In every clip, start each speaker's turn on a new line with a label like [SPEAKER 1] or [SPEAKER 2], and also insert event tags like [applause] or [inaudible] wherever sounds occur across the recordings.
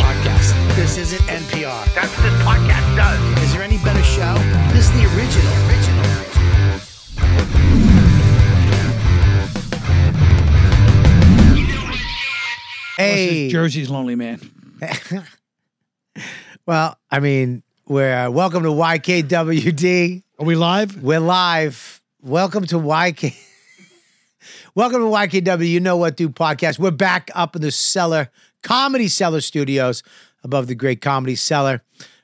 [SPEAKER 1] podcast. This isn't NPR.
[SPEAKER 2] That's what this podcast does.
[SPEAKER 1] Is there any better show? This is the original. Original. Hey.
[SPEAKER 3] Jersey's lonely man.
[SPEAKER 1] Well, I mean, we're uh, welcome to YKWd.
[SPEAKER 3] Are we live?
[SPEAKER 1] We're live. Welcome to YK. welcome to YKW. You know what, do podcast. We're back up in the cellar, comedy cellar studios above the great comedy cellar.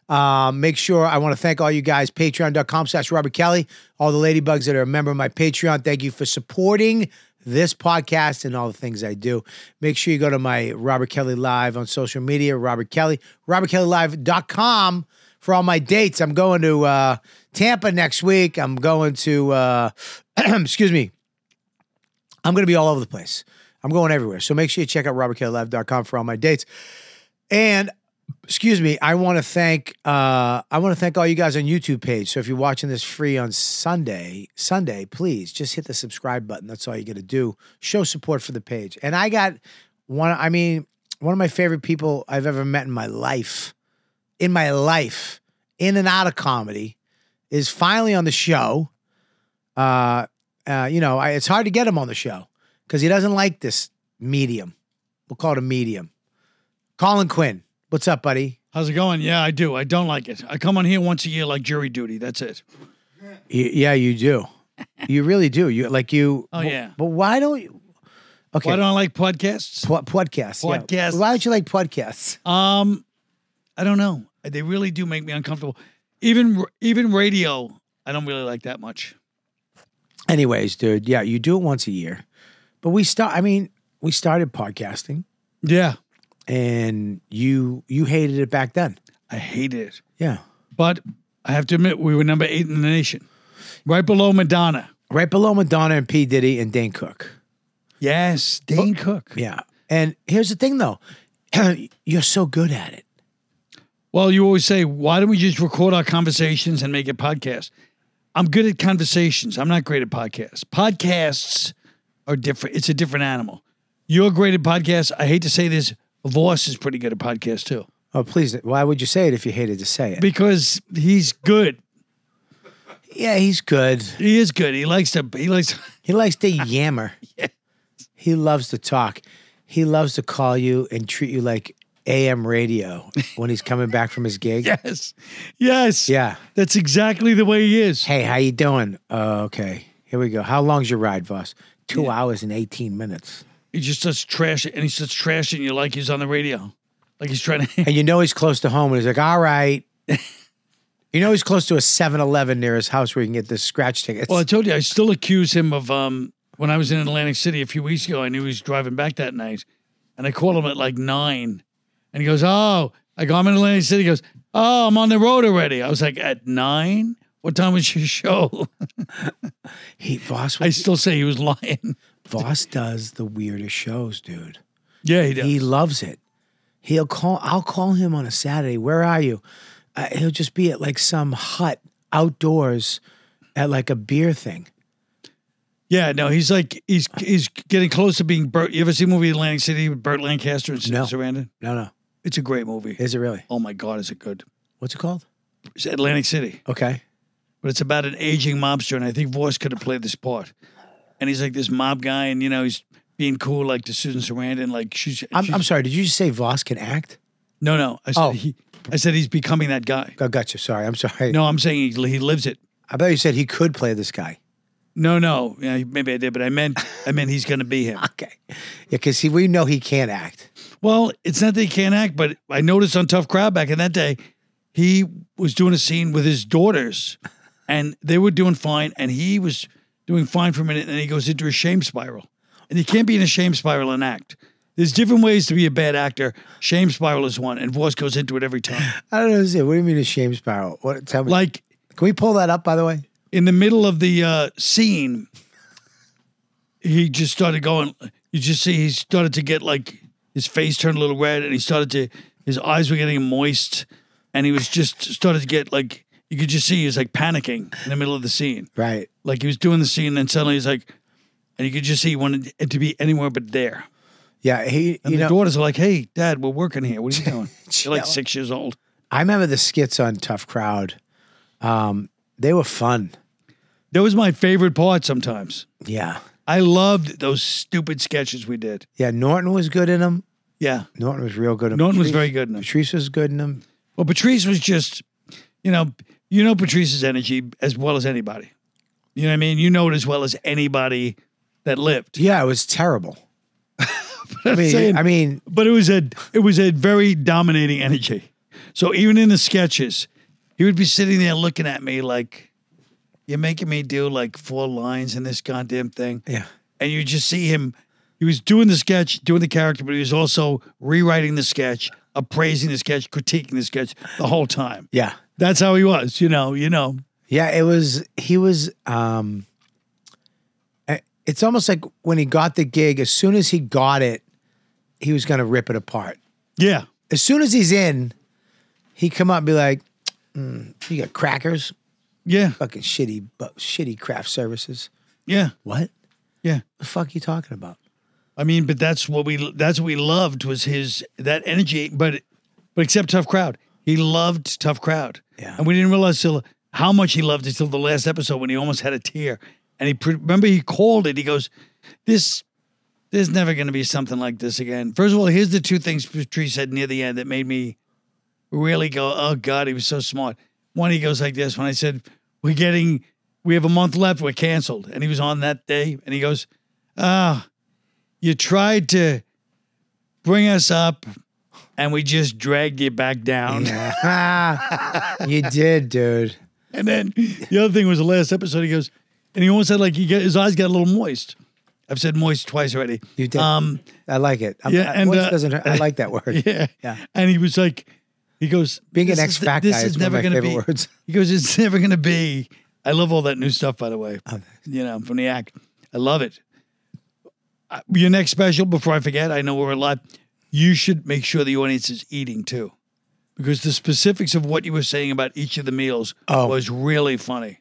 [SPEAKER 1] Uh, make sure I want to thank all you guys. Patreon.com slash Robert Kelly. All the ladybugs that are a member of my Patreon. Thank you for supporting this podcast and all the things I do. Make sure you go to my Robert Kelly Live on social media, Robert Kelly, robertkellylive.com for all my dates. I'm going to uh, Tampa next week. I'm going to, uh, [clears throat] excuse me, I'm going to be all over the place. I'm going everywhere. So make sure you check out robertkellylive.com for all my dates. And excuse me, I want to thank uh, I want to thank all you guys on YouTube page. So if you're watching this free on Sunday, Sunday, please just hit the subscribe button. That's all you got to do. Show support for the page. And I got one. I mean, one of my favorite people I've ever met in my life, in my life, in and out of comedy, is finally on the show. Uh, uh, you know, I, it's hard to get him on the show because he doesn't like this medium. We'll call it a medium. Colin Quinn, what's up, buddy?
[SPEAKER 3] How's it going? Yeah, I do. I don't like it. I come on here once a year like jury duty. That's it.
[SPEAKER 1] Y- yeah, you do. you really do. You like you.
[SPEAKER 3] Oh,
[SPEAKER 1] bu-
[SPEAKER 3] yeah.
[SPEAKER 1] But why don't you? Okay.
[SPEAKER 3] Why don't I like podcasts?
[SPEAKER 1] Po- podcasts. yeah.
[SPEAKER 3] Podcasts.
[SPEAKER 1] Why don't you like podcasts?
[SPEAKER 3] Um, I don't know. They really do make me uncomfortable. Even even radio, I don't really like that much.
[SPEAKER 1] Anyways, dude. Yeah, you do it once a year. But we start. I mean, we started podcasting,
[SPEAKER 3] Yeah,
[SPEAKER 1] and you you hated it back then.
[SPEAKER 3] I hate it.
[SPEAKER 1] Yeah.
[SPEAKER 3] But I have to admit, we were number eight in the nation, right below Madonna.
[SPEAKER 1] Right below Madonna and P Diddy and Dane Cook.
[SPEAKER 3] Yes, Dane Cook.
[SPEAKER 1] Yeah. And here's the thing, though. [clears throat] You're so good at it.
[SPEAKER 3] Well, you always say, why don't we just record our conversations and make a podcast? I'm good at conversations. I'm not great at podcasts. Podcasts are different. It's a different animal. You're great at podcasts. I hate to say this, Voss is pretty good at podcasts too
[SPEAKER 1] Oh, please. Why would you say it if you hated to say it?
[SPEAKER 3] because he's good.
[SPEAKER 1] Yeah, he's good.
[SPEAKER 3] He is good. He likes to. [laughs] He likes.
[SPEAKER 1] He likes [laughs] to yammer. He loves to talk. He loves to call you and treat you like AM [laughs] radio when he's coming back from his gig.
[SPEAKER 3] Yes, yes.
[SPEAKER 1] Yeah.
[SPEAKER 3] That's exactly the way he is.
[SPEAKER 1] Hey, how you doing? Uh, okay. Here we go. How long's your ride, boss? Two hours and 18 minutes.
[SPEAKER 3] He just starts trashing, and he starts trashing you like he's on the radio, like he's trying to. [laughs]
[SPEAKER 1] And you know he's close to home and he's like, all [laughs] right. you know he's close to a 7 Eleven near his house where he can get the scratch tickets.
[SPEAKER 3] Well, I told you, I still accuse him of um, when I was in Atlantic City a few weeks ago. I knew he was driving back that night, and I called him at like nine, and he goes, "Oh, I go, I'm in Atlantic City." He goes, "Oh, I'm on the road already." I was like, "At nine? What time was your show?" [laughs]
[SPEAKER 1] he, Voss,
[SPEAKER 3] I still say he was lying.
[SPEAKER 1] Voss does the weirdest shows, dude.
[SPEAKER 3] Yeah, he does.
[SPEAKER 1] He loves it. He'll call. I'll call him on a Saturday. Where are you? Uh, he'll just be at like some hut outdoors, at like a beer thing.
[SPEAKER 3] yeah, no, he's like he's he's getting close to being Bert. You ever see the movie Atlantic City with Burt Lancaster and
[SPEAKER 1] No.
[SPEAKER 3] Susan Sarandon?
[SPEAKER 1] No, no.
[SPEAKER 3] It's a great movie.
[SPEAKER 1] Is it really?
[SPEAKER 3] oh my God, is it good?
[SPEAKER 1] What's it called?
[SPEAKER 3] It's Atlantic City.
[SPEAKER 1] Okay.
[SPEAKER 3] but it's about an aging mobster, and I think Voice could have played this part. And he's like this mob guy, and you know he's being cool like to Susan Sarandon, like she's.
[SPEAKER 1] I'm,
[SPEAKER 3] she's-
[SPEAKER 1] I'm sorry. Did you just say Voss can act?
[SPEAKER 3] No, no. I said,
[SPEAKER 1] Oh.
[SPEAKER 3] he, I said he's becoming that guy.
[SPEAKER 1] I got you. Sorry. I'm sorry.
[SPEAKER 3] No, I'm saying he, he lives it.
[SPEAKER 1] I thought you said he could play this guy.
[SPEAKER 3] No, no. Yeah, maybe I did, but I meant I meant he's going to be him.
[SPEAKER 1] Okay. Yeah, because we know he can't act.
[SPEAKER 3] Well, it's not that he can't act, but I noticed on Tough Crowd back in that day, he was doing a scene with his daughters, and they were doing fine, and he was doing fine for a minute, and he goes into a shame spiral, and you can't be in a shame spiral and act. There's different ways to be a bad actor. Shame spiral is one, and Voss goes into it every time.
[SPEAKER 1] I don't understand. What do you mean a shame spiral? What? Tell me.
[SPEAKER 3] Like
[SPEAKER 1] Can we pull that up, by the way?
[SPEAKER 3] in the middle of the uh, scene, he just started going. You just see he started to get like his face turned a little red, and he started to his eyes were getting moist, and he was just started to get like you could just see he was like panicking in the middle of the scene.
[SPEAKER 1] Right.
[SPEAKER 3] Like he was doing the scene, and then suddenly he's like, and you could just see he wanted it to be anywhere but there.
[SPEAKER 1] Yeah. He,
[SPEAKER 3] And
[SPEAKER 1] you
[SPEAKER 3] the
[SPEAKER 1] know,
[SPEAKER 3] daughters are like, "Hey, Dad, we're working here. What are you doing?" They're
[SPEAKER 1] Chill.
[SPEAKER 3] like six years old.
[SPEAKER 1] I remember the skits on Tough Crowd. Um, they were fun.
[SPEAKER 3] That was my favorite part. Sometimes
[SPEAKER 1] Yeah.
[SPEAKER 3] I loved those stupid sketches we did.
[SPEAKER 1] Yeah. Norton was good in them.
[SPEAKER 3] Yeah.
[SPEAKER 1] Norton was real good in 'em.
[SPEAKER 3] Norton was
[SPEAKER 1] Patrice-
[SPEAKER 3] very good in 'em.
[SPEAKER 1] Patrice was good in them.
[SPEAKER 3] Well, Patrice was just, you know, you know Patrice's energy as well as anybody. You know what I mean? You know it as well as anybody that lived.
[SPEAKER 1] Yeah. It was
[SPEAKER 3] [laughs]
[SPEAKER 1] terrible. I mean,
[SPEAKER 3] saying-
[SPEAKER 1] I mean,
[SPEAKER 3] But it was a it was a very dominating energy. So even in the sketches, he would be sitting there looking at me like, "You're making me do like four lines in this goddamn thing."
[SPEAKER 1] yeah.
[SPEAKER 3] and you just see him. He was doing the sketch, doing the character, but he was also rewriting the sketch, appraising the sketch, critiquing the sketch the whole time.
[SPEAKER 1] Yeah.
[SPEAKER 3] That's how he was, you know, you know.
[SPEAKER 1] Yeah, it was. He was. um I- It's almost like when he got the gig. As soon as he got it, he was going to rip it apart.
[SPEAKER 3] Yeah.
[SPEAKER 1] As soon as he's in, he come up and be like, "Mm, "You got crackers,
[SPEAKER 3] Yeah.
[SPEAKER 1] fucking shitty, bu- shitty craft services.
[SPEAKER 3] Yeah.
[SPEAKER 1] What
[SPEAKER 3] Yeah.
[SPEAKER 1] the fuck you talking about?
[SPEAKER 3] I mean, but that's what we that's what we loved was his that energy, but but except tough crowd. He loved tough crowd.
[SPEAKER 1] Yeah.
[SPEAKER 3] And we didn't realize till how much he loved it till the last episode when he almost had a tear. And he pre- remember he called it. He goes, "This there's never going to be something like this again." First of all, here's the two things Patrice said near the end that made me really go, "Oh God, he was so smart." One, he goes like this when I said, "We're getting, we have a month left. We're canceled," and he was on that day, and he goes, "Ah." you tried to bring us up and we just dragged you back down.
[SPEAKER 1] [laughs] you did, dude.
[SPEAKER 3] [laughs] And then the other thing was the last episode, he goes, and he almost said, like, he got, his eyes got a little moist. I've said moist twice already.
[SPEAKER 1] You did.
[SPEAKER 3] Um,
[SPEAKER 1] I like it. I'm,
[SPEAKER 3] yeah,
[SPEAKER 1] I,
[SPEAKER 3] and,
[SPEAKER 1] voice
[SPEAKER 3] uh,
[SPEAKER 1] doesn't hurt. I like [laughs] that word.
[SPEAKER 3] yeah.
[SPEAKER 1] Yeah.
[SPEAKER 3] And he was like, he goes,
[SPEAKER 1] Being an
[SPEAKER 3] "This is
[SPEAKER 1] X
[SPEAKER 3] the-
[SPEAKER 1] Fact
[SPEAKER 3] this
[SPEAKER 1] guy
[SPEAKER 3] is
[SPEAKER 1] is one of
[SPEAKER 3] never
[SPEAKER 1] my
[SPEAKER 3] going to be.
[SPEAKER 1] favorite words.
[SPEAKER 3] [laughs] He goes, it's never going to be. I love all that new stuff, by the way.
[SPEAKER 1] Oh,
[SPEAKER 3] You know, from the act. I love it. Uh, Your next special, before I forget, I know we're live. You should make sure the audience is eating too, because the specifics of what you were saying about each of the meals
[SPEAKER 1] Oh.
[SPEAKER 3] was really funny.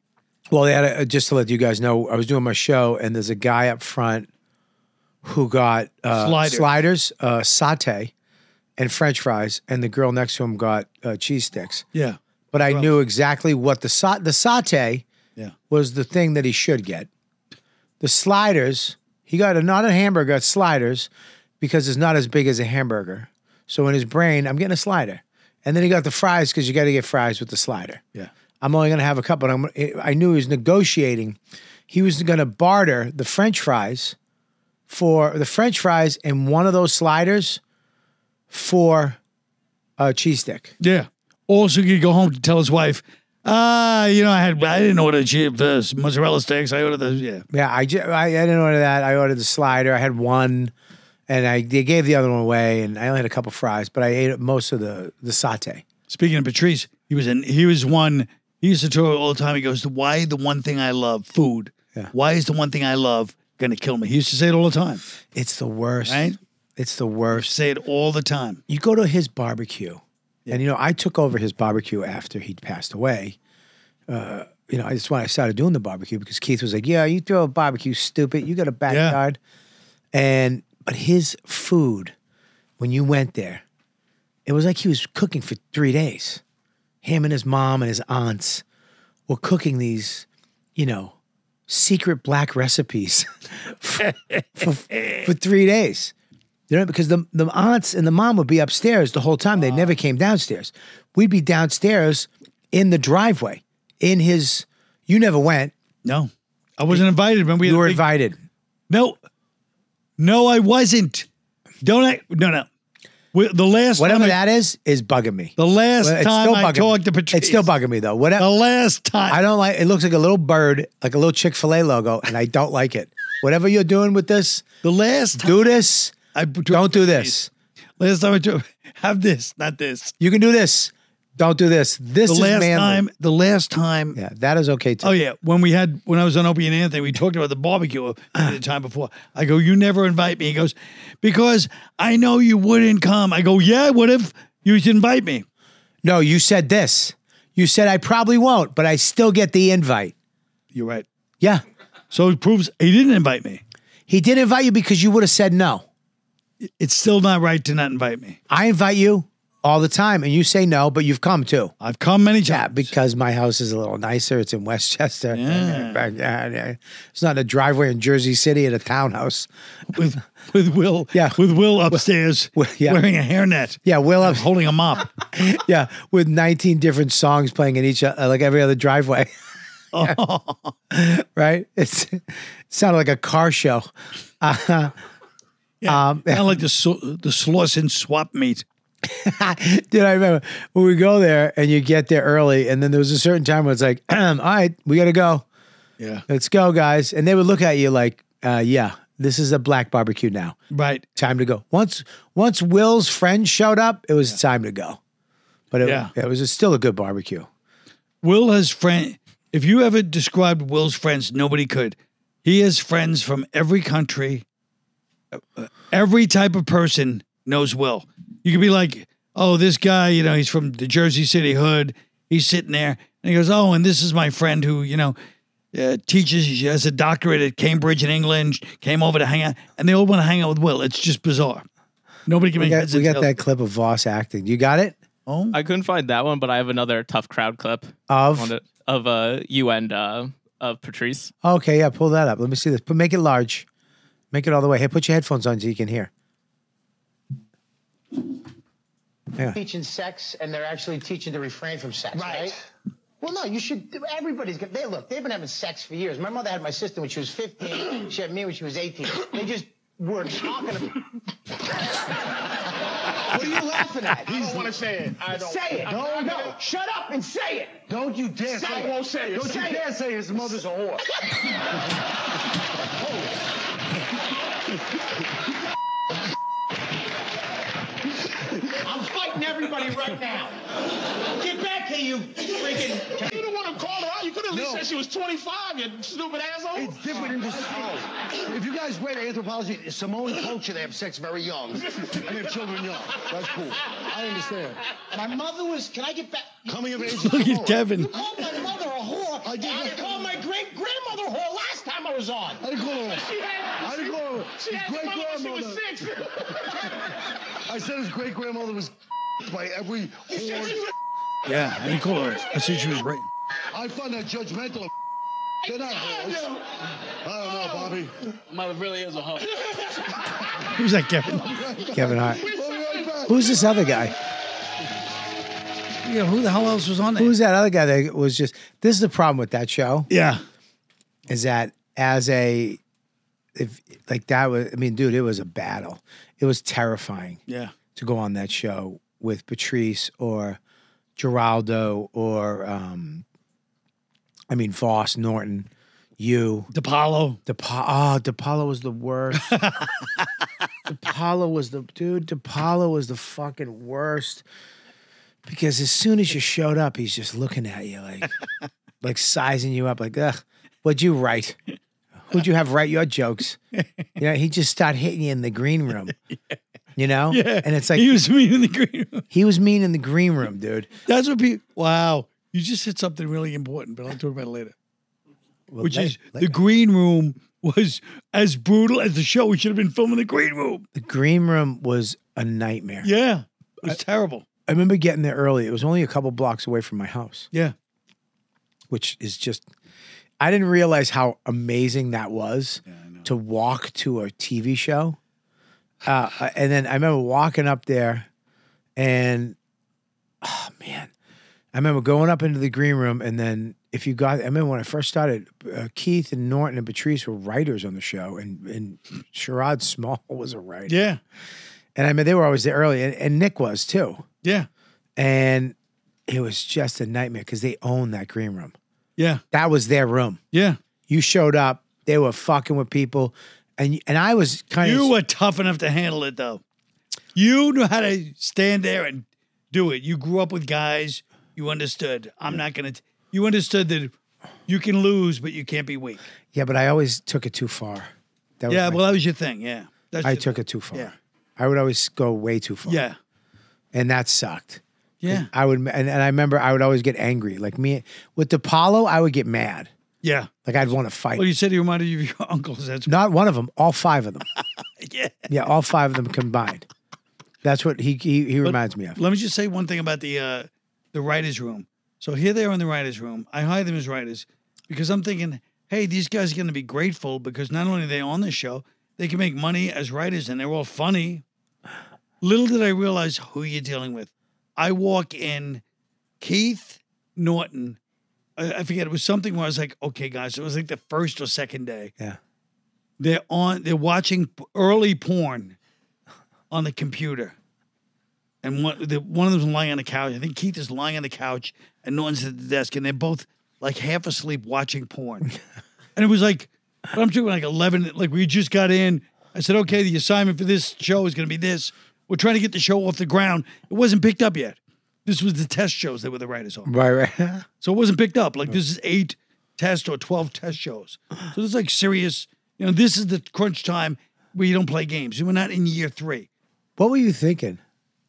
[SPEAKER 1] Well, they had a, just to let you guys know, I was doing my show, and there's a guy up front who got uh,
[SPEAKER 3] Slider.
[SPEAKER 1] sliders, uh, satay, and French fries, and the girl next to him got uh, cheese sticks.
[SPEAKER 3] Yeah,
[SPEAKER 1] But I knew exactly what the sa- the satay
[SPEAKER 3] yeah,
[SPEAKER 1] was the thing that he should get. The sliders, he got a, not a hamburger, got sliders, because it's not as big as a hamburger. So in his brain, I'm getting a slider, and then he got the fries because you got to get fries with the slider.
[SPEAKER 3] yeah.
[SPEAKER 1] I'm only going to have a couple. And I'm, I knew he was negotiating. He was going to barter the French fries for the French fries and one of those sliders for a cheese stick.
[SPEAKER 3] Yeah. Also, he could go home to tell his wife, ah, you know, I had I didn't order cheap uh, mozzarella sticks. I ordered the yeah.
[SPEAKER 1] Yeah, I, ju- I, I didn't order that. I ordered the slider. I had one, and I they gave the other one away, and I only had a couple fries, but I ate most of the the satay.
[SPEAKER 3] Speaking of Patrice, he was in. He was one. He used to tour all the time. He goes, "Why the one thing I love, food? Why is the one thing I love gonna kill me?" He used to say it all the time.
[SPEAKER 1] It's the worst.
[SPEAKER 3] Right?
[SPEAKER 1] It's the worst.
[SPEAKER 3] Say it all the time.
[SPEAKER 1] you go to his barbecue, and you know I took over his barbecue after he'd passed away. Uh, you know, that's when I started doing the barbecue because Keith was like, "Yeah, you throw a barbecue, stupid. You got a backyard." And but his food, when you went there, it was like he was cooking for three days. Him and his mom and his aunts were cooking these, you know, [laughs] secret black recipes for, for, for three days. You know, because the the aunts and the mom would be upstairs the whole time. They never came downstairs. We'd be downstairs in the driveway. In his, you never went.
[SPEAKER 3] No, I wasn't invited. Remember, we had
[SPEAKER 1] You
[SPEAKER 3] a
[SPEAKER 1] were
[SPEAKER 3] big-
[SPEAKER 1] invited.
[SPEAKER 3] No, no, I wasn't. Don't I? No, no. We- The last
[SPEAKER 1] Whatever
[SPEAKER 3] time I-
[SPEAKER 1] that is, is bugging me.
[SPEAKER 3] the last
[SPEAKER 1] Well, it's
[SPEAKER 3] time
[SPEAKER 1] still
[SPEAKER 3] I
[SPEAKER 1] bugging
[SPEAKER 3] talked to
[SPEAKER 1] me.
[SPEAKER 3] Patrice,
[SPEAKER 1] It's still bugging me though. Whatever.
[SPEAKER 3] the last time.
[SPEAKER 1] I don't like. It looks like a little bird, like a little Chick Fil A logo, and I don't like it. Whatever you're doing with this,
[SPEAKER 3] the last time
[SPEAKER 1] do this.
[SPEAKER 3] I
[SPEAKER 1] Don't do this.
[SPEAKER 3] Last time I do, [laughs] have this, not this.
[SPEAKER 1] You can do this. Don't do this. This
[SPEAKER 3] The
[SPEAKER 1] is
[SPEAKER 3] last
[SPEAKER 1] manly.
[SPEAKER 3] time, the last time.
[SPEAKER 1] Yeah, that is okay too.
[SPEAKER 3] Oh yeah, when we had when I was on Opie and Anthony, we talked about the barbecue
[SPEAKER 1] [clears throat]
[SPEAKER 3] the time before. I go, you never invite me. He goes, because I know you wouldn't come. I go, yeah, what if you should invite me?
[SPEAKER 1] No, you said this. You said I probably won't, but I still get the invite.
[SPEAKER 3] You're right.
[SPEAKER 1] Yeah,
[SPEAKER 3] So it proves he didn't invite me.
[SPEAKER 1] he did invite you because you would have said no.
[SPEAKER 3] It's still not right to not invite me.
[SPEAKER 1] I invite you all the time, and you say no, but you've come too.
[SPEAKER 3] I've come many times.
[SPEAKER 1] Yeah, because my house is a little nicer. It's in Westchester. Yeah. [laughs] It's not a driveway in Jersey City at a townhouse.
[SPEAKER 3] with with Will.
[SPEAKER 1] [laughs] Yeah.
[SPEAKER 3] with Will upstairs
[SPEAKER 1] Wi- yeah.
[SPEAKER 3] wearing a hairnet.
[SPEAKER 1] Yeah, Will,
[SPEAKER 3] [laughs] and holding
[SPEAKER 1] [laughs]
[SPEAKER 3] a mop.
[SPEAKER 1] yeah, with 19 different songs playing in each, uh, like every other driveway. [laughs] right? It's, it sounded like a car show.
[SPEAKER 3] Yeah.
[SPEAKER 1] Um,
[SPEAKER 3] kind of like the so- the Slauson swap meet.
[SPEAKER 1] Dude, I remember when we go there and you get there early, and then there was a certain time where it's like, [clears throat] all right, we got to go.
[SPEAKER 3] Yeah,
[SPEAKER 1] Let's go, guys. And they would look at you like, uh, yeah, this is a black barbecue now.
[SPEAKER 3] right.
[SPEAKER 1] Time to go. Once once Will's friend showed up, it was time to go. But it,
[SPEAKER 3] Yeah.
[SPEAKER 1] it was still a good barbecue.
[SPEAKER 3] Will has friend. If you ever described Will's friends, nobody could. He has friends from every country. Uh, Every type of person knows Will. You could be like, "Oh, this guy, you know, he's from the Jersey City hood. He's sitting there, and he goes, "Oh, and this is my friend who, you know, uh, teaches. He has a doctorate at Cambridge in England. Came over to hang out, and they all want to hang out with Will. It's just bizarre. Nobody can
[SPEAKER 1] We
[SPEAKER 3] make
[SPEAKER 1] got,
[SPEAKER 3] heads
[SPEAKER 1] we
[SPEAKER 3] or
[SPEAKER 1] got
[SPEAKER 3] tails.
[SPEAKER 1] that clip of Voss acting. You got it?
[SPEAKER 3] Oh,
[SPEAKER 4] I couldn't find that one, but I have another tough crowd clip on
[SPEAKER 1] Of
[SPEAKER 4] it, of uh, you and uh, of Patrice.
[SPEAKER 1] okay, yeah, pull that up. Let me see this. But make it large. Make it all the way. Hey, put your headphones on so you can hear.
[SPEAKER 5] teaching sex and they're actually teaching to refrain from sex, right?
[SPEAKER 6] Right.
[SPEAKER 5] Well, no, you should. Everybody's got. They look. They've been having sex for years. My mother had my sister when she was 15. [coughs] she had me when she was 18. They just were talking.
[SPEAKER 6] [laughs]
[SPEAKER 5] About... what are you laughing at?
[SPEAKER 6] I don't want to say it. I don't.
[SPEAKER 5] Say it.
[SPEAKER 6] I'm
[SPEAKER 5] No,
[SPEAKER 6] not
[SPEAKER 5] no.
[SPEAKER 6] gonna-
[SPEAKER 5] Shut up and say it. Don't you dare
[SPEAKER 6] say it. Don't you dare
[SPEAKER 5] say his mother's a whore.
[SPEAKER 6] I'm fighting everybody right now.
[SPEAKER 5] Get back here, you freaking. [laughs]
[SPEAKER 6] You don't want to call her out. You could at least
[SPEAKER 5] No.
[SPEAKER 6] said she was 25. You stupid asshole.
[SPEAKER 5] It's different in this. Oh, if you guys read anthropology, Samoan culture, they have sex very young. And they have children young. That's cool. I understand. My mother was. Can I get back? Coming of age.
[SPEAKER 3] look at Kevin.
[SPEAKER 5] You called my mother a whore. I did. I called my great grandmother a whore last time I was on.
[SPEAKER 6] I didn't call her. I didn't call her.
[SPEAKER 5] She
[SPEAKER 6] His
[SPEAKER 5] had
[SPEAKER 6] great
[SPEAKER 5] the mother when she
[SPEAKER 6] grandmother.
[SPEAKER 5] was [laughs]
[SPEAKER 6] I said his great grandmother was by every whore.
[SPEAKER 3] yeah, I didn't call her. I said she was right.
[SPEAKER 6] I find that judgmental. They're not whores. I don't know, Bobby.
[SPEAKER 3] Who's that, Kevin?
[SPEAKER 1] Kevin Hart.
[SPEAKER 6] We'll be right back.
[SPEAKER 1] Who's this other guy?
[SPEAKER 3] Yeah, who the hell else was on there?
[SPEAKER 1] Who's that other guy that was just this is the problem with that show,
[SPEAKER 3] yeah.
[SPEAKER 1] is that as a if like that was I mean, dude, it was a battle. It was terrifying.
[SPEAKER 3] Yeah.
[SPEAKER 1] to go on that show with Patrice or Geraldo or um, I mean Voss, Norton, you,
[SPEAKER 3] DePaulo.
[SPEAKER 1] DePaulo. Oh, DePaulo was the
[SPEAKER 3] [laughs]
[SPEAKER 1] worst. DePaulo was the dude. DePaulo was the fucking worst because as soon as you showed up, he's just looking at you
[SPEAKER 3] [laughs]
[SPEAKER 1] like, like sizing you up. Like, ugh, what'd you write? Who'd you have write your jokes? You know, he just started hitting you in the green
[SPEAKER 3] [laughs]
[SPEAKER 1] room. You know, and it's like
[SPEAKER 3] he was [laughs] mean in the green room.
[SPEAKER 1] he was mean in the green room, dude.
[SPEAKER 3] That's what people. Wow, you just hit something really important, but I'll talk about it later.
[SPEAKER 1] Well,
[SPEAKER 3] Which
[SPEAKER 1] la-
[SPEAKER 3] is
[SPEAKER 1] la-
[SPEAKER 3] the green room was as brutal as the show. We should have been filming the green room.
[SPEAKER 1] the green room was a nightmare.
[SPEAKER 3] Yeah, it was terrible.
[SPEAKER 1] I remember getting there early. It was only a couple blocks away from my house,
[SPEAKER 3] Yeah,
[SPEAKER 1] which is just I didn't realize how amazing that was to walk to a TV show uh, and then I remember walking up there, and oh man, I remember going up into the green room, and then if you got, I remember when I first started, uh, Keith and Norton and Patrice were writers on the show, and and Sherrod Small [laughs] was a writer,
[SPEAKER 3] Yeah.
[SPEAKER 1] and I mean they were always there early, and, and Nick was too,
[SPEAKER 3] Yeah.
[SPEAKER 1] and it was just a nightmare because they owned that green room.
[SPEAKER 3] Yeah.
[SPEAKER 1] That was their room.
[SPEAKER 3] Yeah.
[SPEAKER 1] You showed up, they were fucking with people, and and I was kind
[SPEAKER 3] You
[SPEAKER 1] of
[SPEAKER 3] were tough enough to handle it though. You knew how to stand there and do it. You grew up with guys. You understood. I'm not gonna. T- you understood that you can lose, but you can't be weak.
[SPEAKER 1] yeah, but I always took it too far. That was
[SPEAKER 3] Yeah.
[SPEAKER 1] my-
[SPEAKER 3] Well, that was your thing. Yeah. That's
[SPEAKER 1] I
[SPEAKER 3] your-
[SPEAKER 1] took it too far.
[SPEAKER 3] Yeah.
[SPEAKER 1] I would always go way too far.
[SPEAKER 3] Yeah.
[SPEAKER 1] And that sucked.
[SPEAKER 3] Yeah.
[SPEAKER 1] I would, and, and I remember I would always get angry. Like me with DePaulo, I would get mad.
[SPEAKER 3] Yeah.
[SPEAKER 1] Like I'd want to fight.
[SPEAKER 3] Well, you said he reminded you of your [laughs] uncles. That's
[SPEAKER 1] Not one of them, all five of them.
[SPEAKER 3] [laughs] yeah.
[SPEAKER 1] yeah, all five of them combined. That's what he he, he reminds me of.
[SPEAKER 3] Let me just say one thing about the uh, the writers' room. So here they are in the writers' room. I hire them as writers because I'm thinking, hey, these guys are going to be grateful because not only are they on this show, they can make money as writers, and they're all funny. Little did I realize who you're dealing with. I walk in, Keith Norton. I, I forget it was something where I was like, okay, guys, it was like the first or second day.
[SPEAKER 1] Yeah.
[SPEAKER 3] They're on. They're watching p- early porn on the computer and one the, one of them's lying on the couch. I think Keith is lying on the couch, and Norton's at the desk, and they're both like half asleep watching porn. and it was like, but I'm doing like eleven. Like we just got in. I said, okay, the assignment for this show is going to be this. We're trying to get the show off the ground. It wasn't picked up yet. This was the test shows that were the writers on.
[SPEAKER 1] Right, right. [laughs]
[SPEAKER 3] So it wasn't picked up. Like this is eight test or twelve test shows. So this is like serious. You know, this is the crunch time where you don't play games. We're not in year three.
[SPEAKER 1] What were you thinking?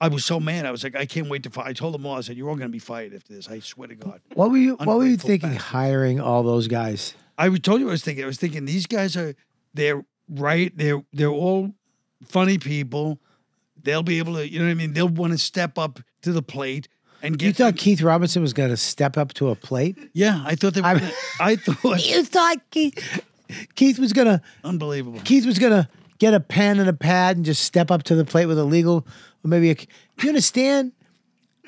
[SPEAKER 3] I was so mad. I was like, I can't wait to fight. I told them all. I said, you're all going to be fired after this. I swear to God.
[SPEAKER 1] What were you What were you
[SPEAKER 3] Ungrateful
[SPEAKER 1] thinking?
[SPEAKER 3] bastard.
[SPEAKER 1] Hiring all those guys?
[SPEAKER 3] I was- told you what I was thinking. I was thinking these guys are they're right. They're they're all funny people. They'll be able to. You know what I mean? They'll want to step up to the plate and get.
[SPEAKER 1] You thought Keith Robinson was going to step up to a plate?
[SPEAKER 3] yeah, I thought they were.
[SPEAKER 1] I'm-
[SPEAKER 3] gonna- [laughs] I thought
[SPEAKER 1] You thought Keith Keith was going to
[SPEAKER 3] [laughs] unbelievable.
[SPEAKER 1] Keith was gonna get a pen and a pad and just step up to the plate with a legal, or maybe a. You understand?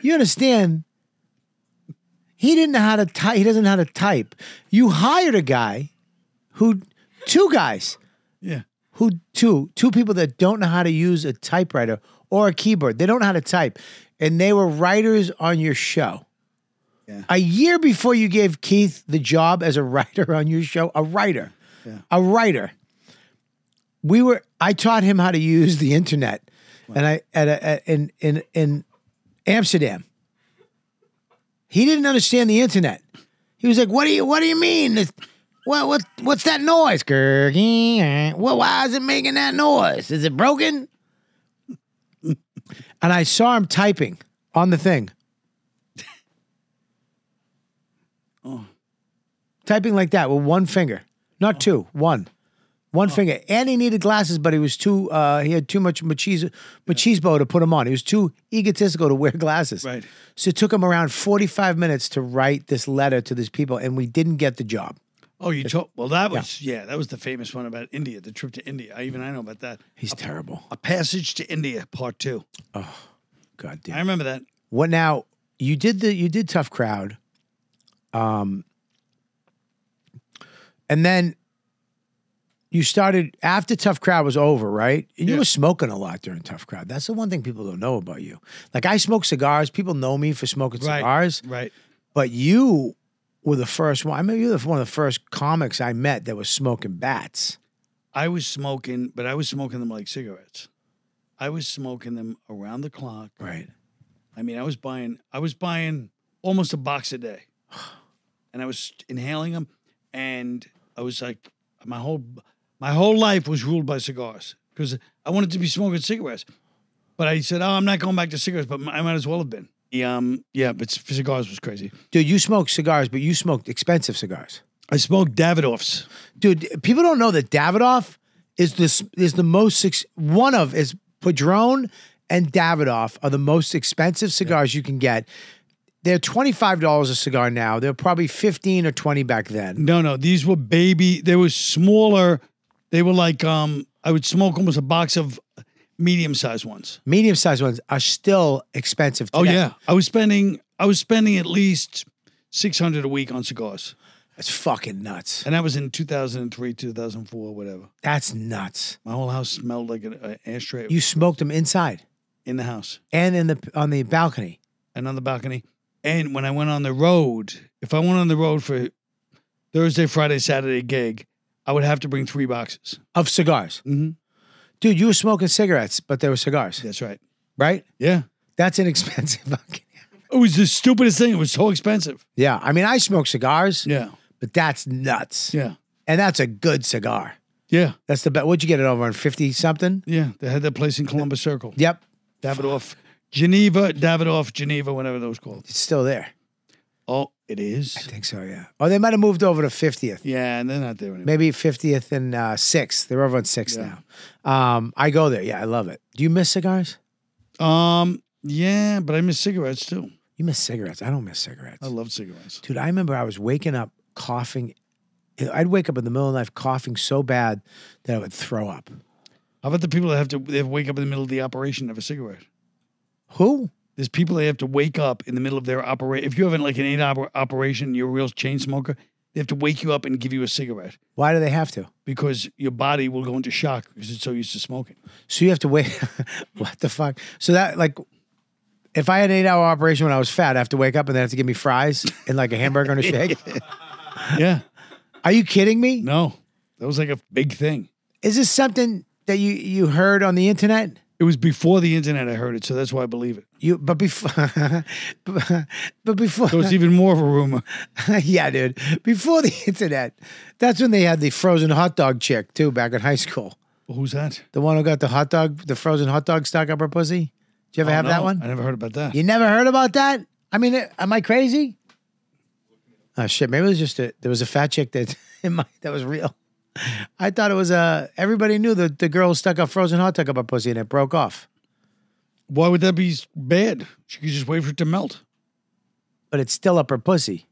[SPEAKER 1] You understand? He didn't know how to type. He doesn't know how to type. You hired a guy, who, two guys,
[SPEAKER 3] Yeah,
[SPEAKER 1] who two two people that don't know how to use a typewriter or a keyboard. They don't know how to type, and they were writers on your show.
[SPEAKER 3] Yeah.
[SPEAKER 1] A year before you gave Keith the job as a [laughs] writer on your show, a writer, a writer. We were. I taught him how to use the internet, and I at a at, in in in Amsterdam. He didn't understand the internet. He was like, "What do you What do you mean? This- What what What's that noise? Gurgy. Well, why is it making that noise? Is it broken?" [laughs] and I saw him typing on the thing. Typing like that with one finger, not two, one, one finger. And he needed glasses, but he was too. Uh, he had too much machismo, machismo to put them on. He was too egotistical to wear glasses.
[SPEAKER 3] Right.
[SPEAKER 1] So it took him around 45 minutes to write this letter to these people, and we didn't get the job.
[SPEAKER 3] Oh, you told. Well, that was yeah. That was the famous one about India. The trip to India. I even I know about that.
[SPEAKER 1] He's terrible.
[SPEAKER 3] A passage to India, part two.
[SPEAKER 1] God
[SPEAKER 3] I
[SPEAKER 1] damn.
[SPEAKER 3] remember that.
[SPEAKER 1] What now? You did the you did tough crowd, um, and then you started after tough crowd was over, right? And you
[SPEAKER 3] Yeah.
[SPEAKER 1] were smoking a lot during tough crowd. That's the one thing people don't know about you. Like I smoke cigars. People know me for smoking
[SPEAKER 3] Right.
[SPEAKER 1] cigars.
[SPEAKER 3] Right.
[SPEAKER 1] But you were the first one. I mean, you were one of the first comics I met that was smoking bats.
[SPEAKER 3] I was smoking, but I was smoking them like cigarettes. I was smoking them around the clock.
[SPEAKER 1] Right.
[SPEAKER 3] I mean, I was buying, I was buying almost a box a day, and I was inhaling them, and I was like, my whole, my whole life was ruled by cigars because I wanted to be smoking cigarettes, but I said, oh, I'm not going back to cigarettes, but I might as well have been. Yeah, um, yeah, but c- cigars was crazy.
[SPEAKER 1] Dude, you smoked cigars, but you smoked expensive cigars.
[SPEAKER 3] I smoked Davidoffs.
[SPEAKER 1] Dude, people don't know that Davidoff is this is the most suc- one of is Padron and Davidoff are the most expensive cigars you can get. They're twenty five dollars a cigar now. They're probably fifteen or twenty back then.
[SPEAKER 3] No, no, these were baby. They were smaller. They were like um. I would smoke almost a box of. medium sized ones.
[SPEAKER 1] Medium sized ones are still expensive. Today.
[SPEAKER 3] Oh yeah, I was spending I was spending at least six hundred a week on cigars,
[SPEAKER 1] That's fucking nuts.
[SPEAKER 3] and that was in two thousand and three, two thousand four, whatever.
[SPEAKER 1] That's nuts.
[SPEAKER 3] My whole house smelled like an, an ashtray
[SPEAKER 1] You smoked them inside
[SPEAKER 3] in the house
[SPEAKER 1] and in the on the balcony.
[SPEAKER 3] and on the balcony. And when I went on the road, if I went on the road for Thursday, Friday, Saturday gig, I would have to bring three boxes.
[SPEAKER 1] of cigars.
[SPEAKER 3] Mhm.
[SPEAKER 1] Dude, you were smoking cigarettes, but they were cigars,
[SPEAKER 3] That's right.
[SPEAKER 1] right?
[SPEAKER 3] Yeah,
[SPEAKER 1] That's inexpensive. [laughs] fucking-
[SPEAKER 3] it was the stupidest thing. It was so expensive.
[SPEAKER 1] yeah, I mean, I smoke cigars,
[SPEAKER 3] Yeah,
[SPEAKER 1] but that's nuts.
[SPEAKER 3] yeah,
[SPEAKER 1] And that's a good cigar.
[SPEAKER 3] yeah,
[SPEAKER 1] That's the best. What'd you get it over on 50 something?
[SPEAKER 3] yeah. They had that place in Columbus Circle,
[SPEAKER 1] Yep,
[SPEAKER 3] Davidoff, Geneva, Davidoff, Geneva, whatever that was called.
[SPEAKER 1] it's still there.
[SPEAKER 3] Oh, it is.
[SPEAKER 1] I think so, yeah. Oh, they might have moved over to 50th.
[SPEAKER 3] Yeah, and they're not there anymore.
[SPEAKER 1] Maybe 50th and uh, 6th. They're over on 6th
[SPEAKER 3] Yeah.
[SPEAKER 1] now. Um, I go there. Yeah, I love it. Do you miss cigars?
[SPEAKER 3] Um, yeah, but I miss cigarettes too.
[SPEAKER 1] You miss cigarettes. I don't miss cigarettes.
[SPEAKER 3] I love cigarettes.
[SPEAKER 1] Dude, I remember I was waking up coughing. I'd wake up in the middle of the night coughing so bad that I would throw up.
[SPEAKER 3] How about the people that have to they have to wake up in the middle of the operation of a cigarette?
[SPEAKER 1] Who?
[SPEAKER 3] There's people that have to wake up in the middle of their operation. If you have like an eight hour operation, you're a real chain smoker. They have to wake you up and give you a cigarette
[SPEAKER 1] Why do they have to?
[SPEAKER 3] because your body will go into shock because it's so used to smoking.
[SPEAKER 1] So you have to wait. [laughs] what the fuck? So that like, if I had an eight-hour operation when I was fat, I have to wake up and they have to give me fries and like a hamburger and a
[SPEAKER 3] [laughs]
[SPEAKER 1] shake.
[SPEAKER 3] Yeah,
[SPEAKER 1] Are you kidding me?
[SPEAKER 3] no, that was like a big thing.
[SPEAKER 1] Is this something that you you heard on the internet?
[SPEAKER 3] It was before the internet. I heard it, so that's why I believe it.
[SPEAKER 1] You but before, [laughs] but before,
[SPEAKER 3] So it's even more of a rumor.
[SPEAKER 1] [laughs] yeah, dude, before the internet, that's when they had the frozen hot dog chick too back in high school.
[SPEAKER 3] Who's that?
[SPEAKER 1] The one who got the hot dog, the frozen hot dog stuck up her pussy. Did you ever
[SPEAKER 3] Oh,
[SPEAKER 1] have that
[SPEAKER 3] no,
[SPEAKER 1] one?
[SPEAKER 3] I never heard about that.
[SPEAKER 1] You never heard about that? I mean, eh, am I crazy? Oh shit! Maybe it was just a there was a fat chick that [laughs] in my, that was real. I thought it was a everybody knew that the girl stuck a frozen hot dog up her pussy and it broke off,
[SPEAKER 3] Why would that be bad? She could just wait for it to melt.
[SPEAKER 1] but it's still up her pussy.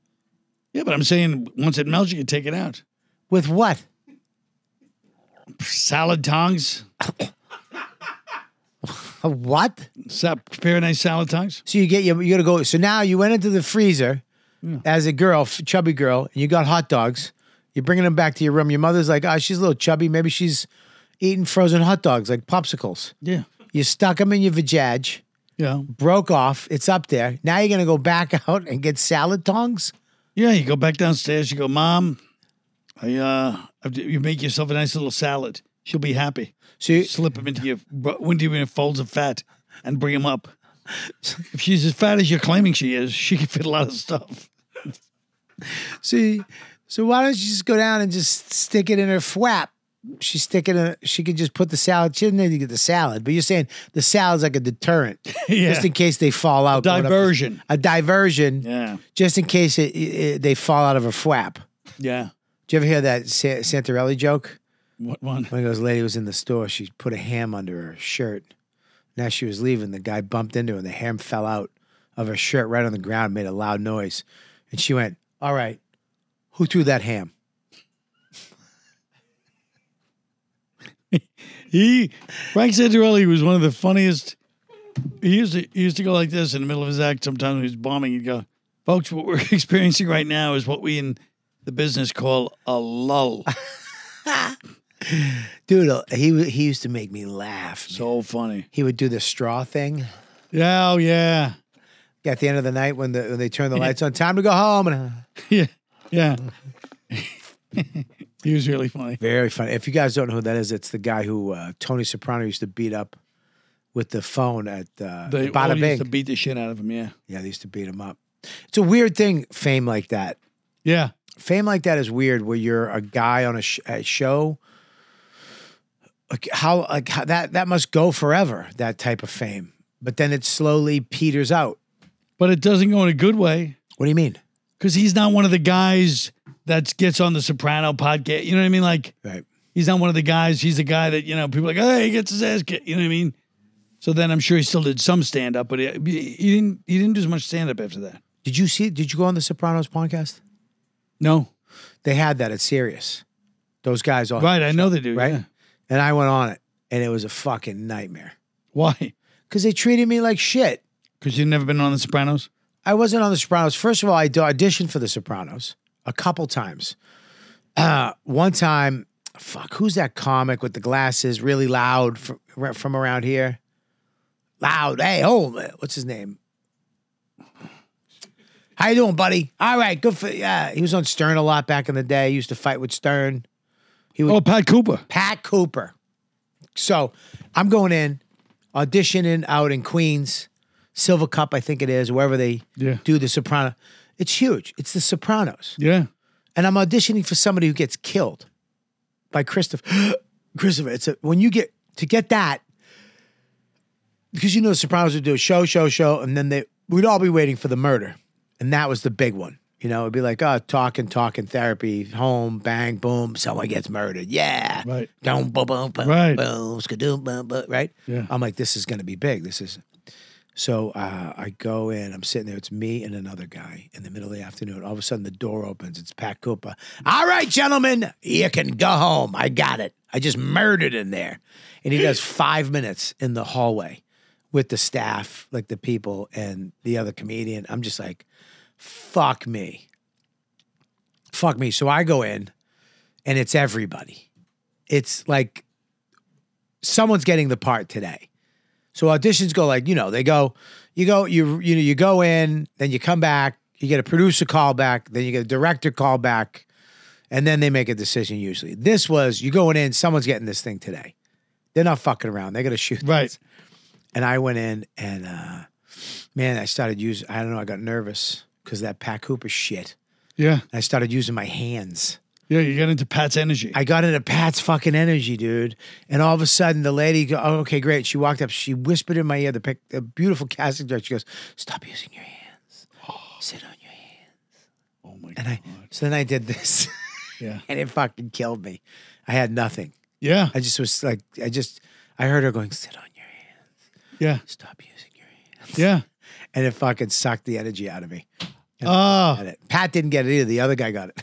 [SPEAKER 3] Yeah, but I'm saying once it melts, you can take it out.
[SPEAKER 1] With what?
[SPEAKER 3] Salad tongs.
[SPEAKER 1] A what?
[SPEAKER 3] Sa- Prepare a nice salad tongs.
[SPEAKER 1] So you get your you gotta go. So now you went into the freezer as a girl, f- chubby girl, and you got hot dogs. You're bringing them back to your room. Your mother's like, ah, she's a little chubby. Maybe she's eating frozen hot dogs like popsicles.
[SPEAKER 3] Yeah.
[SPEAKER 1] You stuck them in your vajaj.
[SPEAKER 3] Yeah.
[SPEAKER 1] broke off. It's up there. Now you're gonna go back [laughs] out and get salad tongs.
[SPEAKER 3] Yeah. You go back downstairs. You go, Mom, I, uh, I- you make yourself a nice little salad. She'll be happy.
[SPEAKER 1] So you,
[SPEAKER 3] Slip them into your, into your folds of fat and bring them up. If she's as fat as you're claiming she is, she can fit a lot of stuff.
[SPEAKER 1] see, so why don't you just go down and just stick it in her flap? She stick it in. She could just put the salad. She didn't need to get the salad, but you're saying the salad's like a deterrent, [laughs]
[SPEAKER 3] Yeah.
[SPEAKER 1] just in case they fall out. going up the-
[SPEAKER 3] Diversion.
[SPEAKER 1] a diversion,
[SPEAKER 3] Yeah.
[SPEAKER 1] just in case it, it, they fall out of her flap.
[SPEAKER 3] Yeah.
[SPEAKER 1] Did you ever hear that Sa- Santarelli joke?
[SPEAKER 3] What one?
[SPEAKER 1] One of those lady was in the store. She put a ham under her shirt. And as she was leaving, the guy bumped into her and the ham fell out of her shirt right on the ground, made a loud noise. And she went, All right, who threw that ham?
[SPEAKER 3] He Frank Santarelli was one of the funniest. He used to he used to go like this in the middle of his act. Sometimes when he was bombing, he'd go, "Folks, what we're [laughs] experiencing right now is what we in the business call a lull."
[SPEAKER 1] Dude, uh, he wa- he used to make me laugh. man.
[SPEAKER 3] [laughs] so funny.
[SPEAKER 1] He would do the straw thing
[SPEAKER 3] Yeah, oh, yeah, [laughs]
[SPEAKER 1] at the end of the night when the when they turn the lights on. Time to go home. And uh,
[SPEAKER 3] yeah, yeah. [laughs] he was really funny.
[SPEAKER 1] very funny. If you guys don't know who that is, it's the guy who uh, Tony Soprano used to beat up with the phone at uh,
[SPEAKER 3] They all
[SPEAKER 1] Bada Bing.
[SPEAKER 3] used to beat the shit out of him. Yeah,
[SPEAKER 1] yeah, they used to beat him up. It's a weird thing, fame like that.
[SPEAKER 3] yeah.
[SPEAKER 1] fame like that is weird where you're a guy on a, sh- a show like how like how, that that must go forever that type of fame but then it slowly peters out
[SPEAKER 3] But it doesn't go in a good way
[SPEAKER 1] what do you mean
[SPEAKER 3] because he's not one of the guys that gets on the Soprano podcast. You know what I mean? Like.
[SPEAKER 1] right
[SPEAKER 3] He's not one of the guys. He's the guy that you know people are like, hey, he gets his ass kicked. You know what I mean? So then I'm sure he still did some stand up, but he, he didn't. He didn't do as much stand up after that.
[SPEAKER 1] did you see did you go on the sopranos podcast
[SPEAKER 3] No,
[SPEAKER 1] they had that at sirius those guys on
[SPEAKER 3] right? I know they do.
[SPEAKER 1] Oh, right
[SPEAKER 3] yeah.
[SPEAKER 1] and i went on it and it was a fucking nightmare
[SPEAKER 3] Why?
[SPEAKER 1] because they treated me like shit.
[SPEAKER 3] Because you've never been on The Sopranos?
[SPEAKER 1] I wasn't on The Sopranos. First of all, I d- auditioned for The Sopranos a couple times. Uh, one time, fuck, who's that comic with the glasses, really loud from, from around here? Loud. Hey, oh, what's his name? How you doing, buddy? All right, good for yeah. He was on Stern a lot back in the day. He used to fight with Stern.
[SPEAKER 3] Oh, Pat Cooper.
[SPEAKER 1] Pat Cooper. So I'm going in, auditioning out in Queens, Silver Cup, I think it is, wherever they
[SPEAKER 3] Yeah.
[SPEAKER 1] do the soprano. It's huge. It's the Sopranos.
[SPEAKER 3] Yeah.
[SPEAKER 1] And I'm auditioning for somebody who gets killed by Christopher. [gasps] Christopher, it's a, when you get to get that, because you know the Sopranos would do a show, show, show, and then they we'd all be waiting for the murder. And that was the big one. You know, it'd be like, oh, talking, talking, therapy, home, bang, boom, someone gets murdered. Yeah.
[SPEAKER 3] Right.
[SPEAKER 1] Don't boom, boom, boom,
[SPEAKER 3] Right.
[SPEAKER 1] boom, skadoo, boom, boom, right?
[SPEAKER 3] Yeah.
[SPEAKER 1] I'm like, this is gonna be big. This is so uh, I go in, I'm sitting there, it's me and another guy in the middle of the afternoon. All of a sudden the door opens, it's Pat Cooper. All right, gentlemen, you can go home. I got it. I just murdered in there. And he does five minutes in the hallway with the staff, like the people and the other comedian. I'm just like, fuck me. Fuck me. So I go in and it's everybody. It's like someone's getting the part today. So auditions go like, you know, they go, you go, you you know, you go in, then you come back, you get a producer call back, then you get a director call back, and then they make a decision usually. This was you going in, someone's getting this thing today. They're not fucking around. They're gonna shoot.
[SPEAKER 3] Right.
[SPEAKER 1] this. And I went in and uh man, I started using I don't know, I got nervous because that Pat Cooper shit.
[SPEAKER 3] Yeah.
[SPEAKER 1] I started using my hands.
[SPEAKER 3] Yeah. You got into Pat's energy.
[SPEAKER 1] I got into Pat's fucking energy, dude. And all of a sudden, the lady, go, oh, okay, great. She walked up. She whispered in my ear, the, pic, the beautiful casting director, she goes, stop using your
[SPEAKER 3] [gasps]
[SPEAKER 1] hands. Sit on your hands.
[SPEAKER 3] oh, my
[SPEAKER 1] And
[SPEAKER 3] God.
[SPEAKER 1] I, so then I did this, [laughs]
[SPEAKER 3] yeah.
[SPEAKER 1] and it fucking killed me. I had nothing.
[SPEAKER 3] Yeah.
[SPEAKER 1] I just was like, I just, I heard her going, sit on your hands.
[SPEAKER 3] Yeah.
[SPEAKER 1] Stop using your hands.
[SPEAKER 3] Yeah.
[SPEAKER 1] And it fucking sucked the energy out of me.
[SPEAKER 3] Oh,
[SPEAKER 1] Got it. Pat didn't get it either. The other guy got it.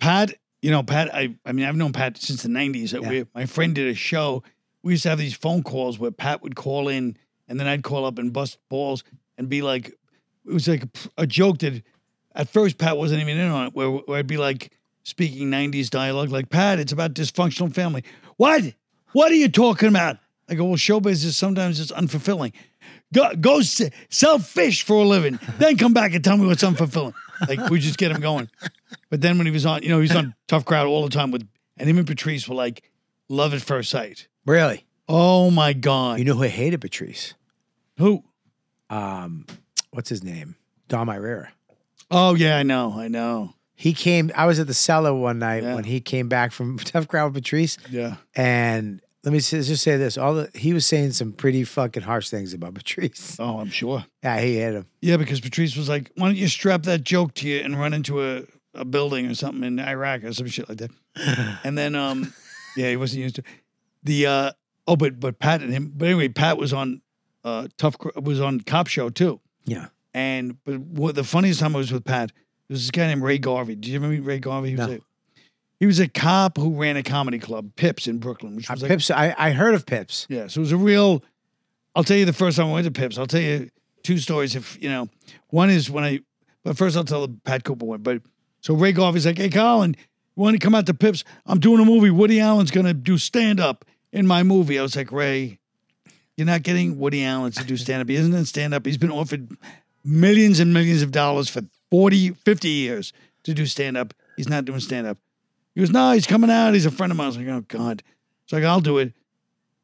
[SPEAKER 3] Pat, you know, Pat, I, I mean, I've known Pat since the 90s. We, my friend did a show. We used to have these phone calls where Pat would call in and then I'd call up and bust balls and be like, it was like a, pr- a joke that at first Pat wasn't even in on it, where, where I'd be like speaking 90s dialogue, like, Pat, it's about dysfunctional family. What? What are you talking about? I go, well, show business sometimes it's unfulfilling. Go, go s- sell fish for a living, then come back and tell me what's unfulfilling. Like, we just get him going. But then when he was on, you know, he was on [laughs] Tough Crowd all the time with, and him and Patrice were like, love at first sight.
[SPEAKER 1] Really?
[SPEAKER 3] Oh my God.
[SPEAKER 1] You know who hated Patrice?
[SPEAKER 3] Who?
[SPEAKER 1] Um, what's his name? Dom Irera.
[SPEAKER 3] Oh, yeah, I know. I know.
[SPEAKER 1] He came. I was at the cellar one night
[SPEAKER 3] Yeah.
[SPEAKER 1] when he came back from [laughs] Tough Crowd with Patrice,
[SPEAKER 3] Yeah.
[SPEAKER 1] and let me s- just say this: all the, he was saying some pretty fucking harsh things about [laughs] Patrice.
[SPEAKER 3] Oh, I'm sure.
[SPEAKER 1] Yeah, he hit him.
[SPEAKER 3] Yeah, because Patrice was like, why don't you strap that joke to you and run into a, a building or something in Iraq or some shit
[SPEAKER 1] [laughs]
[SPEAKER 3] like that. and then, um, yeah, he wasn't used to the, uh, oh, but, but Pat and him, but anyway, Pat was on, uh, Tough, Cr- was on Cop Show too.
[SPEAKER 1] Yeah,
[SPEAKER 3] And but what the funniest time I was with Pat, there was this guy named Ray Garvey. Do you remember Ray Garvey? He was
[SPEAKER 1] No.
[SPEAKER 3] a he was a cop who ran a comedy club, Pips in Brooklyn, which
[SPEAKER 1] Uh,
[SPEAKER 3] was like
[SPEAKER 1] Pips. I, I heard of Pips.
[SPEAKER 3] yeah, so it was a real. I'll tell you the first time I went to Pips. I'll tell you two stories. If you know, one is when I. But first, I'll tell the Pat Cooper one. But so Ray Garvey's like, "Hey, Colin, you want to come out to Pips? I'm doing a movie. Woody Allen's gonna do stand up in my movie." I was like, "Ray, you're not getting Woody Allen to do stand up. He isn't in stand up. He's been offered millions and millions of dollars for 40, 50 years to do stand up. He's not doing stand up." He goes, "No, he's coming out. He's a friend of mine." I was like, "Oh God." So I go, "I'll do it."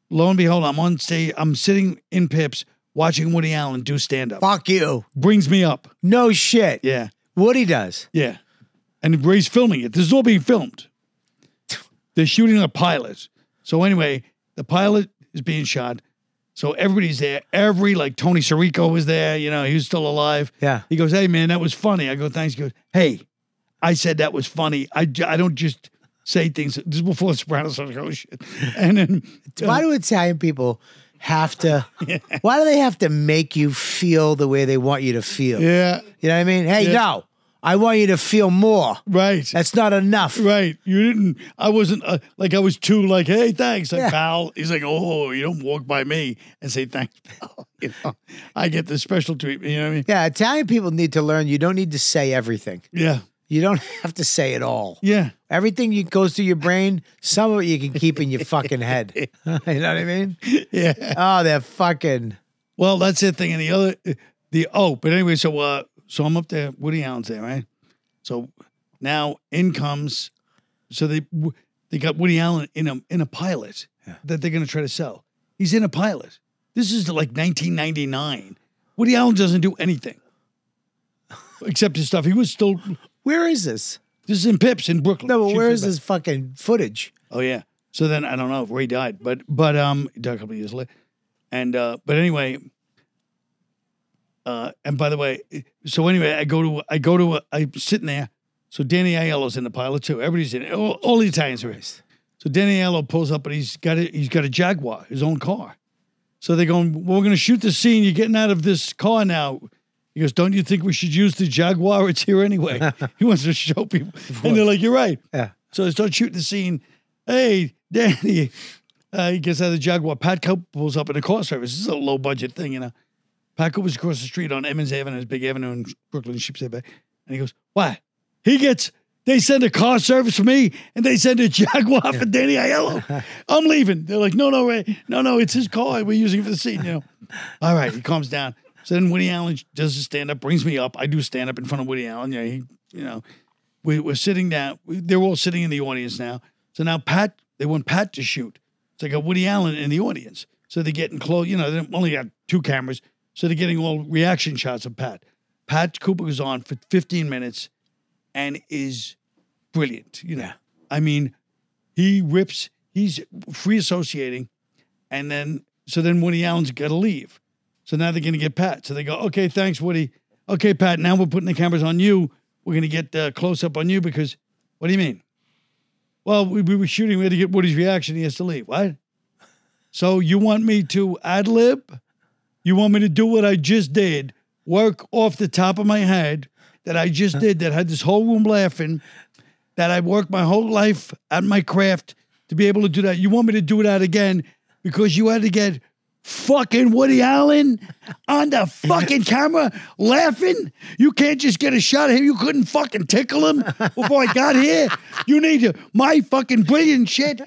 [SPEAKER 3] lo and behold, I'm on stage, I'm sitting in Pips watching Woody Allen do stand up.
[SPEAKER 1] Fuck you.
[SPEAKER 3] Brings me up.
[SPEAKER 1] No shit.
[SPEAKER 3] Yeah.
[SPEAKER 1] Woody does.
[SPEAKER 3] Yeah. And Ray's filming it. This is all being filmed. They're shooting a pilot. So anyway, the pilot is being shot. So everybody's there. Every like Tony Sirico was there. You know, he was still alive.
[SPEAKER 1] Yeah.
[SPEAKER 3] He goes, "Hey man, that was funny." I go, "Thanks." He goes, "Hey, I said that was funny. I, j- I don't just say things." This is before Sopranos. I was like, "Oh shit!" [laughs] And then uh,
[SPEAKER 1] Why do Italian people have
[SPEAKER 3] [laughs]
[SPEAKER 1] to? Why do they have to make you feel the way they want you to feel?
[SPEAKER 3] yeah,
[SPEAKER 1] You know what I mean? Hey,
[SPEAKER 3] Yeah.
[SPEAKER 1] no, I want you to feel more.
[SPEAKER 3] Right.
[SPEAKER 1] That's not enough.
[SPEAKER 3] right. You didn't. I wasn't uh, like I was too like, hey, thanks, like,
[SPEAKER 1] Yeah.
[SPEAKER 3] pal. He's like, oh, you don't walk by me and say thanks, pal. [laughs] You know, I get the special treatment. You know what I mean?
[SPEAKER 1] Yeah, Italian people need to learn you don't need to say everything.
[SPEAKER 3] Yeah.
[SPEAKER 1] You don't [laughs] have to say it all.
[SPEAKER 3] Yeah.
[SPEAKER 1] Everything you goes through your brain, some of it you can keep in your fucking [laughs] head. you know what I mean?
[SPEAKER 3] Yeah.
[SPEAKER 1] Oh, they're fucking
[SPEAKER 3] Well, that's the thing. And the other, the oh, but anyway, so uh, so I'm up there. Woody Allen's there, right? So now in comes, so they they got Woody Allen in a in a pilot that they're going to try to sell. He's in a pilot. This is like 1999. Woody Allen doesn't do anything [laughs] except his stuff. He was still.
[SPEAKER 1] Where is this?
[SPEAKER 3] This is in Pips in Brooklyn.
[SPEAKER 1] No, but
[SPEAKER 3] She
[SPEAKER 1] where
[SPEAKER 3] feels
[SPEAKER 1] is
[SPEAKER 3] bad.
[SPEAKER 1] this fucking footage?
[SPEAKER 3] Oh yeah. So then I don't know if Ray died, but but um he died a couple of years later. And uh but anyway uh and by the way, so anyway, I go to I go to a, I'm sitting there. So Danny Aiello's in the pilot too. Everybody's in it. All, all the Italians are in. it. So Danny Aiello pulls up and he's got a, he's got a Jaguar, his own car. So they're going, well, we're going to shoot the scene. You're getting out of this car now. He goes, don't you think we should use the Jaguar? It's here anyway. [laughs] he wants to show people. And they're like, you're right.
[SPEAKER 1] Yeah.
[SPEAKER 3] So they start shooting the scene. Hey, Danny. Uh, he gets out of the Jaguar. Pat Cope pulls up in a car service. This is a low budget thing, you know. Pat Cope was across the street on Emmons Avenue, his big avenue in Brooklyn, Sheepshead Bay. And he goes, why? He gets, they send a car service for me and they send a Jaguar for Danny Aiello. I'm leaving. They're like, no, no, Ray. No, no, it's his car. We're using it for the scene, you know. All right, he calms down. So then Woody Allen does his stand up, brings me up. I do stand up in front of Woody Allen. Yeah, he, you know, we were sitting down. We, they're all sitting in the audience now. So now Pat, they want Pat to shoot. So they got Woody Allen in the audience. So they're getting close. You know, they only got two cameras. So they're getting all reaction shots of Pat. Pat Cooper goes on for 15 minutes and is brilliant. You know, I mean, he rips, he's free associating. And then, so then Woody Allen's got to leave. So now they're going to get Pat. So they go, okay, thanks, Woody. Okay, Pat, now we're putting the cameras on you. We're going to get the close up on you because what do you mean? Well, we, we were shooting. We had to get Woody's reaction. He has to leave. What? So you want me to ad lib? You want me to do what I just did? Work off the top of my head that I just did that had this whole room laughing, that I worked my whole life at my craft to be able to do that. You want me to do that again because you had to get fucking Woody Allen on the fucking camera laughing? You can't just get a shot of him. You couldn't fucking tickle him before I got here. You need to, my fucking brilliant shit.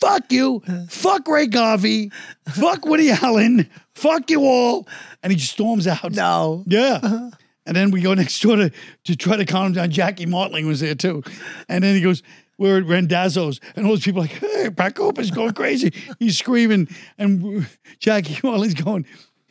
[SPEAKER 3] Fuck you. Fuck Ray Garvey. Fuck Woody Allen. Fuck you all. And he storms out.
[SPEAKER 1] No.
[SPEAKER 3] Yeah. And then we go next door to, to try to calm him down. Jackie Martling was there too. And then he goes, We're at Rendazzo's. And all those people are like, Hey, Pat Cooper's going crazy. He's screaming. And Jackie Martling's going,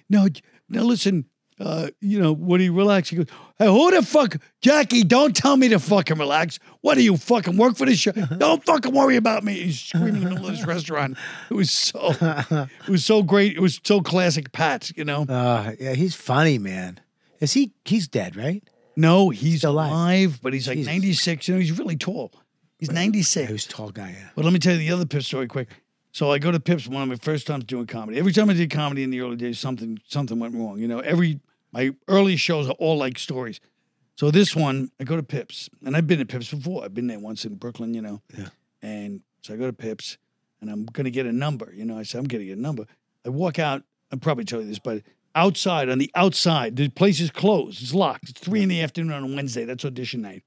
[SPEAKER 3] No, j- now listen, uh, you know, when he relax, he goes, Hey, who the fuck, Jackie, don't tell me to fucking relax. What do you fucking work for this show? Don't fucking worry about me. He's screaming in the middle of this restaurant. It was so, it was so great. It was so classic Pat, you know?
[SPEAKER 1] Uh, yeah, he's funny, man. Is he? He's dead, right?
[SPEAKER 3] No, he's
[SPEAKER 1] Still alive.
[SPEAKER 3] alive. but he's like
[SPEAKER 1] Jesus.
[SPEAKER 3] 96. You know, he's really tall. He's
[SPEAKER 1] Yeah, he
[SPEAKER 3] 96.
[SPEAKER 1] was a tall guy. Yeah.
[SPEAKER 3] But let me tell you the other Pips story quick. So I go to Pips one of my first times doing comedy. Every time I did comedy in the early days, something something went wrong. You know, every my early shows are all like stories. So this one, I go to Pips, and I've been to Pips before. I've been there once in Brooklyn, you know. Yeah. And so I go to Pips, and I'm gonna get a number. You know, I said I'm gonna get a number. I walk out. I probably tell you this, but outside on the outside, the place is closed. It's locked. It's three in the afternoon on a Wednesday. That's audition night.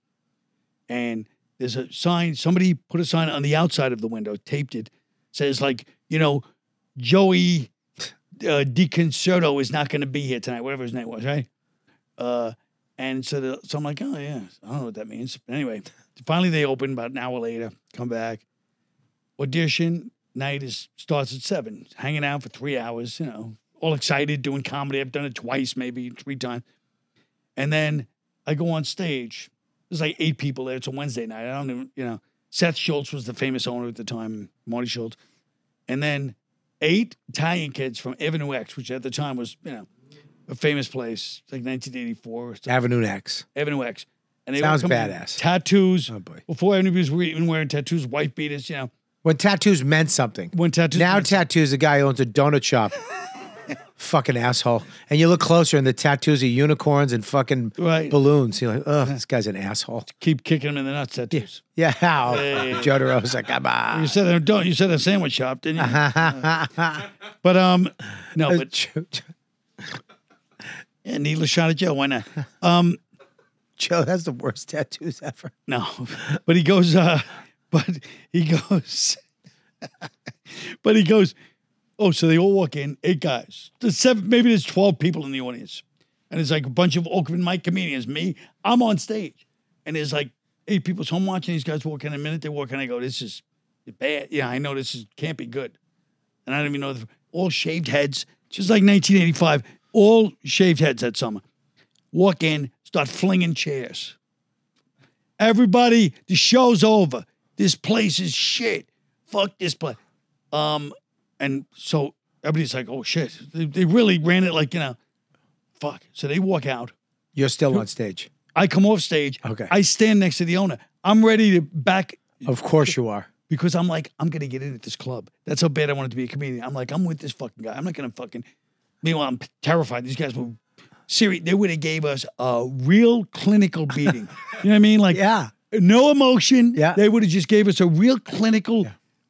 [SPEAKER 3] And there's a sign. Somebody put a sign on the outside of the window, taped it, says like, you know, Joey uh, DiConcerto is not going to be here tonight. Whatever his name was, right? Uh, and so, the, so I'm like, oh yeah, I don't know what that means. But anyway, finally they open about an hour later. Come back, audition night is starts at seven. Hanging out for three hours, you know, all excited, doing comedy. I've done it twice, maybe three times. And then I go on stage. There's like eight people there. It's a Wednesday night. I don't even, you know, Seth Schultz was the famous owner at the time, Marty Schultz. And then eight Italian kids from Avenue X, which at the time was, you know, a famous place, like 1984 or something.
[SPEAKER 1] Avenue X.
[SPEAKER 3] Avenue X. And they
[SPEAKER 1] Sounds
[SPEAKER 3] were coming-
[SPEAKER 1] badass.
[SPEAKER 3] Tattoos.
[SPEAKER 1] Oh, boy.
[SPEAKER 3] Before anybody's were even wearing tattoos, white beaters, you know,
[SPEAKER 1] When tattoos meant something.
[SPEAKER 3] when
[SPEAKER 1] [laughs]
[SPEAKER 3] tattoos.
[SPEAKER 1] now tattoos. The guy who owns a donut shop. fucking asshole. And you look closer, and the tattoos are unicorns and fucking
[SPEAKER 3] Right.
[SPEAKER 1] balloons. You're like, oh, this guy's an asshole. [laughs]
[SPEAKER 3] Keep kicking them in the nuts. Tattoos.
[SPEAKER 1] Yeah, how? Joe DeRosa, come on.
[SPEAKER 3] You said that don't. You said a sandwich shop, didn't you?
[SPEAKER 1] [laughs]
[SPEAKER 3] but um, no, but
[SPEAKER 1] Joe,
[SPEAKER 3] and needless shot at Joe. Why not?
[SPEAKER 1] Joe has the worst tattoos ever.
[SPEAKER 3] No, but he goes. uh But he goes. [laughs] but he goes. Oh, so they all walk in. Eight guys. There's seven. Maybe there's twelve people in the audience, and it's like a bunch of open mic comedians. Me, I'm on stage, and there's like eight people. So I'm watching these guys walk in. A minute they walk in, I go, "This is bad." Yeah, I know this is can't be good. And I don't even know. The, all shaved heads, just like 1985. All shaved heads that summer. Walk in, start flinging chairs. Everybody, the show's over. This place is shit. Fuck this place. Um, and so everybody's like, oh shit. They, they really ran it like, you know, fuck. So they walk out.
[SPEAKER 1] You're still on stage.
[SPEAKER 3] I come off stage.
[SPEAKER 1] Okay.
[SPEAKER 3] I stand next to the owner. I'm ready to back
[SPEAKER 1] Of course you are.
[SPEAKER 3] because I'm like, I'm gonna get in at this club. That's how bad I wanted to be a comedian. I'm like, I'm with this fucking guy. I'm not gonna fucking. Meanwhile, I'm terrified. These guys were serious. They would have gave us a real
[SPEAKER 1] [laughs]
[SPEAKER 3] clinical beating. you know what I mean? Like,
[SPEAKER 1] Yeah.
[SPEAKER 3] no emotion.
[SPEAKER 1] Yeah.
[SPEAKER 3] they would have just gave us a real clinical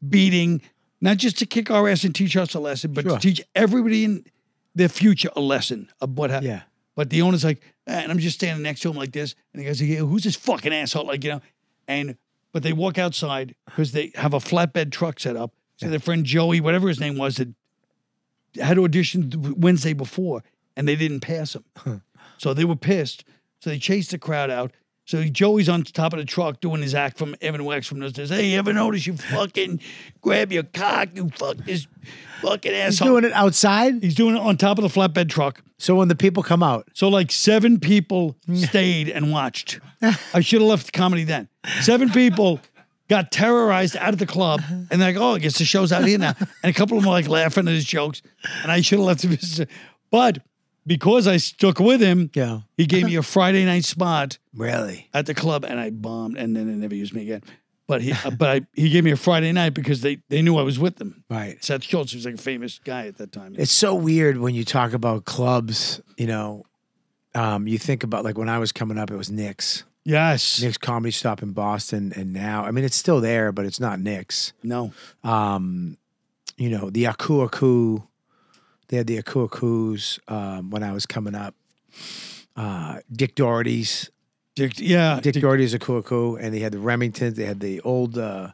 [SPEAKER 3] beating, not just to kick our ass and teach us a lesson, but
[SPEAKER 1] Sure.
[SPEAKER 3] to teach everybody in their future a lesson of what happened.
[SPEAKER 1] Yeah.
[SPEAKER 3] But the owner's like, "Eh," and I'm just standing next to him like this, and the guy's like, "Yeah, "Who's this fucking asshole?" Like you know, and but they walk outside because they have a flatbed truck set up. So their friend Joey, whatever his name was, that had auditioned th- Wednesday before, and they didn't pass him. so they were pissed. So they chased the crowd out. So Joey's on top of the truck doing his act from Evan Wax from those days. Hey, you ever notice you fucking grab your cock, you fuck this fucking
[SPEAKER 1] He's
[SPEAKER 3] asshole.
[SPEAKER 1] doing it outside.
[SPEAKER 3] He's doing it on top of the flatbed truck.
[SPEAKER 1] So when the people come out,
[SPEAKER 3] So like
[SPEAKER 1] [laughs]
[SPEAKER 3] seven people stayed and watched. I should have left comedy then. Seven people got terrorized out of the club, and they're like, "Oh, I guess the show's out here now." And a couple of them were like laughing at his jokes, and I should have left him. But because I stuck with him,
[SPEAKER 1] Yeah.
[SPEAKER 3] he gave me a Friday night spot
[SPEAKER 1] really?
[SPEAKER 3] at the club, and I bombed, and then they never used me again. But he, uh, but I, he gave me a Friday night because they they knew I was with them.
[SPEAKER 1] Right.
[SPEAKER 3] Seth Schultz was like a famous guy at that time.
[SPEAKER 1] It's so weird when you talk about clubs, you know. Um, you think about like when I was coming up, it was Nick's.
[SPEAKER 3] yes.
[SPEAKER 1] Nick's comedy stop in Boston, and now I mean it's still there, but it's not Nick's.
[SPEAKER 3] No.
[SPEAKER 1] You know the Aku Aku, they had the Aku Aku's um, when I was coming up. Uh, Dick Doherty's,
[SPEAKER 3] Dick, yeah.
[SPEAKER 1] Dick Doherty's Aku Aku, and they had the Remingtons. They had the old uh,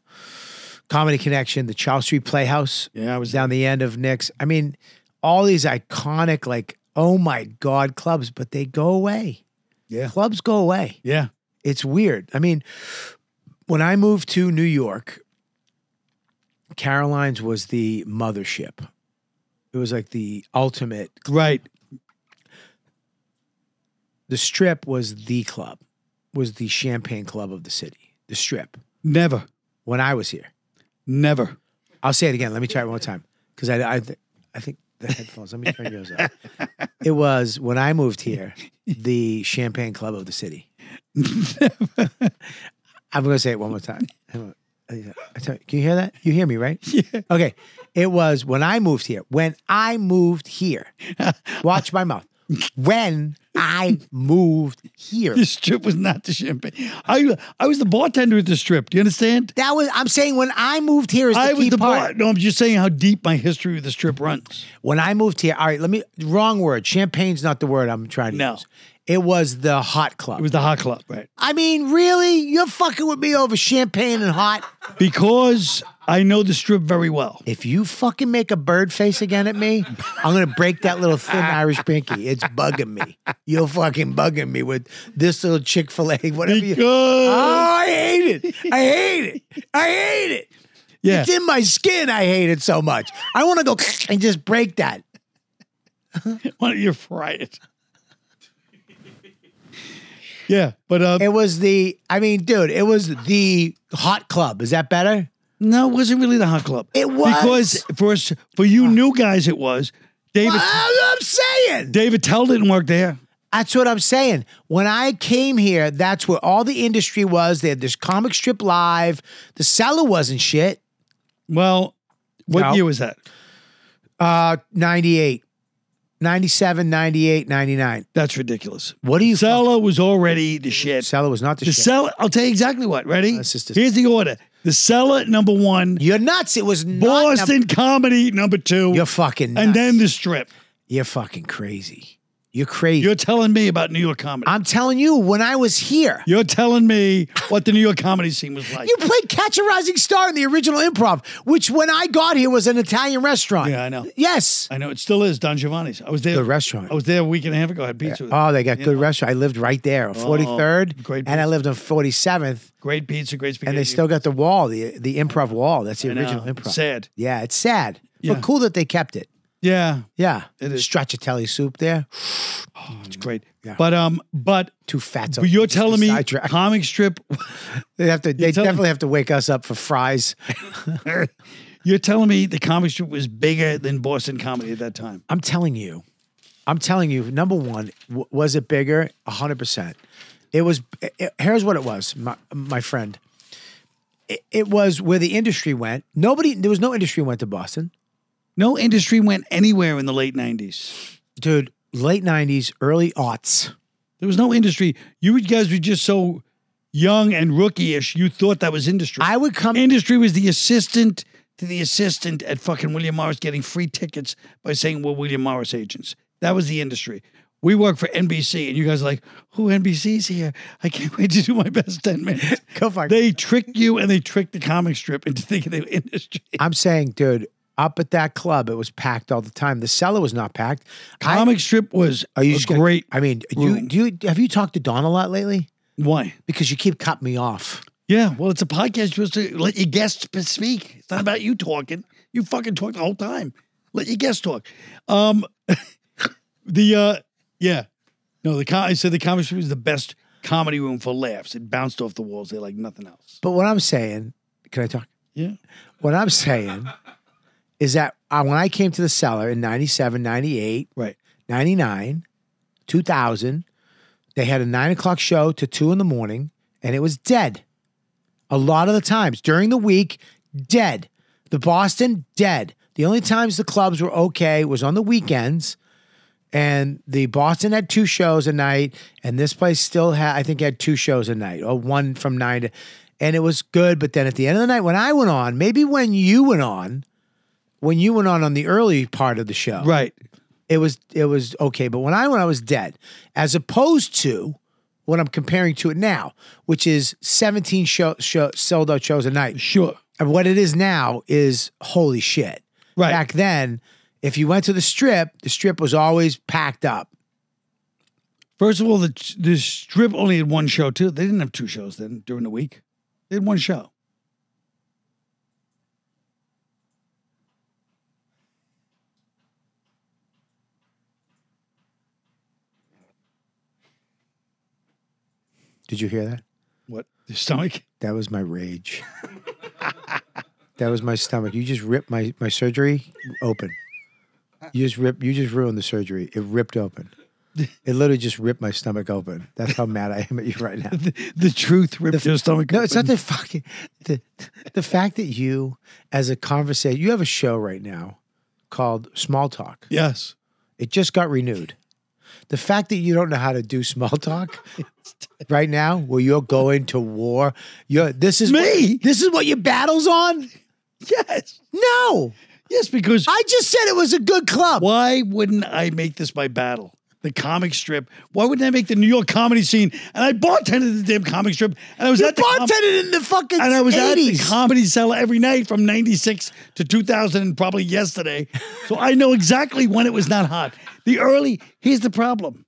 [SPEAKER 1] Comedy Connection, the Charles Street Playhouse.
[SPEAKER 3] Yeah, I was
[SPEAKER 1] was down the end of Nick's. I mean, all these iconic, like, oh my God, clubs, but they go away.
[SPEAKER 3] Yeah.
[SPEAKER 1] Clubs go away.
[SPEAKER 3] Yeah.
[SPEAKER 1] It's weird. I mean, when I moved to New York, Caroline's was the mothership. It was like the ultimate.
[SPEAKER 3] Right.
[SPEAKER 1] The strip was the club, was the champagne club of the city. The strip.
[SPEAKER 3] Never.
[SPEAKER 1] When I was here,
[SPEAKER 3] Never. [laughs]
[SPEAKER 1] I'll say it again. Let me try it one more time because I, I, th- I think the headphones. Let me turn yours
[SPEAKER 3] [laughs]
[SPEAKER 1] up. It was when I moved here, the champagne club of the
[SPEAKER 3] [laughs]
[SPEAKER 1] city. I'm going to say it one more time. Hang on. I tell you- Can you hear that? You hear me, right? Yeah. Okay. It was when I moved here. When I moved
[SPEAKER 3] [laughs]
[SPEAKER 1] here. Watch my mouth. When I moved here.
[SPEAKER 3] The strip was not the champagne. I I was the bartender at the strip. Do you understand?
[SPEAKER 1] That was I'm saying when I moved here is the
[SPEAKER 3] I was
[SPEAKER 1] key
[SPEAKER 3] the
[SPEAKER 1] part.
[SPEAKER 3] bar. No, I'm just saying how deep my history with the strip runs.
[SPEAKER 1] When I moved here, all right, let me wrong word. Champagne's not the word I'm trying to
[SPEAKER 3] No.
[SPEAKER 1] use. It was the hot club.
[SPEAKER 3] It was the hot club, right?
[SPEAKER 1] I mean, really? You're fucking with me over champagne and hot?
[SPEAKER 3] Because I know the strip very well.
[SPEAKER 1] If you fucking make a bird face again at me, I'm gonna break that little thin Irish pinky. It's bugging me. You're fucking bugging me with this little Chick Fil A, [laughs] whatever.
[SPEAKER 3] Because
[SPEAKER 1] You, oh, I hate it. I hate it. I hate it.
[SPEAKER 3] yeah,
[SPEAKER 1] It's in my skin. I hate it so much. I want to go [sniffs] and just break that.
[SPEAKER 3] why don't you fry it? [laughs] yeah, but uh,
[SPEAKER 1] It was the, I mean, dude, it was the hot club. Is that better?
[SPEAKER 3] no, it wasn't really the hot club.
[SPEAKER 1] It was.
[SPEAKER 3] because for us, for you new guys, it was David.
[SPEAKER 1] I'm saying.
[SPEAKER 3] David Tell didn't work there.
[SPEAKER 1] That's what I'm saying. When I came here, that's where all the industry was. They had this comic strip live. The cellar wasn't shit.
[SPEAKER 3] Well, what
[SPEAKER 1] No.
[SPEAKER 3] year was that?
[SPEAKER 1] Uh, 98. 97, 98, 99.
[SPEAKER 3] That's ridiculous.
[SPEAKER 1] What do you
[SPEAKER 3] Sella was already the shit.
[SPEAKER 1] Seller was not the,
[SPEAKER 3] The
[SPEAKER 1] shit.
[SPEAKER 3] seller, I'll tell you exactly what. Ready?
[SPEAKER 1] That's just a-
[SPEAKER 3] Here's the order. The seller number one,
[SPEAKER 1] You're nuts. It was not num-
[SPEAKER 3] Boston comedy number two,
[SPEAKER 1] You're fucking nuts.
[SPEAKER 3] and then the strip.
[SPEAKER 1] You're fucking crazy. You're crazy.
[SPEAKER 3] You're telling me about New York comedy.
[SPEAKER 1] I'm telling you, when I was here,
[SPEAKER 3] You're telling me what the New York comedy scene was like.
[SPEAKER 1] you played Catch a Rising Star in the original improv, which when I got here was an Italian restaurant.
[SPEAKER 3] Yeah, I know.
[SPEAKER 1] Yes.
[SPEAKER 3] I know it still is Don Giovanni's. I was there.
[SPEAKER 1] The restaurant.
[SPEAKER 3] I was there a week and a half ago. I had pizza. with them.
[SPEAKER 1] Oh, they got good restaurant. I lived right there, on 43rd,
[SPEAKER 3] Oh, great
[SPEAKER 1] and I lived on 47th,
[SPEAKER 3] Great pizza, great spaghetti.
[SPEAKER 1] Uh, and they still got the wall, the the improv wall. That's the
[SPEAKER 3] I know.
[SPEAKER 1] original improv.
[SPEAKER 3] Sad.
[SPEAKER 1] Yeah, it's sad,
[SPEAKER 3] Yeah.
[SPEAKER 1] but cool that they kept it.
[SPEAKER 3] Yeah,
[SPEAKER 1] Yeah,
[SPEAKER 3] It is.
[SPEAKER 1] stracciatella soup there.
[SPEAKER 3] it's great.
[SPEAKER 1] Yeah.
[SPEAKER 3] But um, but
[SPEAKER 1] Two fats.
[SPEAKER 3] but you're telling me [laughs]
[SPEAKER 1] Sidetrack.
[SPEAKER 3] comic strip.
[SPEAKER 1] they have to. They
[SPEAKER 3] telling-
[SPEAKER 1] definitely have to wake us up for fries.
[SPEAKER 3] You're telling me the comic strip was bigger than Boston comedy at that time.
[SPEAKER 1] I'm telling you, I'm telling you. Number one, w- was it bigger? hundred percent. It was. i- i- here's what it was, my, my friend. It, it was where the industry went. Nobody. There was no industry went to Boston,
[SPEAKER 3] No industry went anywhere in the late '90s.
[SPEAKER 1] dude. Late '90s, early aughts.
[SPEAKER 3] There was no industry. You guys were just so young and rookie-ish. You thought that was industry.
[SPEAKER 1] I would come.
[SPEAKER 3] industry was the assistant to the assistant at fucking William Morris getting free tickets by saying we're William Morris agents. That was the industry. We work for NBC, and you guys are like, "Who NBC's here? I can't wait to do my best ten minutes."
[SPEAKER 1] [laughs] Go fuck.
[SPEAKER 3] They trick you, and they trick the comic strip into thinking they were [laughs] industry.
[SPEAKER 1] I'm saying, dude, up at that club, it was packed all the time. The cellar was not packed. I-
[SPEAKER 3] Comic strip was
[SPEAKER 1] are you
[SPEAKER 3] a
[SPEAKER 1] just gonna-
[SPEAKER 3] great.
[SPEAKER 1] I mean, do you,
[SPEAKER 3] room.
[SPEAKER 1] do you have you talked to Don a lot lately?
[SPEAKER 3] Why?
[SPEAKER 1] Because you keep cutting me off.
[SPEAKER 3] Yeah, well, it's a podcast. You're supposed to let your guests p- speak. It's not about you talking. You fucking talk the whole time. Let your guests talk. Um, [laughs] the uh, yeah, no, the com- I said the comedy room was the best comedy room for laughs. It bounced off the walls. They like nothing else.
[SPEAKER 1] But what I'm saying, can I talk?
[SPEAKER 3] Yeah,
[SPEAKER 1] What I'm saying is that I, when I came to the cellar in 97, 98,
[SPEAKER 3] right.
[SPEAKER 1] 99, 2000, they had a nine o'clock show to two in the morning and it was dead. A lot of the times during the week, dead. The Boston, dead. The only times the clubs were okay was on the weekends. And the Boston had two shows a night, and this place still had, I think, had two shows a night, or one from nine to, and it was good. But then at the end of the night, when I went on, maybe when you went on, when you went on on the early part of the show,
[SPEAKER 3] Right.
[SPEAKER 1] it was it was okay. But when I went, I was dead. As opposed to what I'm comparing to it now, which is 17 show, show sold out shows a night.
[SPEAKER 3] Sure.
[SPEAKER 1] And what it is now is holy shit.
[SPEAKER 3] Right.
[SPEAKER 1] Back then, if you went to the strip, the strip was always packed up.
[SPEAKER 3] First of all, the the strip only had one show too. They didn't have two shows then during the week. They had one show.
[SPEAKER 1] Did you hear that?
[SPEAKER 3] What the stomach? [laughs]
[SPEAKER 1] That was my rage. that was my stomach. You just ripped my my surgery open. You just ripped. You just ruined the surgery. It ripped open. It literally just ripped my stomach open. That's how mad I am at you right now.
[SPEAKER 3] The, the truth ripped your stomach.
[SPEAKER 1] No, it's not
[SPEAKER 3] open.
[SPEAKER 1] the fucking the the fact that you, as a conversation, you have a show right now called Small Talk.
[SPEAKER 3] Yes.
[SPEAKER 1] It just got renewed. The fact that you don't know how to do small talk [laughs] right now, where you're going to war, you're this is
[SPEAKER 3] Me?
[SPEAKER 1] What, this is what your battles on.
[SPEAKER 3] [laughs] Yes.
[SPEAKER 1] No,
[SPEAKER 3] Yes, because
[SPEAKER 1] I just said it was a good club.
[SPEAKER 3] why wouldn't I make this my battle? The comic strip. Why wouldn't I make the New York comedy scene? And I bartended the damn comic strip, and I was
[SPEAKER 1] You
[SPEAKER 3] at the com-
[SPEAKER 1] bartended in the fucking
[SPEAKER 3] and I was at the
[SPEAKER 1] 80s.
[SPEAKER 3] comedy cellar every night from '96 to 2000, and probably yesterday. So I know exactly when it was not hot. The early. Here's the problem.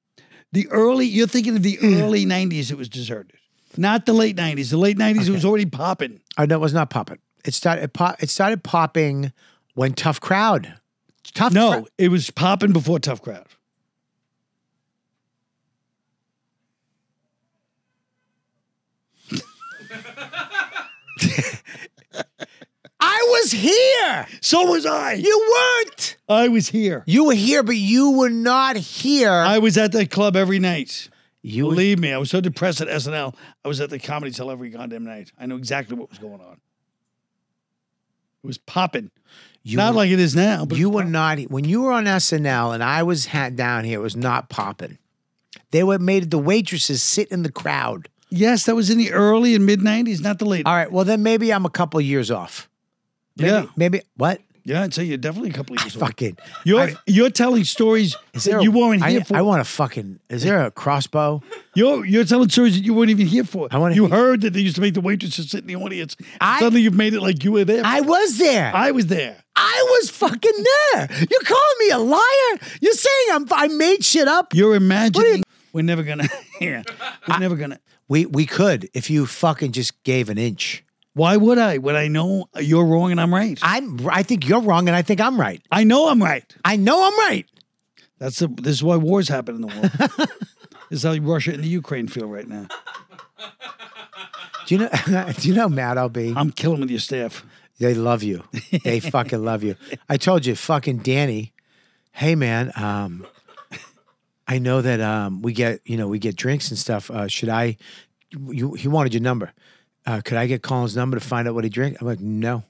[SPEAKER 3] The early. You're thinking of the
[SPEAKER 1] Hmm.
[SPEAKER 3] early '90s. It was deserted. Not the late '90s. The late '90s. It was already popping.
[SPEAKER 1] Oh, no, it was not popping. It started it, pop, it started popping when Tough Crowd. Tough Crowd.
[SPEAKER 3] No, it was popping before Tough Crowd.
[SPEAKER 1] I was here.
[SPEAKER 3] So was I.
[SPEAKER 1] You weren't.
[SPEAKER 3] I was here.
[SPEAKER 1] You were here, but you were not here.
[SPEAKER 3] I was at that club every night.
[SPEAKER 1] you were,
[SPEAKER 3] Believe me, I was so depressed at SNL. I was at the comedy till every goddamn night. I know exactly what was going on. It was popping.
[SPEAKER 1] You
[SPEAKER 3] not
[SPEAKER 1] were-
[SPEAKER 3] like it is now. But
[SPEAKER 1] You were not e-, when you were on SNL and I was hat down here. It was not popping. They were made the waitresses sit in the crowd.
[SPEAKER 3] yes, that was in the early and mid '90s, not the late.
[SPEAKER 1] All right. Well, then maybe I'm a couple years off.
[SPEAKER 3] yeah,
[SPEAKER 1] Maybe what?
[SPEAKER 3] yeah. I'd say you're definitely a couple of years old.
[SPEAKER 1] Fucking.
[SPEAKER 3] You're
[SPEAKER 1] I-
[SPEAKER 3] you're telling stories that
[SPEAKER 1] a-
[SPEAKER 3] you weren't
[SPEAKER 1] I-
[SPEAKER 3] here for.
[SPEAKER 1] I want a fucking. Is there a crossbow?
[SPEAKER 3] you're you're telling stories that you weren't even here for.
[SPEAKER 1] I wanna-
[SPEAKER 3] you heard that they used to make the waitresses sit in the audience.
[SPEAKER 1] I-
[SPEAKER 3] Suddenly, you've made it like you were there.
[SPEAKER 1] I was there.
[SPEAKER 3] I was there.
[SPEAKER 1] I was fucking there. You're calling me a liar. You're saying I'm. I made shit up.
[SPEAKER 3] You're imagining. [laughs] we're never gonna. yeah, we're never gonna.
[SPEAKER 1] We we could if you fucking just gave an inch.
[SPEAKER 3] Why would I? When I know you're wrong and I'm right. I,
[SPEAKER 1] I'm. I think you're wrong, and I think I'm right.
[SPEAKER 3] know I'm right.
[SPEAKER 1] I know I'm right.
[SPEAKER 3] That's the, this is why wars happen in the world. [laughs] this is how Russia and the Ukraine feel right now.
[SPEAKER 1] Do you know? [laughs] do you know how mad I'll be?
[SPEAKER 3] I'm killing with your staff. [laughs]
[SPEAKER 1] They love you. They fucking love you. I told you, fucking Danny. Hey man, um, I know that um, we get you know we get drinks and stuff. Uh, should I? You, he wanted your number. Uh, could I get Colin's number to find out what he drank? I'm like, no.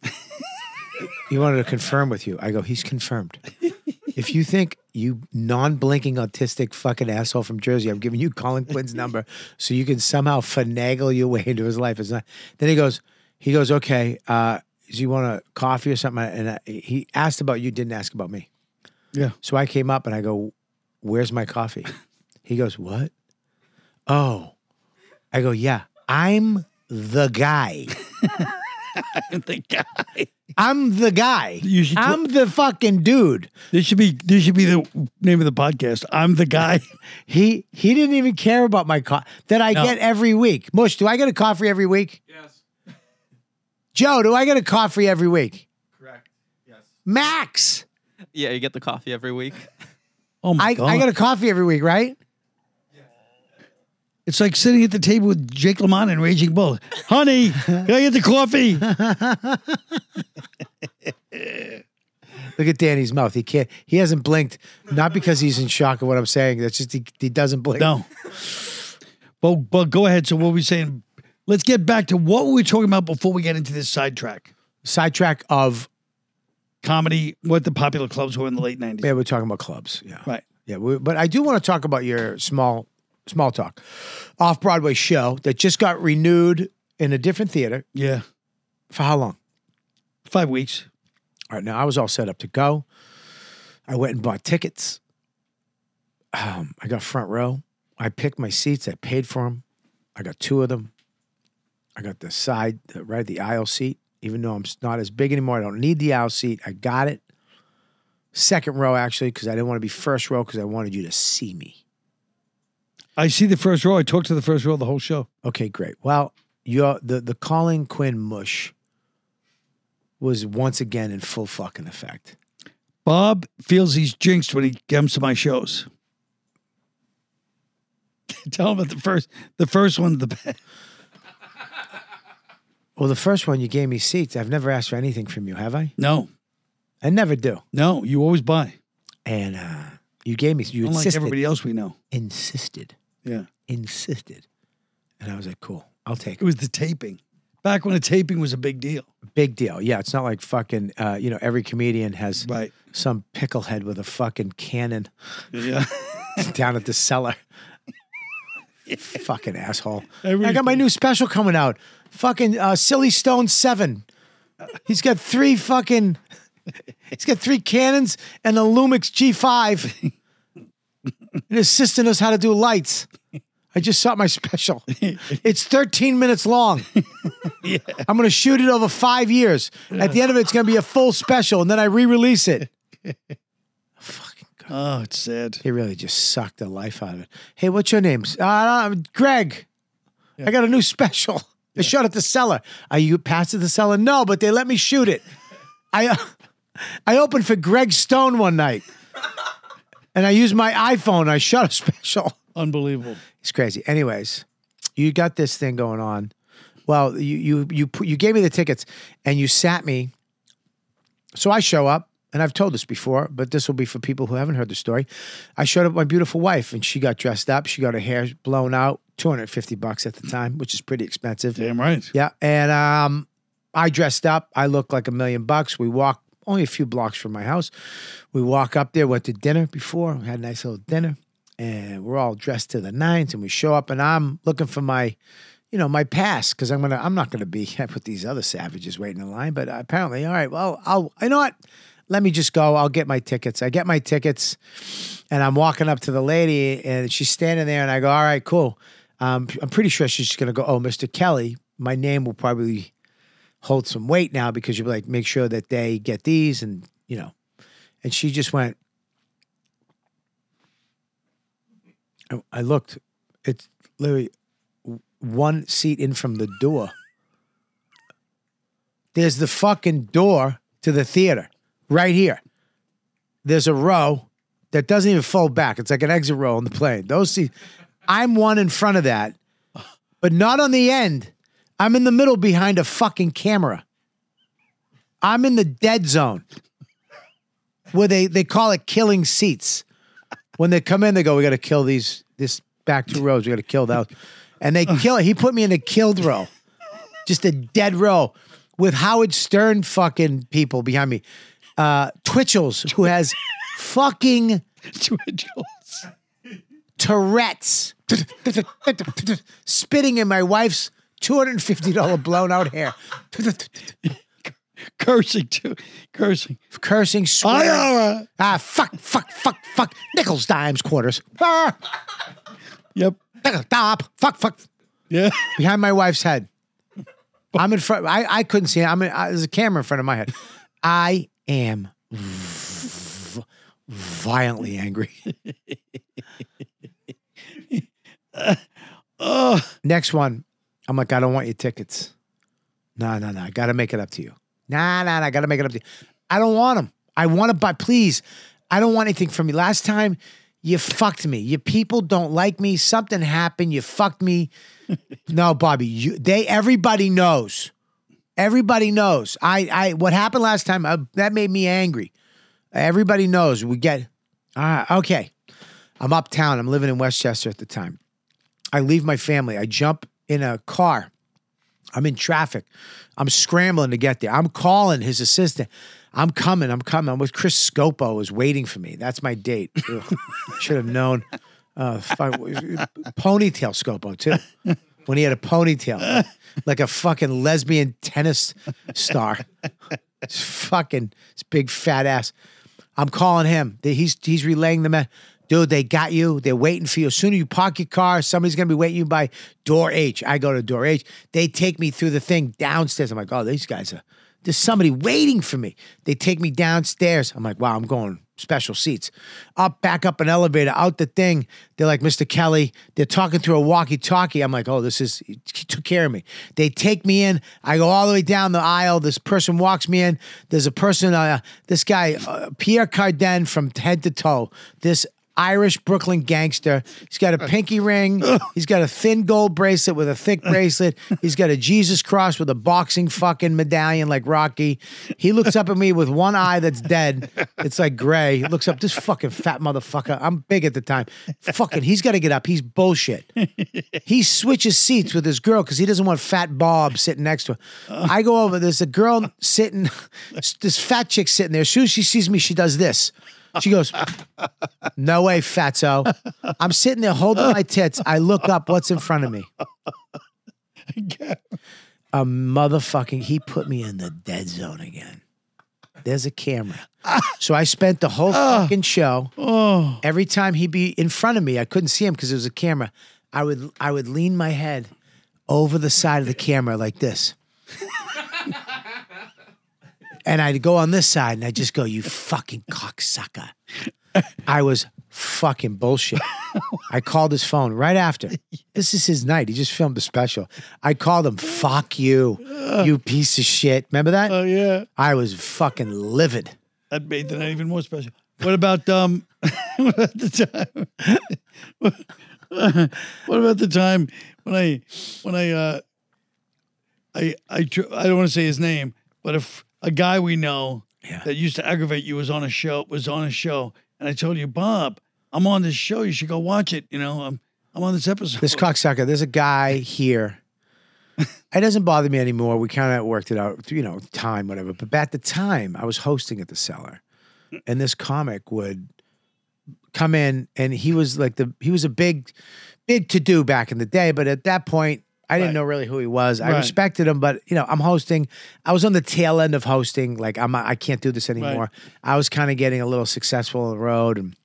[SPEAKER 1] he wanted to confirm with you. I go, he's confirmed. If you think you non-blinking autistic fucking asshole from Jersey, I'm giving you Colin Quinn's
[SPEAKER 3] [laughs]
[SPEAKER 1] number so you can somehow finagle your way into his life. It's not. Then he goes, he goes, okay. Uh, do you want a coffee or something? And I, he asked about you, didn't ask about me.
[SPEAKER 3] Yeah.
[SPEAKER 1] So I came up and I go, where's my coffee? He goes, what? Oh, I go, yeah. I'm the
[SPEAKER 3] [laughs]
[SPEAKER 1] guy.
[SPEAKER 3] And the guy.
[SPEAKER 1] I'm the guy.
[SPEAKER 3] You should-
[SPEAKER 1] I'm the fucking dude.
[SPEAKER 3] This should be this should be the name of the podcast. I'm the guy. [laughs]
[SPEAKER 1] He he didn't even care about my coffee that I get every week. Mush, do I get a coffee every week? Yes. [laughs] Joe, do I get a coffee every week? Correct. Yes. Max,
[SPEAKER 4] Yeah, you get the coffee every week.
[SPEAKER 3] Oh my
[SPEAKER 1] I,
[SPEAKER 3] god!
[SPEAKER 1] I get a coffee every week, right?
[SPEAKER 3] it's like sitting at the table with Jake Lamont and Raging Bull. Honey, can I get the coffee?
[SPEAKER 1] Look at Danny's mouth. He can't. He hasn't blinked. Not because he's in shock of what I'm saying. That's just he, he doesn't blink.
[SPEAKER 3] No. But but go ahead. So what were we saying? Let's get back to what we were talking about before we get into this sidetrack.
[SPEAKER 1] Sidetrack of
[SPEAKER 3] Comedy, what the popular clubs were in the late nineties.
[SPEAKER 1] yeah, we're talking about clubs. Yeah.
[SPEAKER 3] Right.
[SPEAKER 1] Yeah, we, but I do want to talk about your small small talk off Broadway show that just got renewed in a different theater
[SPEAKER 3] Yeah.
[SPEAKER 1] for how long?
[SPEAKER 3] Five weeks.
[SPEAKER 1] All right, now I was all set up to go. I went and bought tickets. Um, I got front row. I picked my seats. I paid for them. I got two of them. I got the side, the, right, the aisle seat. Even though I'm s- not as big anymore, I don't need the aisle seat. I got it. Second row, actually, because I didn't want to be first row because I wanted you to see me.
[SPEAKER 3] I see the first row. I talked to the first row the whole show.
[SPEAKER 1] Okay, great. Well, your the the Colin Quinn mush was once again in full fucking effect.
[SPEAKER 3] Bob feels he's jinxed when he comes to my shows. [laughs] Tell him that the first the first one's the best.
[SPEAKER 1] Well, the first one you gave me seats. I've never asked for anything from you, have I?
[SPEAKER 3] No,
[SPEAKER 1] I never do.
[SPEAKER 3] no, you always buy.
[SPEAKER 1] And uh, you gave me. You
[SPEAKER 3] Unlike
[SPEAKER 1] insisted.
[SPEAKER 3] everybody else we know.
[SPEAKER 1] Insisted.
[SPEAKER 3] Yeah.
[SPEAKER 1] Insisted. And I was like, cool. I'll take
[SPEAKER 3] It
[SPEAKER 1] it.
[SPEAKER 3] was the taping. Back when a taping was a big deal.
[SPEAKER 1] Big deal. Yeah, it's not like fucking. Uh, you know, every comedian has
[SPEAKER 3] Right.
[SPEAKER 1] some picklehead with a fucking cannon
[SPEAKER 3] Yeah. [laughs]
[SPEAKER 1] [laughs] down at the cellar. fucking asshole.
[SPEAKER 3] Every-
[SPEAKER 1] I got my new special coming out. Fucking uh, Silly Stone 7. He's got three fucking. He's got three cannons and a Lumix G5. and assisting us how to do lights. I just saw my special. It's 13 minutes long. I'm going to shoot it over five years. At the end of it, it's going to be a full special, and then I re release it. Fucking God.
[SPEAKER 3] Oh, it's sad.
[SPEAKER 1] He really just sucked the life out of it. Hey, what's your name? Uh, I'm Greg. I got a new special. I shot at the cellar. Are you past at the cellar? No, but they let me shoot it. I uh, I opened for Greg Stone one night, and I used my iPhone. I shot a [laughs] special.
[SPEAKER 3] Unbelievable.
[SPEAKER 1] It's crazy. Anyways, you got this thing going on. Well, you you you pu- you gave me the tickets and you sat me. So I show up, and I've told this before, but this will be for people who haven't heard the story. I showed up with my beautiful wife, and she got dressed up. She got her hair blown out, two hundred fifty bucks at the time, which is pretty expensive.
[SPEAKER 3] Damn right.
[SPEAKER 1] Yeah, and um, I dressed up. I looked like a million bucks. We walked only a few blocks from my house. We walk up there, went to dinner before, had a nice little dinner, and we're all dressed to the nines. And we show up, and I'm looking for my, you know, my pass because I'm gonna, I'm not gonna be [laughs] with these other savages waiting in line. But apparently, all right, well, I'll, you know what? Let me just go. I'll get my tickets. I get my tickets, and I'm walking up to the lady, and she's standing there, and I go, all right, cool. Um, I'm pretty sure she's just gonna go, oh, Mr. Kelly, my name will probably hold some weight now because you're like, make sure that they get these and you know. And she just went. I- I looked. It's literally w- one seat in from the door. There's the fucking door to the theater right here. There's a row that doesn't even fold back. It's like an exit row on the plane. Those seats. I'm one in front of that, but not on the end. I'm in the middle behind a fucking camera. I'm in the dead zone where they, they call it killing seats. When they come in, they go, We got to kill these, this back two rows. We got to kill those. And they kill it. He put me in a killed row, just a dead row with Howard Stern fucking people behind me. Uh, Twitchell's, who has fucking
[SPEAKER 3] [laughs] Twitchell's.
[SPEAKER 1] Tourette's spitting in my wife's $250 blown out hair,
[SPEAKER 3] [laughs] Cursing too. Cursing.
[SPEAKER 1] cursing,
[SPEAKER 3] I,
[SPEAKER 1] swearing.
[SPEAKER 3] uh,
[SPEAKER 1] Ah, fuck, fuck, fuck, fuck. Nickels, dimes, quarters. Ah,
[SPEAKER 3] yep.
[SPEAKER 1] nickel, dime, fuck, fuck.
[SPEAKER 3] Yeah. [laughs]
[SPEAKER 1] Behind my wife's head. I'm in front. I, I couldn't see it. I'm in, I, there's a camera in front of my head. I am v- violently angry.
[SPEAKER 3] Oh,
[SPEAKER 1] Next one, I'm like, I don't want your tickets. No, no, no. I got to make it up to you. Nah, nah, nah. I got to make it up to you. I don't want them. I want to buy, please. I don't want anything from you. Last time you fucked me. Your people don't like me. Something happened. You fucked me. no, Bobby, you, they, everybody knows. Everybody knows. I, I, what happened last time, uh that made me angry. Everybody knows. We get, ah, okay. I'm uptown. I'm living in Westchester at the time. I leave my family. I jump in a car. I'm in traffic. I'm scrambling to get there. I'm calling his assistant. I'm coming. I'm coming. I'm with Chris Scopo is waiting for me. That's my date. Ugh, Should have known. Uh, fuck, [laughs] ponytail Scopo too. When he had a ponytail, like a fucking lesbian tennis star. It's fucking his big fat ass. I'm calling him. They- He's he's relaying the message. Dude, they got you. They're waiting for you. As soon as you park your car, somebody's gonna be waiting you by door H. I go to door H. They take me through the thing downstairs. I'm like, oh, these guys are. There's somebody waiting for me. They take me downstairs. I'm like, wow, I'm going special seats. Up, back up an elevator, out the thing. They're like, Mr. Kelly, they're talking through a walkie talkie. I'm like, oh, this is, he took care of me. They take me in. I go all the way down the aisle. This person walks me in. There's a person, uh, this guy, uh, Pierre Cardin from head to toe. This Irish Brooklyn gangster. He's got a pinky ring. He's got a thin gold bracelet with a thick bracelet. He's got a Jesus cross with a boxing fucking medallion like Rocky. He looks up at me with one eye that's dead. It's like gray. He looks up, this fucking fat motherfucker. I'm big at the time. Fucking, he's got to get up. He's bullshit. He switches seats with his girl because he doesn't want fat Bob sitting next to her. I go over, there's a girl sitting, this fat chick sitting there. As soon as she sees me, she does this. She goes, no way, fatso. I'm sitting there holding my tits. I look up what's in front of me. A motherfucking, he put me in the dead zone again. There's a camera. So I spent the whole fucking show. Every time he'd be in front of me, I couldn't see him because there was a camera. I would I would lean my head over the side of the camera like this. and I'd go on this side and I'd just go, you fucking cocksucker. I was fucking bullshit. I called his phone right after. This is his night. He just filmed a special. I called him, fuck you, you piece of shit. Remember
[SPEAKER 3] oh,
[SPEAKER 1] that?
[SPEAKER 3] yeah.
[SPEAKER 1] I was fucking livid.
[SPEAKER 3] That made the night even more special. What about um? [laughs] what about the time? [laughs] what about the time when I when I uh I I tr- I don't want to say his name, but if a guy we know
[SPEAKER 1] Yeah.
[SPEAKER 3] that used to aggravate you was on a show was on a show, and I told you, Bob, I'm on this show. You should go watch it. You know, I'm I'm on this episode.
[SPEAKER 1] This cocksucker, there's a guy here It doesn't bother me anymore. We kind of worked it out, you know, time, whatever. But at the time, I was hosting at the cellar, and this comic would come in, and he was like the he was a big, big to do back in the day. But at that point, I didn't know really who he was. I
[SPEAKER 3] Right.
[SPEAKER 1] respected him, but you know, I'm hosting. I was on the tail end of hosting. Like I'm, I can't do this anymore. I was kind of getting a little successful on the road, and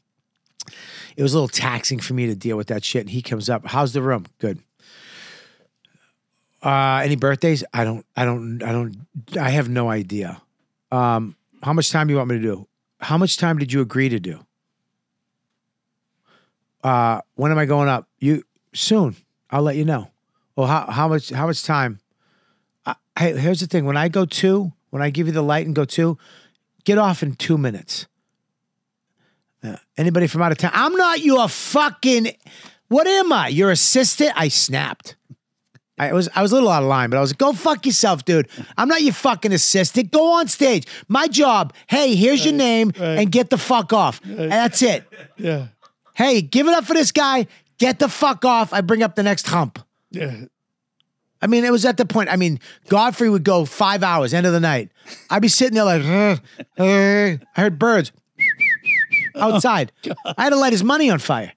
[SPEAKER 1] it was a little taxing for me to deal with that shit. And he comes up, how's the room? Good. Uh, any birthdays? I don't, I don't, I don't, I have no idea. Um, how much time do you want me to do? How much time did you agree to do? Uh, when am I going up? You soon. I'll let you know. Well, how how much how much time? I, hey, here's the thing. When I go two, when I give you the light and go two, get off in two minutes. Yeah. Anybody from out of town? I'm not your fucking. What am I? Your assistant? I snapped. I was I was a little out of line, but I was like, "Go fuck yourself, dude. I'm not your fucking assistant. Go on stage. My job. Hey, here's your name, and get the fuck off. And that's it.
[SPEAKER 3] Yeah.
[SPEAKER 1] Hey, give it up for this guy. Get the fuck off. I bring up the next hump.
[SPEAKER 3] Yeah.
[SPEAKER 1] I mean, it was at the point. I mean, Godfrey would go five hours, end of the night. I'd be sitting there like, [laughs] "Uh, uh." I heard birds outside. I had to light his money on fire.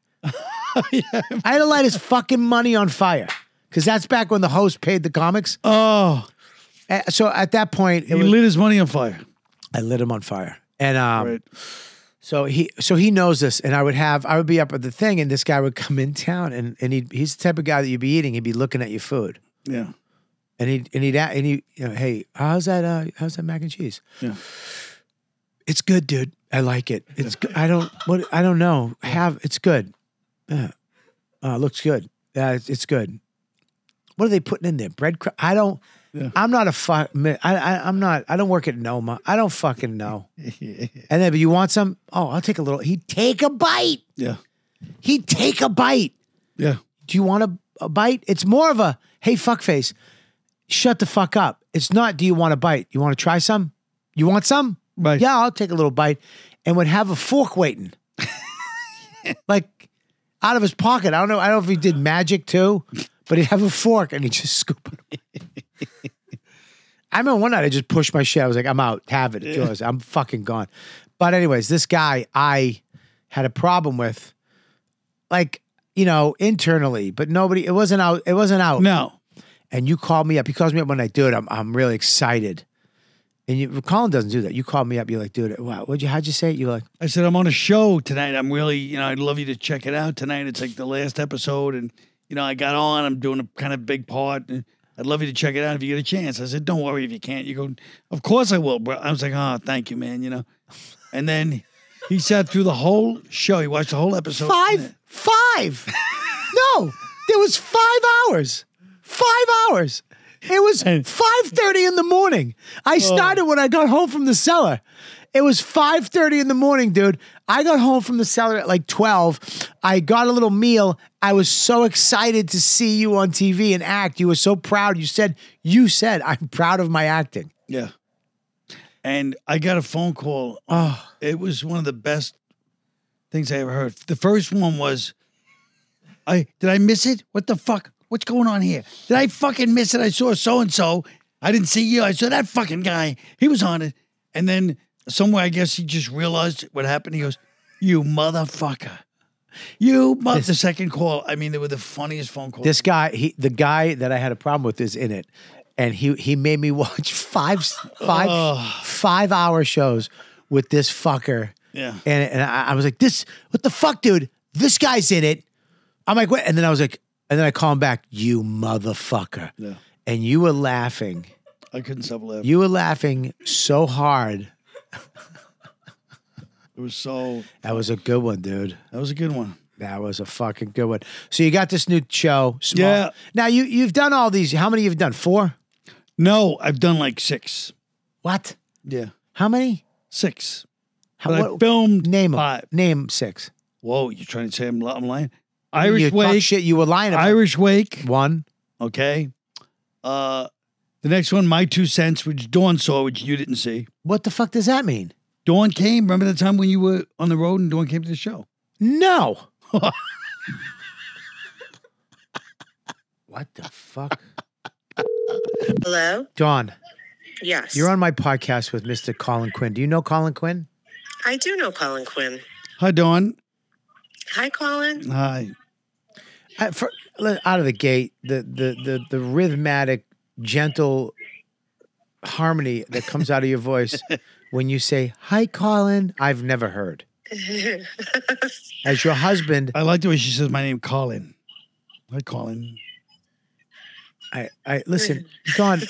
[SPEAKER 1] I had to light his fucking money on fire because that's back when the host paid the comics.
[SPEAKER 3] Oh,
[SPEAKER 1] Uh, So at that point, it
[SPEAKER 3] he
[SPEAKER 1] was,
[SPEAKER 3] lit his money on fire.
[SPEAKER 1] I lit him on fire, and um,
[SPEAKER 3] Right.
[SPEAKER 1] So he so he knows this, and I would have I would be up at the thing, and this guy would come in town, and and he he's the type of guy that you'd be eating, he'd be looking at your food,
[SPEAKER 3] Yeah.
[SPEAKER 1] and he and he'd a- and he you know, hey, how's that uh, how's that mac and cheese?
[SPEAKER 3] Yeah.
[SPEAKER 1] it's good, dude. I like it. It's good. I don't what I don't know. Have it's good. Yeah. Uh, looks good. Yeah, it's, it's good. What are they putting in there? Bread? Cr- I don't.
[SPEAKER 3] Yeah.
[SPEAKER 1] I'm not a fuck. I, I I'm not. I don't work at Noma. I don't fucking
[SPEAKER 3] [laughs]
[SPEAKER 1] know. And then, but you want some? Oh, I'll take a little. He'd take a bite.
[SPEAKER 3] Yeah.
[SPEAKER 1] He'd take a bite.
[SPEAKER 3] Yeah.
[SPEAKER 1] Do you want a, a bite? It's more of a, hey, fuckface, shut the fuck up. It's not, do you want a bite? You want to try some? You want some?
[SPEAKER 3] Right.
[SPEAKER 1] Yeah, I'll take a little bite. And would have a fork waiting. [laughs] like out of his pocket. I don't know. I don't know if he did magic too, but he'd have a fork and he'd just [laughs] scoop it. I remember one night I just pushed my shit. I was like, I'm out. Have it. It's yours. I'm fucking gone. But anyways, this guy I had a problem with, like, you know, internally, but nobody, it wasn't out, it wasn't out
[SPEAKER 3] No.
[SPEAKER 1] and you called me up. He calls me up when I do it. I'm I'm really excited. And you, Colin doesn't do that. You call me up. You're like, dude, wow, what'd you how'd you say it? You're like,
[SPEAKER 3] I said, I'm on a show tonight. I'm really, you know, I'd love you to check it out tonight. It's like the last episode. And, you know, I got on, I'm doing a kind of big part. And I'd love you to check it out if you get a chance. I said, don't worry if you can't. You go, of course I will, bro. I was like, oh, thank you, man, you know. And then he sat through the whole show. He watched the whole episode.
[SPEAKER 1] five, five. no, there was five hours. Five hours. It was
[SPEAKER 3] And-
[SPEAKER 1] five thirty in the morning. I started when I got home from the cellar. It was five thirty in the morning, dude. I got home from the cellar at like twelve. I got a little meal. I was so excited to see you on TV and act. You were so proud. You said, "You said I'm proud of my acting."
[SPEAKER 3] Yeah. And I got a phone call. Oh, it was one of the best things I ever heard. The first one was, I did I miss it? What the fuck? What's going on here? Did I fucking miss it? I saw so and so. I didn't see you. I saw that fucking guy. He was on it. And then somewhere, I guess he just realized what happened. He goes, "You motherfucker." You, mo-" the second call. I mean, they were the funniest phone calls.
[SPEAKER 1] This guy, he, the guy that I had a problem with, is in it, and he he made me [laughs] watch five five five hour shows with this fucker.
[SPEAKER 3] Yeah.
[SPEAKER 1] and and I, I was like, this what the fuck, dude? This guy's in it. I'm like, what? And then I was like, and then I call him back, you motherfucker.
[SPEAKER 3] Yeah.
[SPEAKER 1] And you were laughing.
[SPEAKER 3] I couldn't stop laughing.
[SPEAKER 1] You were laughing so hard.
[SPEAKER 3] It was so.
[SPEAKER 1] That was a good one, dude.
[SPEAKER 3] That was a good one.
[SPEAKER 1] That was a fucking good one. So you got this new show. Small.
[SPEAKER 3] Yeah.
[SPEAKER 1] Now you you've done all these. How many you've done? Four.
[SPEAKER 3] No, I've done like six.
[SPEAKER 1] What?
[SPEAKER 3] Yeah.
[SPEAKER 1] How many?
[SPEAKER 3] Six.
[SPEAKER 1] How,
[SPEAKER 3] But I
[SPEAKER 1] what-
[SPEAKER 3] filmed
[SPEAKER 1] Name 'em.
[SPEAKER 3] five.
[SPEAKER 1] Name six.
[SPEAKER 3] Whoa, you're trying to say I'm, li- I'm lying?
[SPEAKER 1] you
[SPEAKER 3] Irish
[SPEAKER 1] talk
[SPEAKER 3] Wake.
[SPEAKER 1] Shit, you were lying about.
[SPEAKER 3] Irish Wake.
[SPEAKER 1] One.
[SPEAKER 3] Okay. Uh, the next one, My Two Cents, which Dawn saw, which you didn't see.
[SPEAKER 1] What the fuck does that mean?
[SPEAKER 3] Dawn came. Remember the time when you were on the road and Dawn came to the show?
[SPEAKER 1] No. [laughs] what the fuck?
[SPEAKER 7] Hello?
[SPEAKER 1] Dawn,
[SPEAKER 7] Yes.
[SPEAKER 1] you're on my podcast with Mr. Colin Quinn. Do you know Colin Quinn?
[SPEAKER 7] I do know Colin Quinn.
[SPEAKER 3] Hi, Dawn.
[SPEAKER 7] Hi, Colin.
[SPEAKER 3] Hi.
[SPEAKER 1] I, for, let- out of the gate, the the the the rhythmatic, gentle harmony that comes out of your
[SPEAKER 7] [laughs]
[SPEAKER 1] voice when you say "Hi, Colin," I've never
[SPEAKER 7] [laughs]
[SPEAKER 1] heard. As your husband,
[SPEAKER 3] I like the way she says my name, Colin. Hi, Colin.
[SPEAKER 1] I, I
[SPEAKER 7] [laughs]
[SPEAKER 1] listen, Don.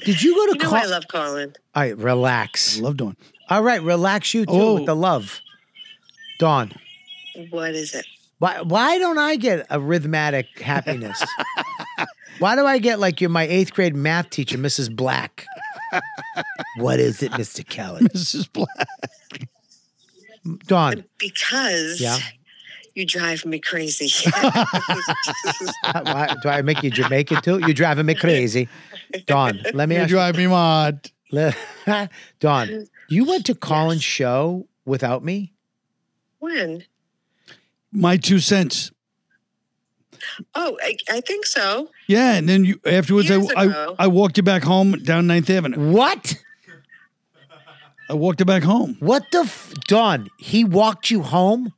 [SPEAKER 1] Did you go to
[SPEAKER 7] You know
[SPEAKER 1] Col-
[SPEAKER 7] I love Colin.
[SPEAKER 1] All right, relax.
[SPEAKER 3] Love Dawn. [laughs]
[SPEAKER 1] All right, relax you too
[SPEAKER 3] Oh.
[SPEAKER 1] with the love. Dawn,
[SPEAKER 7] What is it?
[SPEAKER 1] why why don't I get a rhythmatic happiness? why do I get like you're my eighth grade math teacher, Mrs. Black? what is it, Mr. Kelly?
[SPEAKER 3] This is black.
[SPEAKER 1] Dawn,
[SPEAKER 7] Because
[SPEAKER 1] Yeah.
[SPEAKER 7] you drive me crazy.
[SPEAKER 1] Uh, why- do I make you Jamaican too? You're driving me crazy. Dawn, let me
[SPEAKER 3] You
[SPEAKER 1] ask you.
[SPEAKER 3] drive me mad.
[SPEAKER 1] le- [laughs] Dawn, you went to Colin's show without me?
[SPEAKER 7] when?
[SPEAKER 3] My two cents.
[SPEAKER 7] Oh, I, I think so.
[SPEAKER 3] Yeah, and then you afterwards, I,
[SPEAKER 7] Years
[SPEAKER 3] I
[SPEAKER 7] ago.
[SPEAKER 3] I walked you back home down Ninth Avenue.
[SPEAKER 1] What?
[SPEAKER 3] I walked you back home. [laughs]
[SPEAKER 1] What the f- Dawn, he walked you home?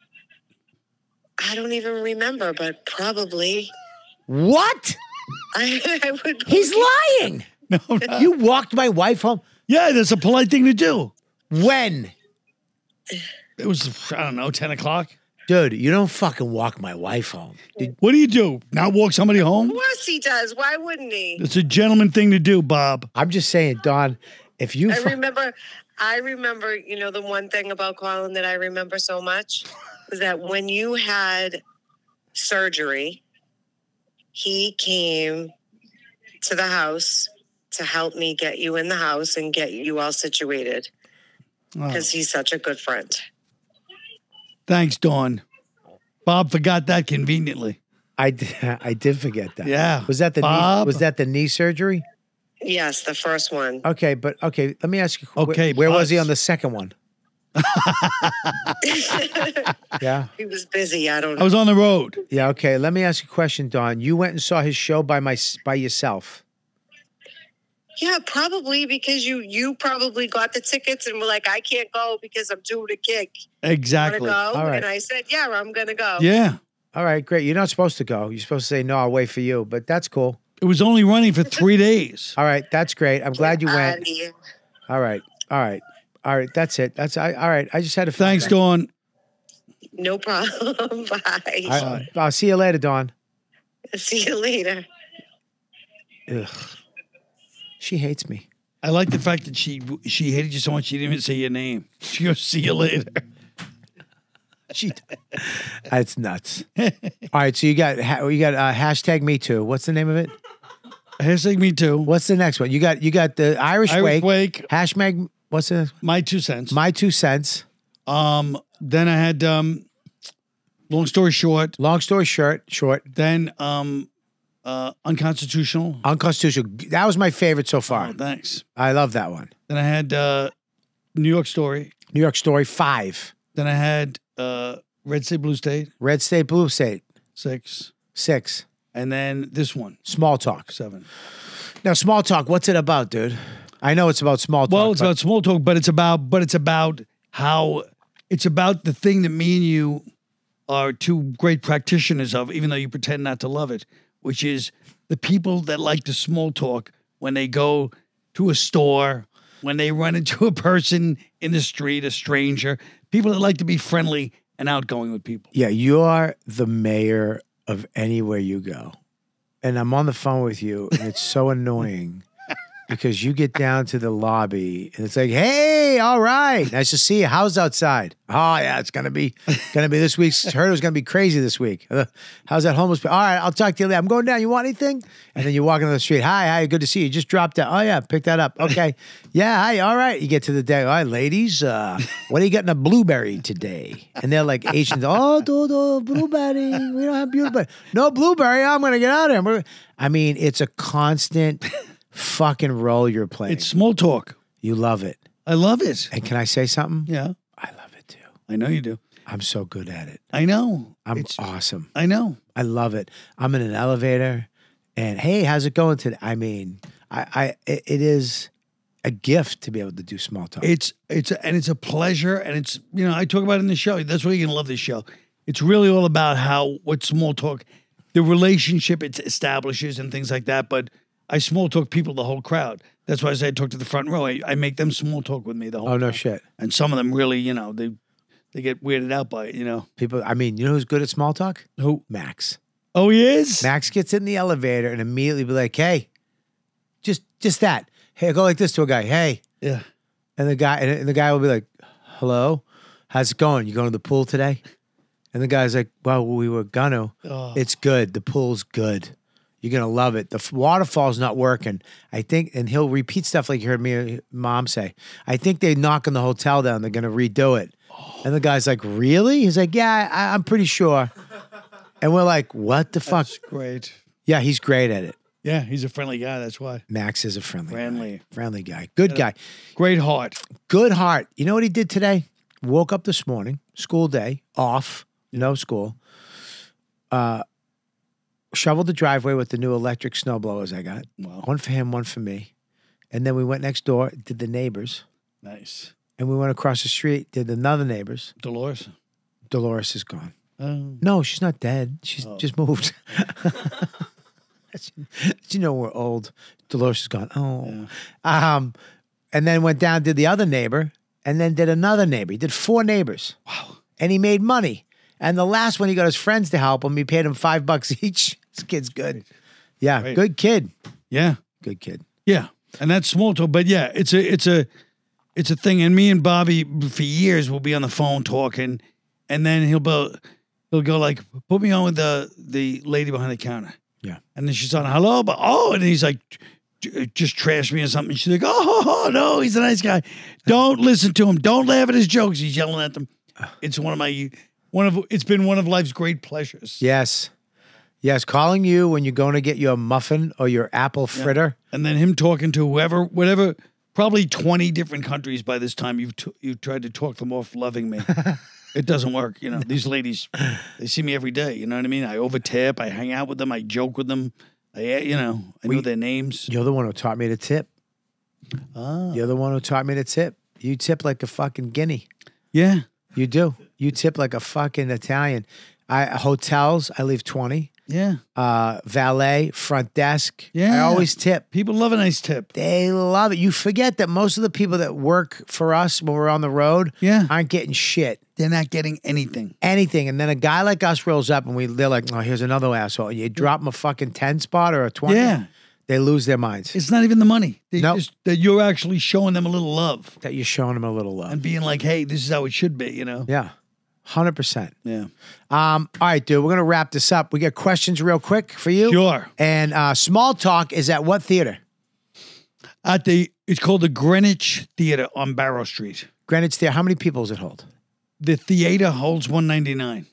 [SPEAKER 7] I don't even remember, but probably. [laughs]
[SPEAKER 1] What?
[SPEAKER 7] I, I would.
[SPEAKER 1] He's lying.
[SPEAKER 3] No, I'm not.
[SPEAKER 1] You walked my wife home
[SPEAKER 3] yeah, that's a polite thing to do.
[SPEAKER 1] when?
[SPEAKER 3] It was I don't know, ten o'clock.
[SPEAKER 1] Dude, you don't fucking walk my wife home. Did-
[SPEAKER 3] What do you do? Not walk somebody home?
[SPEAKER 7] Of course he does. Why wouldn't he?
[SPEAKER 3] It's a gentleman thing to do, Bob.
[SPEAKER 1] I'm just saying, Don, if you
[SPEAKER 7] I
[SPEAKER 1] fu-
[SPEAKER 7] remember. I remember. You know the one thing about Colin that I remember so much was that when you had surgery, he came to the house to help me get you in the house and get you all situated
[SPEAKER 3] Oh,
[SPEAKER 7] because he's such a good friend.
[SPEAKER 3] thanks, Dawn. Bob forgot that conveniently.
[SPEAKER 1] I did, [laughs] I did forget that.
[SPEAKER 3] Yeah.
[SPEAKER 1] Was that the knee,
[SPEAKER 3] Bob.
[SPEAKER 1] was that the knee surgery?
[SPEAKER 7] Yes, the first one.
[SPEAKER 1] Okay, but okay, let me ask you wh-
[SPEAKER 3] Okay,
[SPEAKER 1] where was
[SPEAKER 3] but-
[SPEAKER 1] he on the second
[SPEAKER 3] [laughs]
[SPEAKER 1] one? yeah.
[SPEAKER 7] He was busy. I don't
[SPEAKER 3] I
[SPEAKER 7] know.
[SPEAKER 3] was on the road.
[SPEAKER 1] Yeah, okay. Let me ask you a question, Don. You went and saw his show by my by yourself.
[SPEAKER 7] Yeah, probably because you you probably got the tickets and were like, I can't go because I'm doing a gig. Wanna
[SPEAKER 3] Exactly.
[SPEAKER 7] go?
[SPEAKER 1] All right.
[SPEAKER 7] And I said, Yeah, I'm gonna go.
[SPEAKER 3] Yeah.
[SPEAKER 1] All right, great. You're not supposed to go. You're supposed to say no, I'll wait for you, but that's cool.
[SPEAKER 3] It was only running for
[SPEAKER 7] [laughs]
[SPEAKER 3] three days.
[SPEAKER 1] All right, that's great. I'm glad you
[SPEAKER 7] Outta
[SPEAKER 1] went.
[SPEAKER 7] here.
[SPEAKER 1] All right. All right. All right. That's it. That's I all right. I just had a
[SPEAKER 3] Thanks,
[SPEAKER 1] Dawn.
[SPEAKER 3] Dawn.
[SPEAKER 7] No problem. [laughs] Bye.
[SPEAKER 1] I, will see you later, Dawn.
[SPEAKER 7] See you later.
[SPEAKER 1] Ugh. She hates me.
[SPEAKER 3] I like the fact that she she hated you so much she didn't even say your name. [laughs] She goes, see you later.
[SPEAKER 1] She That's
[SPEAKER 3] [laughs]
[SPEAKER 1] nuts. All right, so you got ha- you got uh, hashtag me too. What's the name of it?
[SPEAKER 3] Hashtag me too.
[SPEAKER 1] What's the next one? You got you got the Irish,
[SPEAKER 3] Irish
[SPEAKER 1] Wake.
[SPEAKER 3] Wake.
[SPEAKER 1] Hashtag what's the next one?
[SPEAKER 3] My two cents.
[SPEAKER 1] my two cents.
[SPEAKER 3] um then I had um long story short,
[SPEAKER 1] Long story short, short
[SPEAKER 3] then um uh unconstitutional.
[SPEAKER 1] unconstitutional. That was my favorite so far.
[SPEAKER 3] Oh, thanks.
[SPEAKER 1] I love that one.
[SPEAKER 3] Then I had uh New York story.
[SPEAKER 1] New York story five.
[SPEAKER 3] Then I had uh Red State Blue State,
[SPEAKER 1] Red state, blue state.
[SPEAKER 3] six.
[SPEAKER 1] Six.
[SPEAKER 3] And then this one,
[SPEAKER 1] Small talk.
[SPEAKER 3] seven.
[SPEAKER 1] Now, small talk. What's it about, dude? I know it's about small talk.
[SPEAKER 3] Well, it's
[SPEAKER 1] but-
[SPEAKER 3] about small talk, but it's about but it's about how it's about the thing that me and you are two great practitioners of, even though you pretend not to love it, which is the people that like to small talk when they go to a store, when they run into a person in the street, a stranger, people that like to be friendly and outgoing with people.
[SPEAKER 1] yeah. You are the mayor of anywhere you go, and I'm on the phone with you, and it's [laughs] so annoying because you get down to the lobby and it's like, hey, all right, nice to see you. How's outside? Oh yeah, it's gonna be, gonna be this week's hurdle is gonna be crazy this week. [laughs] Uh, How's that homeless? All right, I'll talk to you later. I'm going down. You want anything? And then you walk into the street. Hi, hi, good to see you. Just dropped that. Oh yeah, pick that up. Okay, [laughs] yeah, hi, all right. You get to the day. All right, ladies, uh, what do you got in a blueberry today? And they're like Asians. [laughs] Oh, do, do, blueberry. We don't have blueberry. No blueberry. I'm gonna get out of here. I mean, it's a constant. Fucking roll your playing.
[SPEAKER 3] It's small talk.
[SPEAKER 1] You love it.
[SPEAKER 3] I love it.
[SPEAKER 1] And can I say something?
[SPEAKER 3] Yeah,
[SPEAKER 1] I [laughs] love it too.
[SPEAKER 3] I know you do.
[SPEAKER 1] I'm so good at it.
[SPEAKER 3] I know.
[SPEAKER 1] I'm
[SPEAKER 3] It's-
[SPEAKER 1] awesome.
[SPEAKER 3] I know.
[SPEAKER 1] I love it. I'm in an elevator and hey, how's it going today? I mean, I, I it- it is a gift to be able to do small talk.
[SPEAKER 3] It's it's and it's a pleasure, and it's you know I talk about it in the show. That's why you're gonna love this show. It's really all about how what small talk, the relationship it establishes, and things like that. But I small talk people, the whole crowd. That's why I say I talk to the front row. I, I make them small talk with me the whole.
[SPEAKER 1] oh no
[SPEAKER 3] time.
[SPEAKER 1] shit.
[SPEAKER 3] And some of them really, you know, they they get weirded out by it. You know
[SPEAKER 1] People I mean, you know who's good at small talk?
[SPEAKER 3] who?
[SPEAKER 1] Max.
[SPEAKER 3] Oh, he is.
[SPEAKER 1] Max gets in the elevator and immediately be like, "Hey, just just that. Hey, go like this to a guy. Hey,
[SPEAKER 3] Yeah.
[SPEAKER 1] and the guy and, and the guy will be like, "Hello, how's it going? You going to the pool today?" And the guy's like, "Well, we were gonna. It's good. The pool's good. You're gonna love it. The f- waterfall's not working. I think." And he'll repeat stuff like you heard me mom say. I think they're knocking the hotel down. They're gonna redo it. And the guy's like, "Really?" He's like, "Yeah, I, I'm pretty sure." And we're like, "What the fuck?"
[SPEAKER 3] Great.
[SPEAKER 1] Yeah, he's great at it.
[SPEAKER 3] Yeah, he's a friendly guy. That's why.
[SPEAKER 1] Max is a friendly, guy.
[SPEAKER 3] Friendly.
[SPEAKER 1] friendly guy, good guy,
[SPEAKER 3] Great heart.
[SPEAKER 1] good heart. You know what he did today? Woke up this morning, school day off, no school. Uh, shoveled the driveway with the new electric snow blowers I got.
[SPEAKER 3] Wow.
[SPEAKER 1] One for him, one for me. And then we went next door, did the neighbors,
[SPEAKER 3] Nice.
[SPEAKER 1] and we went across the street, did another neighbors.
[SPEAKER 3] Dolores.
[SPEAKER 1] Dolores is gone.
[SPEAKER 3] Oh.
[SPEAKER 1] No, she's not dead. She's just moved. [laughs] you know we're old. Dolores is gone. Oh, um, and then went down did the other neighbor, and then did another neighbor. He did four neighbors. Wow. And he made money. And the last one, he got his friends to help him. He paid him five bucks each. [laughs] This kid's good. Yeah,
[SPEAKER 3] Great.
[SPEAKER 1] good kid.
[SPEAKER 3] Yeah.
[SPEAKER 1] Good kid.
[SPEAKER 3] Yeah, and that's small talk, but yeah, it's a it's a it's a thing. And me and Bobby for years will be on the phone talking, and then he'll go he'll go like, "Put me on with the the lady behind the counter."
[SPEAKER 1] Yeah.
[SPEAKER 3] and then she's on, "Hello," but oh, and he's like, "J- uh, "Just trash me or something." She's like, "Oh [laughs] no, he's a nice guy. Don't listen to him. Don't laugh at his jokes." He's yelling at them. It's one of my one of it's been one of life's great pleasures.
[SPEAKER 1] Yes. Yes, calling you when you're going to get your muffin or your apple fritter.
[SPEAKER 3] and then him talking to whoever, whatever, probably twenty different countries by this time. You've t- you tried to talk them off loving [laughs] me. it doesn't work. You know these ladies, they see me every day. You know what I mean? I overtip. I hang out with them. I joke with them. I uh, you know I know their names.
[SPEAKER 1] You're the one who taught me to tip.
[SPEAKER 3] Oh.
[SPEAKER 1] You're the one who taught me to tip. You tip like a fucking guinea.
[SPEAKER 3] Yeah,
[SPEAKER 1] You do. You tip like a fucking Italian. I hotels, I leave 20.
[SPEAKER 3] yeah.
[SPEAKER 1] Uh valet, front desk. I
[SPEAKER 3] Yeah.
[SPEAKER 1] always tip.
[SPEAKER 3] People love a nice tip.
[SPEAKER 1] They love it. You forget that most of the people that work for us when we're on the road
[SPEAKER 3] Yeah.
[SPEAKER 1] aren't getting shit.
[SPEAKER 3] They're not getting anything.
[SPEAKER 1] Anything. And then a guy like us rolls up and we they're like, oh, here's another asshole. You drop them a fucking 10 spot or a 20.
[SPEAKER 3] Yeah.
[SPEAKER 1] They lose their minds.
[SPEAKER 3] It's not even the money. They
[SPEAKER 1] Nope.
[SPEAKER 3] just that you're actually showing them a little love
[SPEAKER 1] that you're showing them a little love.
[SPEAKER 3] and being like, "Hey, this is how it should be," you know.
[SPEAKER 1] yeah. Hundred percent.
[SPEAKER 3] Yeah.
[SPEAKER 1] Um, all right, dude. We're gonna wrap this up. We got questions real quick for you.
[SPEAKER 3] Sure.
[SPEAKER 1] And uh, Small Talk is at what theater?
[SPEAKER 3] At the it's called the Greenwich Theater on Barrow Street.
[SPEAKER 1] Greenwich Theater. How many people does it hold?
[SPEAKER 3] The theater holds 199.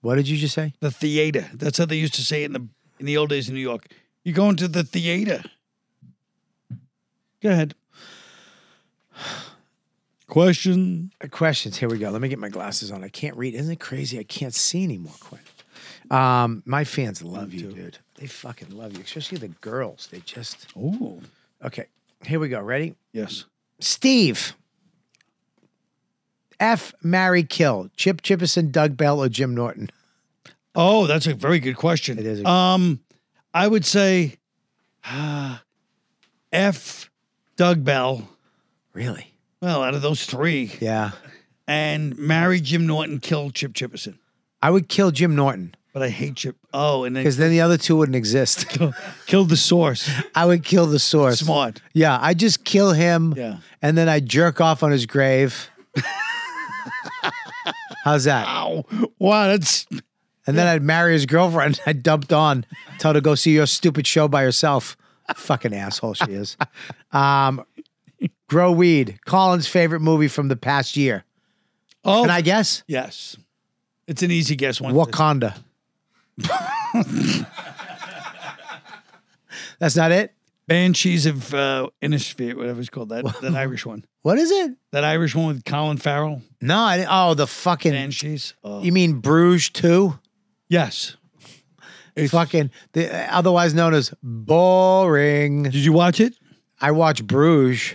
[SPEAKER 1] What did you just say?
[SPEAKER 3] The theater. That's how they used to say it in the in the old days in New York. You go into the theater. Go ahead. Question.
[SPEAKER 1] Uh, Questions. Here we go. Let me get my glasses on. I can't read. Isn't it crazy? I can't see anymore, Quinn. Um, my fans love you, dude. They fucking love you, especially the girls. They just
[SPEAKER 3] Oh.
[SPEAKER 1] okay. Here we go. Ready?
[SPEAKER 3] Yes.
[SPEAKER 1] Steve. F. Mary Kill. Chip Chippison, Doug Bell, or Jim Norton?
[SPEAKER 3] Oh, that's a very good question.
[SPEAKER 1] It is a-
[SPEAKER 3] um, I would say [sighs] ah, F Doug Bell.
[SPEAKER 1] Really?
[SPEAKER 3] Well, out of those three.
[SPEAKER 1] Yeah.
[SPEAKER 3] And marry Jim Norton, kill Chip Chippison.
[SPEAKER 1] I would kill Jim Norton
[SPEAKER 3] But I hate Chip. Oh, and then
[SPEAKER 1] because then the other two wouldn't exist.
[SPEAKER 3] kill, kill the source.
[SPEAKER 1] [laughs] I would kill the source.
[SPEAKER 3] Smart.
[SPEAKER 1] Yeah, I just kill him.
[SPEAKER 3] Yeah.
[SPEAKER 1] And then I jerk off on his grave. How's that?
[SPEAKER 3] Ow. Wow, that's
[SPEAKER 1] And then I'd marry his girlfriend. [laughs] I dumped on, tell her to go see your stupid show by herself. Fucking asshole she [laughs] is. Um, grow weed. Colin's favorite movie from the past year.
[SPEAKER 3] oh
[SPEAKER 1] Can I guess?
[SPEAKER 3] yes. It's an easy guess one.
[SPEAKER 1] Wakanda. That's not it.
[SPEAKER 3] Banshees of uh Innisfere, whatever it's called. That that Irish one.
[SPEAKER 1] What is it?
[SPEAKER 3] That Irish one with Colin Farrell.
[SPEAKER 1] No, I didn't. Oh, the fucking.
[SPEAKER 3] Banshees. Oh.
[SPEAKER 1] You mean Bruges too?
[SPEAKER 3] Yes. It's-
[SPEAKER 1] fucking, the, otherwise known as boring.
[SPEAKER 3] Did you watch it?
[SPEAKER 1] I watch Bruges.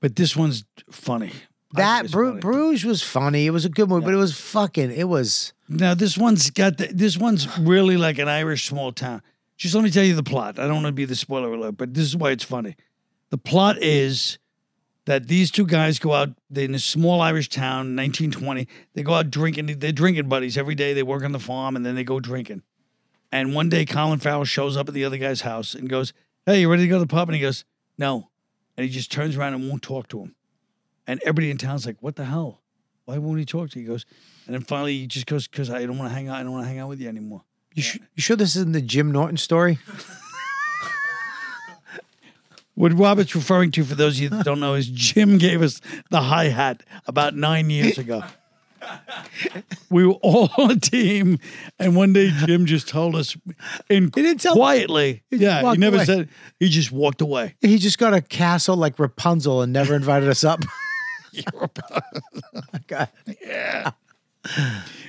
[SPEAKER 3] But this one's funny. I think
[SPEAKER 1] That
[SPEAKER 3] it's
[SPEAKER 1] Bru-
[SPEAKER 3] funny.
[SPEAKER 1] Bruges was funny. It was a good movie, but it was fucking. It was.
[SPEAKER 3] Now this one's got the, this one's really like an Irish small town. Just let me tell you the plot. I don't want to be the spoiler alert, but this is why it's funny. The plot is that these two guys go out they're in a small Irish town, 1920. They go out drinking. They're drinking buddies every day. They work on the farm and then they go drinking. And one day, Colin Farrell shows up at the other guy's house and goes, "Hey, you ready to go to the pub?" And he goes, "No," and he just turns around and won't talk to him. And everybody in town's like, "What the hell? Why won't he talk to you?" He goes, and then finally he just goes, "Cause I don't want to hang out. I don't want to hang out with you anymore."
[SPEAKER 1] You, sh- you sure this isn't the Jim Norton story?
[SPEAKER 3] What Robert's referring to, for those of you that don't know, is Jim gave us the hi hat about nine years ago. we were all on a team, and one day Jim just told us, in
[SPEAKER 1] He didn't tell-
[SPEAKER 3] quietly.
[SPEAKER 1] He just
[SPEAKER 3] yeah, he
[SPEAKER 1] walked
[SPEAKER 3] never
[SPEAKER 1] away.
[SPEAKER 3] said. He just
[SPEAKER 1] [laughs]
[SPEAKER 3] walked away.
[SPEAKER 1] He just got a castle like Rapunzel and never invited us up. [laughs] God.
[SPEAKER 3] Yeah.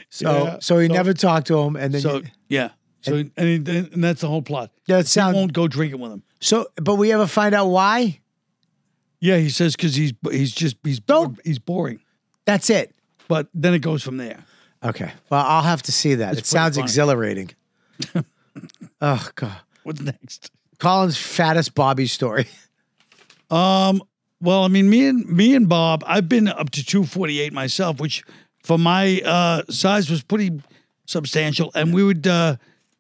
[SPEAKER 1] So
[SPEAKER 3] Yeah.
[SPEAKER 1] so he
[SPEAKER 3] So-
[SPEAKER 1] never talked to him, and then
[SPEAKER 3] So
[SPEAKER 1] you-
[SPEAKER 3] yeah. So and, and, and that's the whole plot.
[SPEAKER 1] Yeah, it
[SPEAKER 3] He
[SPEAKER 1] sound-
[SPEAKER 3] won't go drinking with him.
[SPEAKER 1] so but we ever find out why?
[SPEAKER 3] Yeah, he says because he's he's just he's bored,
[SPEAKER 1] Don't-
[SPEAKER 3] he's boring.
[SPEAKER 1] That's it.
[SPEAKER 3] But then it goes from there.
[SPEAKER 1] Okay. Well, I'll have to see that.
[SPEAKER 3] It's
[SPEAKER 1] it
[SPEAKER 3] pretty
[SPEAKER 1] sounds
[SPEAKER 3] funny. [laughs]
[SPEAKER 1] exhilarating. oh God,
[SPEAKER 3] What's next?
[SPEAKER 1] Colin's fattest Bobby story. [laughs]
[SPEAKER 3] Um. Well, I mean, me and me and Bob, I've been up to two forty eight myself, which for my uh, size was pretty substantial. And we would uh,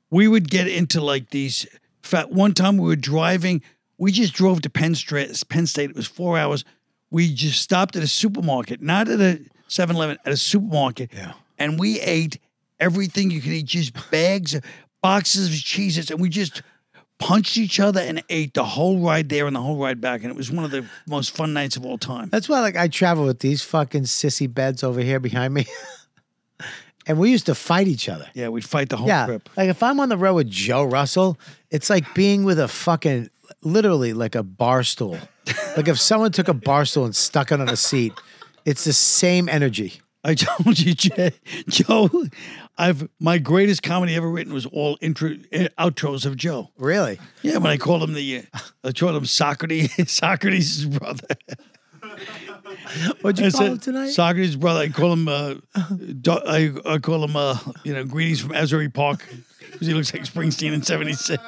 [SPEAKER 3] we would get into like these. Fat. One time we were driving, we just drove to Penn State. Penn State. It was four hours. We just stopped at a supermarket, not at a 7-Eleven, at a supermarket.
[SPEAKER 1] Yeah.
[SPEAKER 3] And we ate everything you could eat, just bags, of- boxes of cheeses, and we just punched each other and ate the whole ride there and the whole ride back, and it was one of the most fun nights of all time.
[SPEAKER 1] That's why, like, I travel with these fucking sissy beds over here behind me, [laughs] and we used to fight each other.
[SPEAKER 3] Yeah, we'd fight the whole
[SPEAKER 1] yeah,
[SPEAKER 3] trip.
[SPEAKER 1] like if I'm on the road with Joe Russell, it's like being with a fucking literally like a bar stool. like if someone took a bar stool and stuck it on a seat, it's the same energy.
[SPEAKER 3] I [laughs] told you, Jay, Joe. I've my greatest comedy ever written was all intro eh, outros of Joe.
[SPEAKER 1] Really?
[SPEAKER 3] Yeah, when I called him the, uh, I called him Socrates, [laughs] Socrates' brother.
[SPEAKER 1] What'd you
[SPEAKER 3] I
[SPEAKER 1] call him
[SPEAKER 3] said
[SPEAKER 1] tonight?
[SPEAKER 3] Socrates' brother. I call him, uh, do- I, I call him, uh, you know, greetings from Asbury Park because he looks like Springsteen in '76.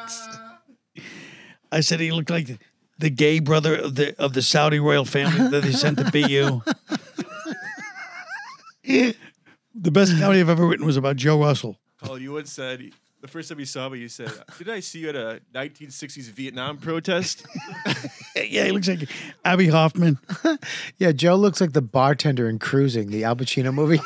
[SPEAKER 3] I said he looked like the gay brother of the of the Saudi royal family that they sent to BU. the best comedy I've ever written was about Joe Russell.
[SPEAKER 8] Colin, you once said the first time you saw me, you said, "Did I see you at a 1960s Vietnam protest?"
[SPEAKER 3] Yeah, he looks like Abby Hoffman.
[SPEAKER 1] yeah, Joe looks like the bartender in Cruising, the Al Pacino movie.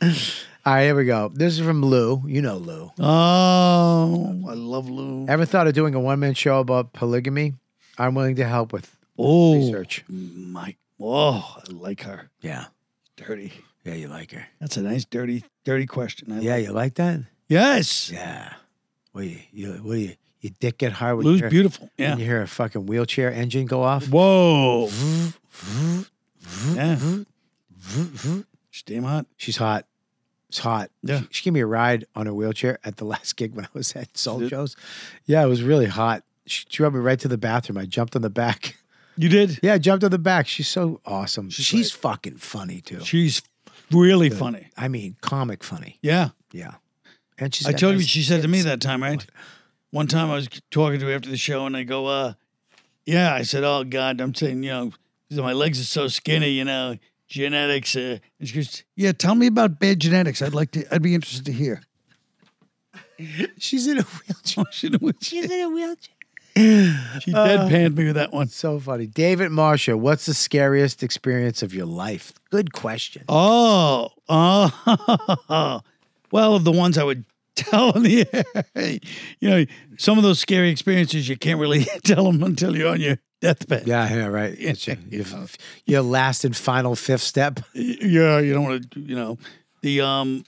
[SPEAKER 1] [laughs] All right, here we go. This is from Lou. You know Lou.
[SPEAKER 3] Oh, I love Lou.
[SPEAKER 1] Ever thought of doing a one man show about polygamy? I'm willing to help with
[SPEAKER 3] Oh,
[SPEAKER 1] research.
[SPEAKER 3] my. Whoa, I like her.
[SPEAKER 1] Yeah.
[SPEAKER 3] Dirty.
[SPEAKER 1] Yeah, you like her.
[SPEAKER 3] That's a nice, dirty, dirty question. I
[SPEAKER 1] Yeah,
[SPEAKER 3] like-
[SPEAKER 1] you like that?
[SPEAKER 3] Yes.
[SPEAKER 1] Yeah. What you, you what do you you dick get hard when you
[SPEAKER 3] Lou's
[SPEAKER 1] hear-
[SPEAKER 3] beautiful.
[SPEAKER 1] when
[SPEAKER 3] Yeah.
[SPEAKER 1] you hear a fucking wheelchair engine go off?
[SPEAKER 3] Whoa. yeah. Steam hot.
[SPEAKER 1] She's hot. It's hot.
[SPEAKER 3] Yeah.
[SPEAKER 1] She, she gave me a ride on her wheelchair at the [laughs] last gig when I was at Soul
[SPEAKER 3] Did-
[SPEAKER 1] Shows. Yeah, it was really hot. She drove me right to the bathroom. I jumped on the back. [laughs]
[SPEAKER 3] You did?
[SPEAKER 1] Yeah, I jumped on the back. She's so awesome. She's,
[SPEAKER 3] great.
[SPEAKER 1] fucking funny too.
[SPEAKER 3] She's really funny.
[SPEAKER 1] I mean, comic funny.
[SPEAKER 3] Yeah.
[SPEAKER 1] Yeah. And she's
[SPEAKER 3] I
[SPEAKER 1] got
[SPEAKER 3] told you
[SPEAKER 1] nice-
[SPEAKER 3] what she said to me that time, right? One time I was talking to her after the show and I go, uh, yeah, I said, oh God, I'm saying, you know, my legs are so skinny, you know, genetics. Uh, and she goes, yeah, tell me about bad genetics. I'd like to, I'd be interested to hear.
[SPEAKER 1] she's in a
[SPEAKER 3] [laughs]
[SPEAKER 1] wheelchair.
[SPEAKER 3] She knew what she,
[SPEAKER 1] she's in a wheelchair.
[SPEAKER 3] she deadpanned me with that
[SPEAKER 1] [laughs]
[SPEAKER 3] one.
[SPEAKER 1] So funny. David Marsha, what's the scariest experience of your life? Good question.
[SPEAKER 3] Oh, oh, [laughs] well, of the ones I would [laughs] tell on the air, you know, some of those scary experiences you can't really [laughs] tell them until you're on your deathbed.
[SPEAKER 1] Yeah, yeah, right. [laughs] It's your, your, your last and final fifth step. [laughs]
[SPEAKER 3] yeah, you don't want to, you know, the um,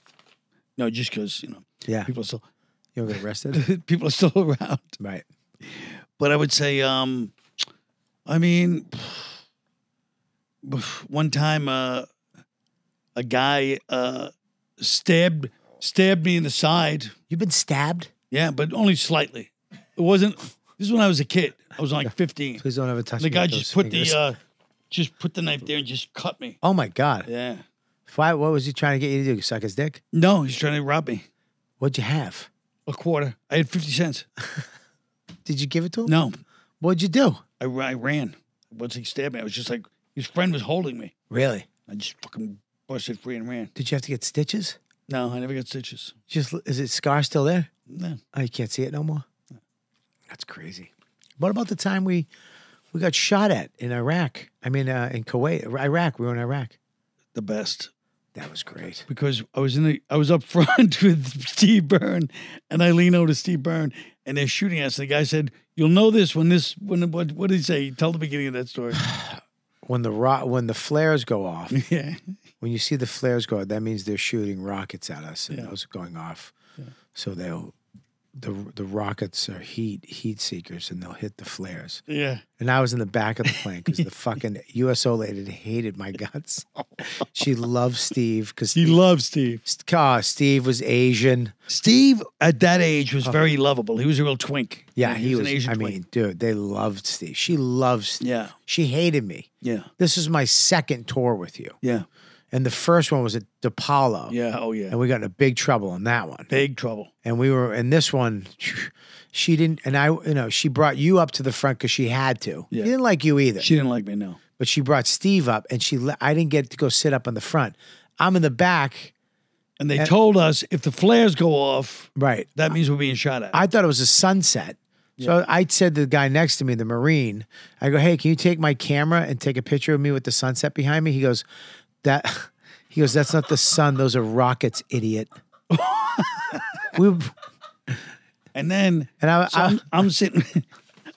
[SPEAKER 3] no, just because you know
[SPEAKER 1] Yeah.
[SPEAKER 3] people are still [laughs]
[SPEAKER 1] You'll get [laughs] arrested.
[SPEAKER 3] people are still [laughs] around.
[SPEAKER 1] right.
[SPEAKER 3] But I would say, um, I mean, [sighs] one time, uh, a guy uh stabbed stabbed me in the side.
[SPEAKER 1] You've been stabbed?
[SPEAKER 3] Yeah, but only slightly. It wasn't. This is when I was a kid. I
[SPEAKER 1] [laughs]
[SPEAKER 3] was like 15.
[SPEAKER 1] Please don't ever touch
[SPEAKER 3] The
[SPEAKER 1] me
[SPEAKER 3] guy
[SPEAKER 1] with
[SPEAKER 3] just
[SPEAKER 1] those
[SPEAKER 3] put
[SPEAKER 1] fingers.
[SPEAKER 3] the uh, just put the knife there and just cut me.
[SPEAKER 1] Oh my God.
[SPEAKER 3] Yeah.
[SPEAKER 1] Why, what was he trying to get you to do? Suck his dick?
[SPEAKER 3] No, he's trying to rob me.
[SPEAKER 1] What'd you have?
[SPEAKER 3] A quarter. I had 50 cents.
[SPEAKER 1] Did you give it to him?
[SPEAKER 3] No,
[SPEAKER 1] What'd you do?
[SPEAKER 3] I, ra- I ran. Once he stabbed me, I was just like, his friend was holding me.
[SPEAKER 1] Really?
[SPEAKER 3] I just fucking busted free and ran.
[SPEAKER 1] Did you have to get stitches?
[SPEAKER 3] No, I never got stitches.
[SPEAKER 1] Just is it scar still there?
[SPEAKER 3] No.
[SPEAKER 1] Oh, you can't see it no more. That's crazy. What about the time we we got shot at in Iraq? I mean, uh, in Kuwait, Iraq. We were in Iraq.
[SPEAKER 3] The best.
[SPEAKER 1] That was great.
[SPEAKER 3] because I was in the I was up front [laughs] with Steve Byrne and I lean over to Steve Byrne and they're shooting us. And the guy said, You'll know this when this when what what did he say? Tell the beginning of that [laughs] story.
[SPEAKER 1] When the ro- when the flares go
[SPEAKER 3] [laughs]
[SPEAKER 1] off,
[SPEAKER 3] yeah.
[SPEAKER 1] when you see the flares go, off, that means they're shooting rockets at us, and
[SPEAKER 3] Yeah.
[SPEAKER 1] those are going off. So they'll the the rockets are heat heat seekers, and they'll hit the flares.
[SPEAKER 3] Yeah.
[SPEAKER 1] And I was in the back of the plane because the fucking USO lady hated my guts. She loved Steve because
[SPEAKER 3] He loves Steve.
[SPEAKER 1] Steve was Asian.
[SPEAKER 3] Steve at that age was very lovable. He was a real twink.
[SPEAKER 1] Yeah, he, was.
[SPEAKER 3] an Asian
[SPEAKER 1] I
[SPEAKER 3] twink.
[SPEAKER 1] mean, dude, they loved Steve. She loved Steve.
[SPEAKER 3] Yeah.
[SPEAKER 1] She hated me.
[SPEAKER 3] Yeah.
[SPEAKER 1] This is my second tour with you.
[SPEAKER 3] Yeah.
[SPEAKER 1] And the first one was at DePaulo.
[SPEAKER 3] Yeah. Oh yeah.
[SPEAKER 1] And we got into big trouble on that one.
[SPEAKER 3] Big trouble.
[SPEAKER 1] And we were, and this one, [sighs] she didn't, and I, you know, she brought you up to the front because she had to.
[SPEAKER 3] Yeah.
[SPEAKER 1] She didn't like you either.
[SPEAKER 3] She didn't like me, no.
[SPEAKER 1] but she brought Steve up and she le- I didn't get to go sit up in the front. I'm in the back.
[SPEAKER 3] And they told us if the flares go off,
[SPEAKER 1] Right.
[SPEAKER 3] that means we're being shot at.
[SPEAKER 1] I thought it was a sunset. So I said to the guy next to me, the Marine, I go, hey, can you take my camera and take a picture of me with the sunset behind me? He goes, that [laughs] he goes, that's not the sun. Those are rockets, idiot. we,
[SPEAKER 3] and then
[SPEAKER 1] and I,
[SPEAKER 3] So I'm, I'm sitting, [laughs]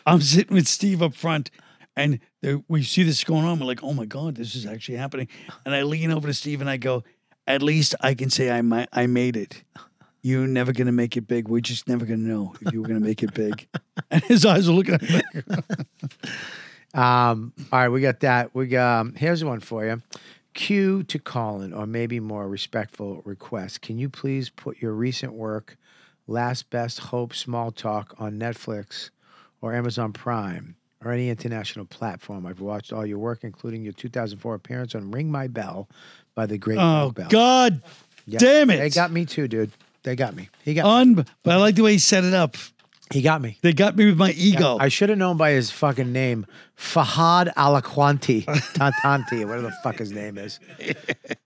[SPEAKER 3] I'm sitting with Steve up front, and there, we see this going on. We're like, "Oh my god, this is actually happening!" And I lean over to Steve and I go, "At least I can say I ma- I made it. You're never gonna make it big. We're just never gonna know if you were gonna make it big." [laughs] and his eyes are looking at me. like,
[SPEAKER 1] I um, all right, we got that. We got um, here's one for you. Cue to Colin, or maybe more respectful request. Can you please put your recent work, Last Best Hope Small Talk, on Netflix or Amazon Prime or any international platform? I've watched all your work, including your 2004 appearance on Ring My Bell by the Great
[SPEAKER 3] Oh
[SPEAKER 1] Bell.
[SPEAKER 3] God,
[SPEAKER 1] Yeah,
[SPEAKER 3] damn
[SPEAKER 1] They
[SPEAKER 3] it!
[SPEAKER 1] got me too, dude. They got me. He got.
[SPEAKER 3] Un- but I like the way he set it up.
[SPEAKER 1] he got me.
[SPEAKER 3] They got me with my ego.
[SPEAKER 1] I should have known by his fucking name, Fahad
[SPEAKER 3] [laughs]
[SPEAKER 1] Alakwanti, Tantanti, whatever the fuck his name is.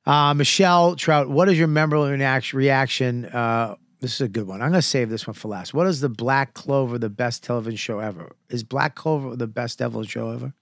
[SPEAKER 1] Uh, Michelle Trout, what is your memorable reac- reaction? Uh, this is a good one. I'm going to save this one for last. What is the Black Clover the best television show ever? Is Black Clover the best television show ever?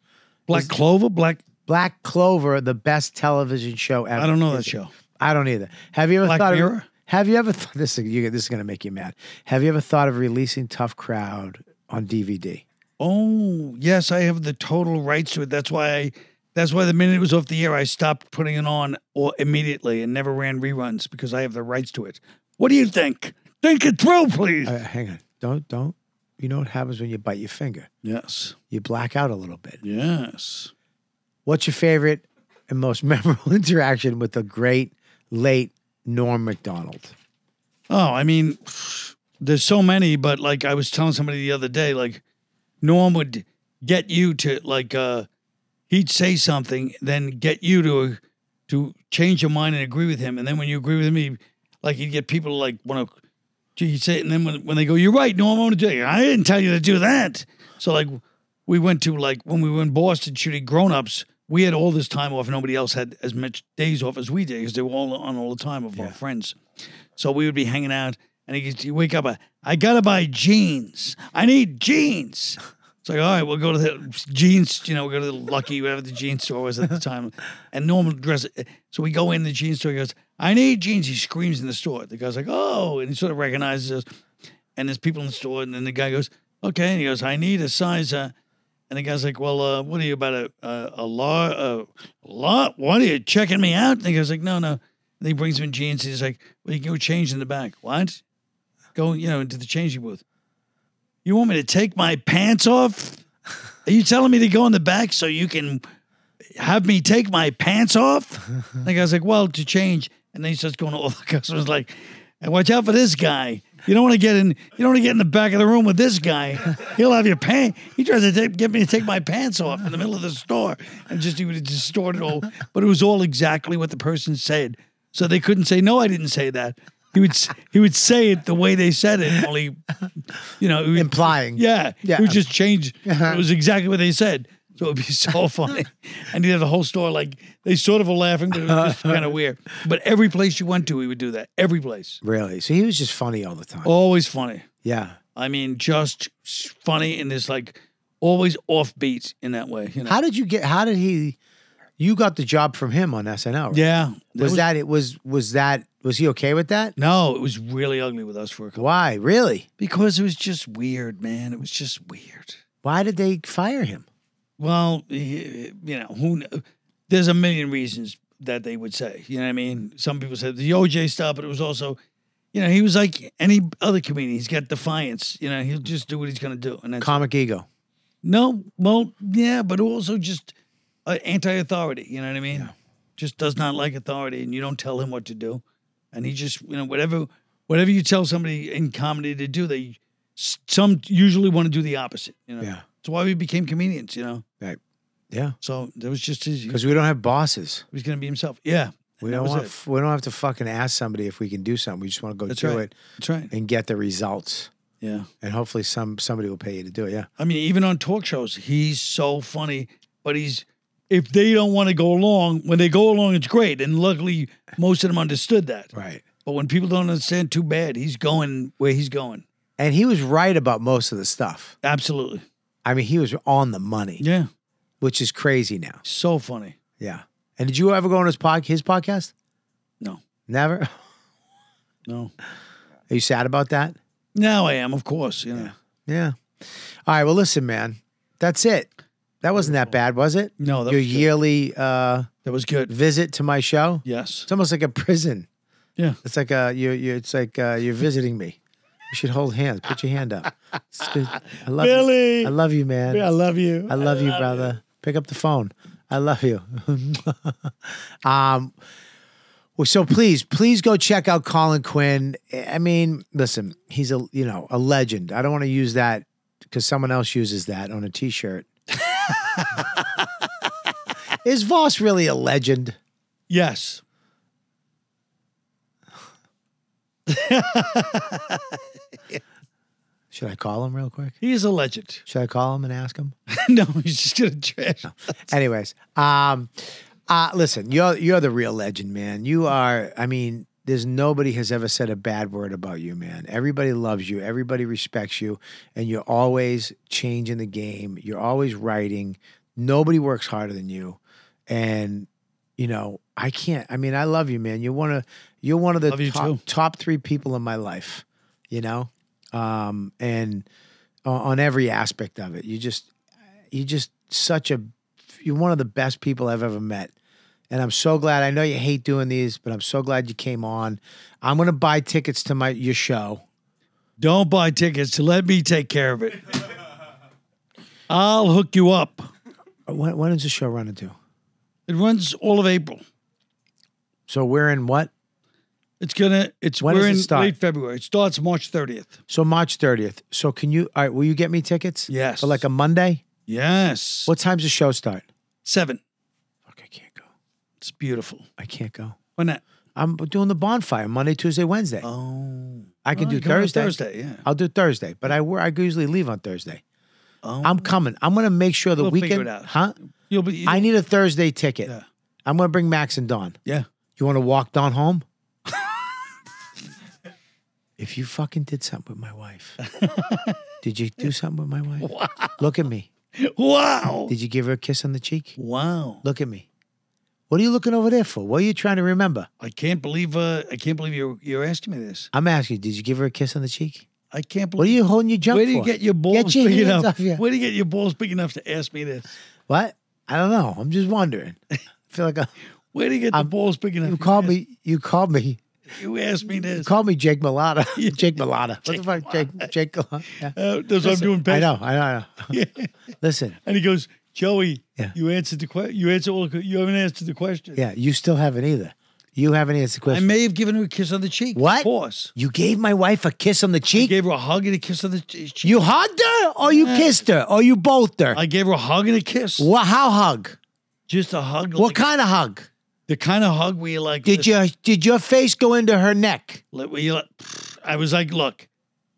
[SPEAKER 3] Black Clover, Black.
[SPEAKER 1] Black Clover the best television show ever?
[SPEAKER 3] I don't know
[SPEAKER 1] Is
[SPEAKER 3] that
[SPEAKER 1] it?
[SPEAKER 3] show.
[SPEAKER 1] I don't either. Have you ever
[SPEAKER 3] Black
[SPEAKER 1] thought of
[SPEAKER 3] Mirror?
[SPEAKER 1] Have you ever thought this? Is, you, this is going to make you mad. Have you ever thought of releasing Tough Crowd on DVD?
[SPEAKER 3] Oh yes, I have the total rights to it. That's why I. That's why the minute it was off the air, I stopped putting it on or immediately and never ran reruns because I have the rights to it. What do you think? Think it through, please.
[SPEAKER 1] Uh, hang on. Don't don't. You know what happens when you bite your finger?
[SPEAKER 3] yes.
[SPEAKER 1] You black out a little bit.
[SPEAKER 3] Yes.
[SPEAKER 1] What's your favorite and most [laughs] memorable interaction with the great late Norm Macdonald?
[SPEAKER 3] Oh, I mean, there's so many, but like I was telling somebody the other day, like Norm would get you to like uh he'd say something, then get you to to change your mind and agree with him, and then when you agree with him, he like he'd get people to like want to he'd say, it, and then when when they go, you're right, Norm, I want to do it. I didn't tell you to do that. So like we went to like when we were in Boston shooting Grown Ups. We had all this time off. Nobody else had as much days off as we did because they were all on all the time of our friends. So we would be hanging out, and he would wake up. uh, I gotta buy jeans. I need jeans. It's like, all right, we'll go to the jeans. You know, we'll go to the Lucky, whatever the jeans store was at the time, and normal dress. So we go in the jeans store. He goes, I need jeans. He screams in the store. The guy's like, oh, and he sort of recognizes us. And there's people in the store, and then the guy goes, okay. And he goes, I need a size. Uh, and the guy's like, "Well, uh, what are you about a a, a law a lot? What are you checking me out?" And the guy's like, "No, no." And he brings him in jeans. And he's like, "Well, you can go change in the back. What? Go, you know, into the changing booth. You want me to take my pants off? Are you telling me to go in the back so you can have me [laughs] take my pants off?" and the guy's like, "Well, to change." And then he starts going to all the customers like. And watch out for this guy. You don't want to get in. You don't want to get in the back of the room with this guy. He'll have your pants. He tries to take, get me to take my pants off in the middle of the store, and just he would distort it all. But it was all exactly what the person said, so they couldn't say no. I didn't say that. He would s- he would say it the way they said it, only you know it would-
[SPEAKER 1] Implying.
[SPEAKER 3] Yeah,
[SPEAKER 1] Yeah. Uh-huh.
[SPEAKER 3] It would just change. It was exactly what they said. So it'd
[SPEAKER 1] [laughs]
[SPEAKER 3] be so funny. And he'd have the whole store like they sort of were laughing, but it was
[SPEAKER 1] [laughs]
[SPEAKER 3] just kind of weird. But every place you went to, he would do that. Every place,
[SPEAKER 1] Really? So he was just funny all the time.
[SPEAKER 3] always funny.
[SPEAKER 1] Yeah.
[SPEAKER 3] I mean, just funny and this like always offbeat in that way. You know?
[SPEAKER 1] How did you get? How did he? You got the job from him on SNL. Right?
[SPEAKER 3] yeah,
[SPEAKER 1] Was that it? Was was that? Was he okay with that?
[SPEAKER 3] No, it was really ugly with us for a couple.
[SPEAKER 1] Why? Really?
[SPEAKER 3] Because it was just weird, man. It was just weird.
[SPEAKER 1] Why did they fire him?
[SPEAKER 3] Well, y- you know, who? kn- There's a million reasons that they would say. You know what I mean? Some people said the OJ stuff, but it was also, you know, he was like any other comedian. He's got defiance. You know, he'll just do what he's gonna do. And that's
[SPEAKER 1] Comic ego.
[SPEAKER 3] no, well, yeah, but also just uh, anti-authority. You know what I mean? Just does not like authority, and you don't tell him what to do, and he just you know whatever whatever you tell somebody in comedy to do, they s- some usually want to do the opposite. You know,
[SPEAKER 1] Yeah.
[SPEAKER 3] That's why we became comedians. You know.
[SPEAKER 1] Right. Yeah.
[SPEAKER 3] So that was just his. He
[SPEAKER 1] Because we don't have bosses.
[SPEAKER 3] was going to be himself. Yeah.
[SPEAKER 1] We
[SPEAKER 3] And that
[SPEAKER 1] don't
[SPEAKER 3] was
[SPEAKER 1] want.
[SPEAKER 3] it.
[SPEAKER 1] f- We don't have to fucking ask somebody if we can do something. We just want to go
[SPEAKER 3] That's
[SPEAKER 1] do
[SPEAKER 3] right.
[SPEAKER 1] it
[SPEAKER 3] That's right.
[SPEAKER 1] and get the results.
[SPEAKER 3] Yeah.
[SPEAKER 1] And hopefully, some somebody will pay you to do it. Yeah.
[SPEAKER 3] I mean, even on talk shows, he's so funny, but he's if they don't want to go along, when they go along, it's great. And luckily, most of them understood that.
[SPEAKER 1] Right.
[SPEAKER 3] But when people don't understand, too bad. He's going where he's going.
[SPEAKER 1] And he was right about most of the stuff.
[SPEAKER 3] Absolutely.
[SPEAKER 1] I mean, he was on the money,
[SPEAKER 3] Yeah.
[SPEAKER 1] which is crazy now.
[SPEAKER 3] So funny.
[SPEAKER 1] Yeah. And did you ever go on his pod, his podcast?
[SPEAKER 3] No.
[SPEAKER 1] Never. Are
[SPEAKER 3] No.
[SPEAKER 1] you sad about that?
[SPEAKER 3] Now I am, of course. You know.
[SPEAKER 1] Yeah. All right. Well, listen, man. That's it. That wasn't that bad, was it?
[SPEAKER 3] No, that
[SPEAKER 1] Your
[SPEAKER 3] was good.
[SPEAKER 1] yearly uh,
[SPEAKER 3] That was good.
[SPEAKER 1] visit to my show.
[SPEAKER 3] Yes.
[SPEAKER 1] It's almost like a prison.
[SPEAKER 3] Yeah.
[SPEAKER 1] It's like uh, you. You. It's like uh, you're visiting me. You should hold hands. Put your hand up. It's good. I love
[SPEAKER 3] Billy!
[SPEAKER 1] you. I love you, man.
[SPEAKER 3] I love you.
[SPEAKER 1] I love you, brother. Pick up the phone. I love you. [laughs] um, well, so please, please go check out Colin Quinn. I mean, listen, he's a you know a legend. I don't want to use that because someone else uses that on a [laughs] T-shirt. Is Voss really a legend?
[SPEAKER 3] Yes.
[SPEAKER 1] Should I call him real quick?
[SPEAKER 3] He is a legend. [laughs]
[SPEAKER 1] Should I call him and ask him?
[SPEAKER 3] no, he's just going to trash.
[SPEAKER 1] Anyways, um, uh, listen, you're you're the real legend, man. You are. I mean, there's nobody has ever said a bad word about you, man. Everybody loves you. Everybody respects you, and you're always changing the game. You're always writing. Nobody works harder than you, and you know I can't. I mean, I love you, man. You're one of you're one of the
[SPEAKER 3] Love you
[SPEAKER 1] top,
[SPEAKER 3] too.
[SPEAKER 1] top three people in my life. You know, um, and on, on every aspect of it, you just you just such a you're one of the best people I've ever met. And I'm so glad. I know you hate doing these, but I'm so glad you came on. I'm gonna buy tickets to my your show.
[SPEAKER 3] Don't buy tickets. Let me take care of it. I'll hook you up.
[SPEAKER 1] Uh, When, when is the show run into?
[SPEAKER 3] It runs all of April.
[SPEAKER 1] So we're in what?
[SPEAKER 3] It's gonna. It's
[SPEAKER 1] When
[SPEAKER 3] we're
[SPEAKER 1] does it
[SPEAKER 3] in
[SPEAKER 1] start?
[SPEAKER 3] late February. It starts March thirtieth.
[SPEAKER 1] So March 30th. So can you? All right, will you get me tickets?
[SPEAKER 3] Yes.
[SPEAKER 1] For like a Monday.
[SPEAKER 3] Yes.
[SPEAKER 1] What time's the show start?
[SPEAKER 3] seven?
[SPEAKER 1] Fuck, I can't go.
[SPEAKER 3] It's beautiful.
[SPEAKER 1] I can't go.
[SPEAKER 3] Why not?
[SPEAKER 1] I'm doing the bonfire Monday, Tuesday, Wednesday.
[SPEAKER 3] Oh,
[SPEAKER 1] I can
[SPEAKER 3] Oh,
[SPEAKER 1] do
[SPEAKER 3] you come on
[SPEAKER 1] Thursday.
[SPEAKER 3] Thursday, yeah.
[SPEAKER 1] I'll do Thursday, but I wor- I usually leave on Thursday.
[SPEAKER 3] Oh.
[SPEAKER 1] I'm coming. I'm gonna make sure the
[SPEAKER 3] We'll figure
[SPEAKER 1] weekend.
[SPEAKER 3] it out.
[SPEAKER 1] Huh?
[SPEAKER 3] You'll be.
[SPEAKER 1] I need a Thursday ticket.
[SPEAKER 3] Yeah.
[SPEAKER 1] I'm gonna bring Max and Don.
[SPEAKER 3] yeah.
[SPEAKER 1] You want to walk Don home? [laughs] if you fucking did something with my wife,
[SPEAKER 3] [laughs]
[SPEAKER 1] did you do something with my wife? Look at me.
[SPEAKER 3] Wow.
[SPEAKER 1] Did you give her a kiss on the cheek?
[SPEAKER 3] Wow.
[SPEAKER 1] Look at me. What are you looking over there for? What are you trying to remember?
[SPEAKER 3] I can't believe. Uh, I can't believe you're you're asking me this.
[SPEAKER 1] I'm asking you, did you give her a kiss on the cheek?
[SPEAKER 3] I can't
[SPEAKER 1] What are
[SPEAKER 3] believe.
[SPEAKER 1] you holding your junk
[SPEAKER 3] Where do you
[SPEAKER 1] for?
[SPEAKER 3] get your balls
[SPEAKER 1] Get your
[SPEAKER 3] big
[SPEAKER 1] hands
[SPEAKER 3] enough?
[SPEAKER 1] off you.
[SPEAKER 3] Where do you get your balls big enough to ask me this?
[SPEAKER 1] What? I don't know. I'm just wondering. I feel like
[SPEAKER 3] [laughs]
[SPEAKER 1] I,
[SPEAKER 3] Where do you get the balls big enough?
[SPEAKER 1] you
[SPEAKER 3] to
[SPEAKER 1] called
[SPEAKER 3] ask-
[SPEAKER 1] me. You called me.
[SPEAKER 3] You asked me this.
[SPEAKER 1] You called me Jake Malata.
[SPEAKER 3] [laughs]
[SPEAKER 1] Jake Malata. What the fuck, Jake? Jake. Yeah.
[SPEAKER 3] Uh, that's what I'm doing.
[SPEAKER 1] I
[SPEAKER 3] best.
[SPEAKER 1] know. I know. I know.
[SPEAKER 3] [laughs]
[SPEAKER 1] Listen.
[SPEAKER 3] And he goes, Joey,
[SPEAKER 1] Yeah.
[SPEAKER 3] you answered the question. You answered all. the que- You haven't answered the question.
[SPEAKER 1] Yeah, you still haven't either. You haven't answered the
[SPEAKER 3] I
[SPEAKER 1] question.
[SPEAKER 3] may have given her a kiss on the cheek.
[SPEAKER 1] What?
[SPEAKER 3] Of course.
[SPEAKER 1] you gave my wife a kiss on the
[SPEAKER 3] I
[SPEAKER 1] cheek.
[SPEAKER 3] gave her a hug and a kiss on the che- cheek.
[SPEAKER 1] you hugged her, or you kissed her, or you both her.
[SPEAKER 3] I gave her a hug and a kiss.
[SPEAKER 1] What? How hug?
[SPEAKER 3] Just a hug.
[SPEAKER 1] What
[SPEAKER 3] like-
[SPEAKER 1] kind of hug?
[SPEAKER 3] The kind of hug where you like.
[SPEAKER 1] Did
[SPEAKER 3] listen,
[SPEAKER 1] your did your face go into her neck?
[SPEAKER 3] like, where you like, I was like, look,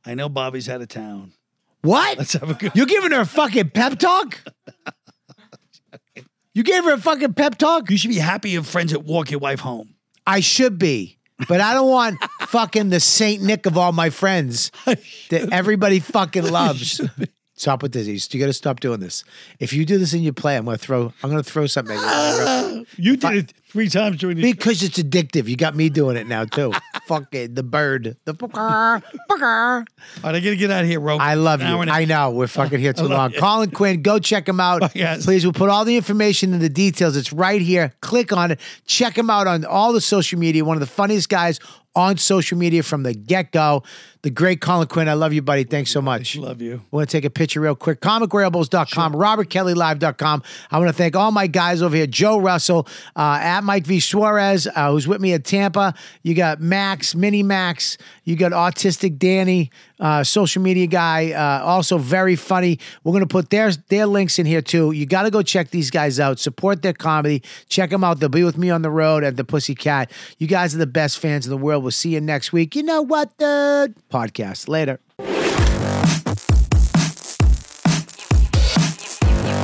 [SPEAKER 3] I know Bobby's out of town. [laughs]
[SPEAKER 1] What?
[SPEAKER 3] Let's have a good.
[SPEAKER 1] You're giving her a fucking pep talk? You gave her a fucking pep talk?
[SPEAKER 3] You should be happy your friends that walk your wife home.
[SPEAKER 1] I should be, but I don't want fucking the Saint Nick of all my friends that everybody fucking loves. Stop with this. You got to stop doing this. If you do this in your play, I'm gonna throw. I'm gonna throw something. At you.
[SPEAKER 3] You did it three times during the.
[SPEAKER 1] Because it's addictive. You got me doing it now too. Fucking the bird. The [laughs] booker, booker.
[SPEAKER 3] All right, I gotta get out of here, Rob.
[SPEAKER 1] I love you.
[SPEAKER 3] An hour and a- [laughs]
[SPEAKER 1] I know we're fucking here too
[SPEAKER 3] love
[SPEAKER 1] long.
[SPEAKER 3] you.
[SPEAKER 1] Colin Quinn, go check him
[SPEAKER 3] [laughs]
[SPEAKER 1] out.
[SPEAKER 3] Yes.
[SPEAKER 1] Please, we'll put all the information and the details. It's right here. Click on it. Check him out on all the social media. One of the funniest guys on social media from the get go. The great Colin Quinn. I love you, buddy. Thanks so much.
[SPEAKER 3] love you.
[SPEAKER 1] I want to take a picture real quick. ComicRailbles.com, RobertKellyLive.com. I want to thank all my guys over here Joe Russell, uh, at Mike V. Suarez, uh, who's with me at Tampa. You got Max, Mini Max. You got Autistic Danny, uh, social media guy, uh, also very funny. We're going to put their, their links in here too. You got to go check these guys out, support their comedy, check them out. They'll be with me on the road at the Pussycat. You guys are the best fans in the world. We'll see you next week. You know what, dude? Podcast. Later.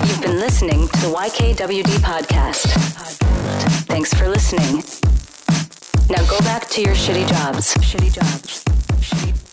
[SPEAKER 9] You've been listening to the YKWD podcast. Thanks for listening. Now go back to your shitty jobs. Shitty jobs. Shitty.